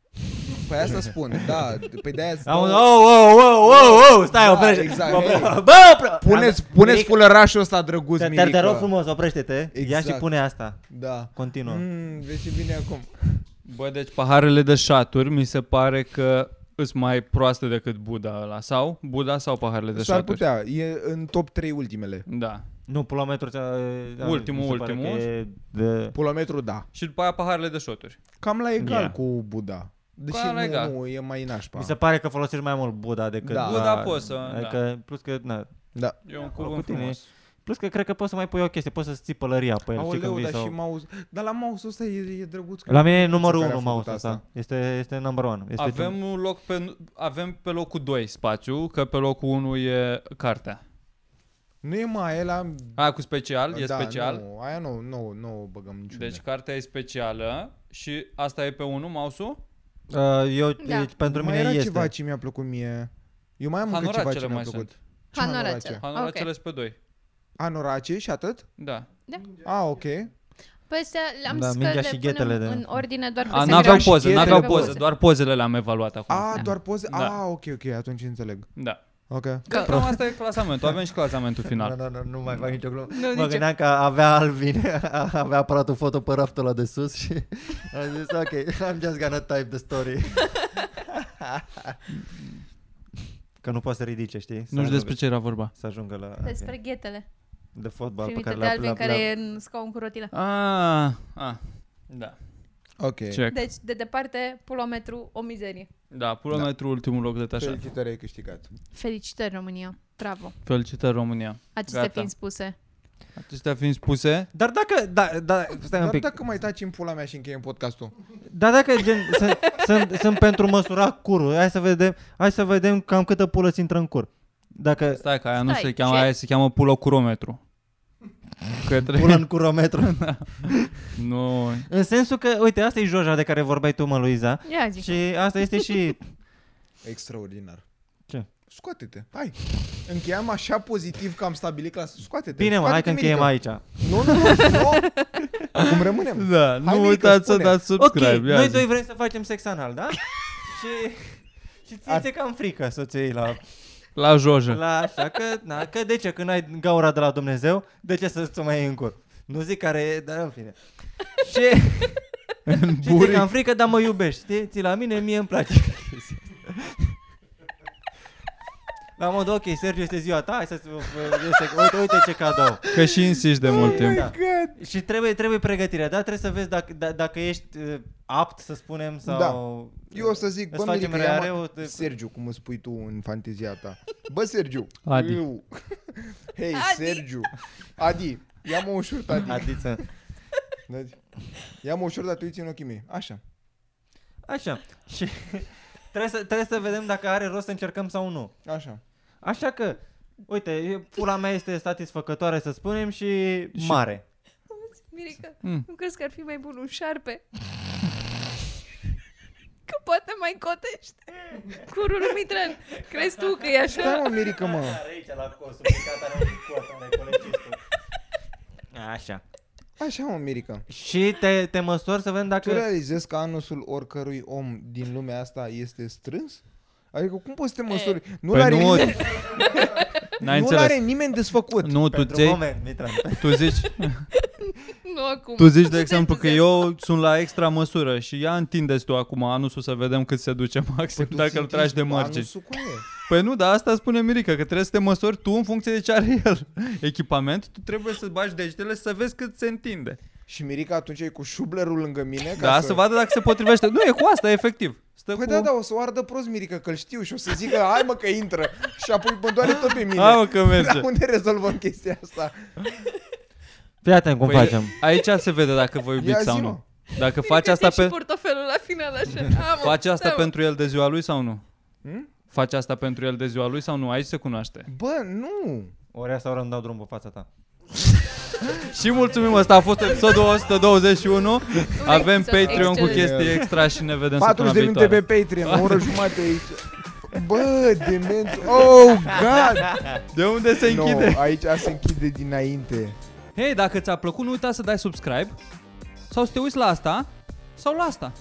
Păi asta spun, da, pe de-aia
Am un, oh, oh, oh, oh, oh, stai,
Da,
oprește.
exact,
Mă-
hei.
Bă, bro!
Puneți,
Am-
puneți
Mirica,
fulărașul ăsta drăguț,
te-
Mirica.
Te, te rog frumos, oprește-te. Ia
Exact.
și pune asta.
Da.
Continuă.
Mm, vezi ce bine acum.
Bă, deci paharele de șaturi mi se pare că îs mai proaste decât Buda ăla. Sau? Buda sau paharele de
S-ar
șaturi?
putea, e în top 3 ultimele.
Da.
Nu, pulometru... ți-a- da,
Ultimul,
mi se pare
ultimul.
că e De...
Pulometru, da.
Și după aia paharele de șoturi.
Cam la egal
Yeah.
cu Buda. Deși
Cam la egal.
nu, nu, e mai nașpa.
Mi se pare că folosești mai mult Buda decât...
Da.
Buda poți să-
Adică, plus că, na,
Da.
E un
cu
cuvânt
tine.
frumos.
plus că cred că poți să mai pui o chestie, poți să-ți ții pălăria pe el. știi, când
Aoleu,
vii
dar
sau...
și mouse. Dar la mouse-ul ăsta e, e drăguț. că-
La mine e numărul
care a
1
făcut
mouse
asta.
asta. Este, este number one. Este
Avem, un loc pe, avem pe locul 2 spațiu, că pe locul 1 e cartea.
Nu e mai ăla...
Aia cu special, e
da,
special.
Nu, aia nu, nu, nu o băgăm niciunde.
Deci cartea e specială și asta e pe 1, mouse-ul?
Uh, eu,
Da.
deci, pentru
mai
mine
era
este.
ceva ce mi-a plăcut mie. Eu mai am încă
Hanoracele
ceva ce mi-a
mai
plăcut.
sunt.
Ce mai
Hanoracele.
anorace?
Hanoracele okay. pe 2.
Anorace și atât?
Da.
A, ok.
Pe astea Păi le-am
Da,
zis că
mingea
le
și
punem
ghetele de-
în ordine doar pe
A,
secret.
n-aveau
și
poze,
ele
n-aveau
pe
poze,
poze.
doar pozele le-am evaluat acum.
A, doar poze?
Da.
A, ok, ok, atunci înțeleg.
Da.
Ok.
Că cam asta e clasamentul, avem și clasamentul
Da,
final.
Nu, nu, nu, nu mai fac nicio glumă.
Nu,
mă
nicio.
gândeam că avea Alvin, avea aparatul foto pe raftul ăla de sus și am zis, ok, I'm just gonna type the story. că nu poate să ridice, știi? Să
Nu știu
ajungă-
despre ce era vorba.
Să ajungă la...
Despre ghetele.
De fotbal pe
Primite
care
de
l-a...
Alvin
l-a-
care
l-a-
e în scaun cu rotile.
A, a, da.
Ok.
Check.
Deci, de departe, pulometru, o mizerie.
Da, pulometru, ultimul loc detașat.
Felicitări, ai câștigat.
Felicitări, România. Bravo.
Felicitări România.
Acestea
Gata.
fiind spuse.
Acestea fiind spuse,
Dar dacă, da, da, stai un
Dar
pic.
dacă mai taci în pula mea și încheiem podcastul.
Dar dacă gen, sunt, sunt, sunt pentru măsura curul, hai să vedem, hai să vedem cam câtă pulă ți intră în cur. Dacă
stai că aia nu
Stai,
se cheamă,
ce?
aia se cheamă pulocurometru.
pulă
Că trebuie...
în curometru.
Nu,
în sensul că, uite, asta e joja de care vorbeai tu, mă, Luiza.
Ia zi.
Și asta este și...
Extraordinar.
Ce?
Scoate-te. Hai. Încheiem așa pozitiv că am stabilit clasa. Scoate-te.
Bine, mă, hai că
Scoate-te,
încheiem
Mirica.
aici.
Nu, nu, nu, nu. Acum rămânem.
Da, nu
Hai, Mirica,
uitați să
spune.
dați
Ok,
subscribe. ia
noi
zi.
doi vrem să facem sex anal, da? și... Și ți
Ar-
se cam frică soției la,
La Joja.
la așa, că, na, că de ce, când ai gaura de la Dumnezeu, de ce să-ți o mai iei în cur? Nu zic care e, dar în fine. Și...
În
Și
buric.
zic, am frică, dar mă iubești, știi? Ți la mine, mie îmi place. chestia asta. la modul, ok, Sergiu, este ziua ta, hai să este, uite, uite ce cadou.
Că și insiști de mult timp.
Da. Și trebuie, trebuie pregătirea, da? Trebuie să vezi dacă, da, dacă ești uh, apt, să spunem, sau...
Da. Eu o să zic,
Îți
bă,
facem
Mirica, ia-mă-
reareu, te-
Sergiu, cum îți spui tu în fantezia ta. Bă, Sergiu.
Adi.
eu. Hei,
Adi.
Sergiu. Adi, ia-mă un șurt, Adi.
Adiță.
Deci, Ia-mă un șurt, dar tu îi ții în ochii mei. Așa.
Așa. Și trebuie să, trebuie să vedem dacă are rost să încercăm sau nu.
Așa.
Așa că, uite, eu- pula mea este satisfăcătoare, să spunem, și, mare.
Mirica,
Mm.
nu crezi că ar fi mai bun un șarpe? Că poate mai cotești Curul lui Mitran Crezi tu că e
Stai,
așa?
mă, Mirica, mă.
aici, la cosul, are un cot, are colegistul. Așa.
Așa, mă, Mirica.
Și te, te măsori să vedem
Tu
dacă...
realizezi că anusul oricărui om din lumea asta este strâns? Adică cum poți să te măsuri? Nu
Păi
l-are
nu,
nimeni,
n-ai
nu l-are
înțeles.
nimeni desfăcut.
Nu, tu,
Pentru
ți
moment, Mitran.
tu zici,
Nu acum
tu zici de exemplu că eu sunt la extra măsură și ia întindeți tu acum anusul să vedem cât se duce maxim
Tu
dacă
ți
îl tragi de
întingi
margini.
anusul cu el.
Păi nu, dar asta spune Mirica, că trebuie să te măsori tu în funcție de ce are el echipament, tu trebuie să bagi degetele să vezi cât se întinde.
Și Mirica atunci e cu șublerul lângă mine.
Da,
ca
să vadă dacă se potrivește. Nu, e cu asta, efectiv. Stă
Păi
cu...
da, da, o să o ardă prost Mirica, că-l știu și o să zică, hai mă că intră. Și apoi mă doare tot pe mine.
Hai, mă, că merge.
Dar unde rezolvăm chestia asta?
Fii atent cum
Păi,
facem.
Aici se vede dacă vă
Ia
iubiți sau
zi,
nu.
mă.
Dacă faci asta,
și
pe,
portofelul la final așa. Amă,
faci asta
stai, mă.
pentru el de ziua lui sau nu?
Hmm?
Faci asta pentru el de ziua lui sau nu? Aici se cunoaște.
Bă, nu.
Ori asta ori îmi dau drum pe fața ta.
Și mulțumim, asta a fost episodul 121. Avem
episod
Patreon cu
excelent.
chestii extra și ne vedem
40
săptămâna
de minute pe
viitoare.
Patreon, o oră jumate aici. Bă, dement. Oh, God!
De unde se
No,
închide?
aici se închide dinainte.
Hei, dacă ți-a plăcut, nu uita să dai subscribe sau să te uiți la asta sau la asta.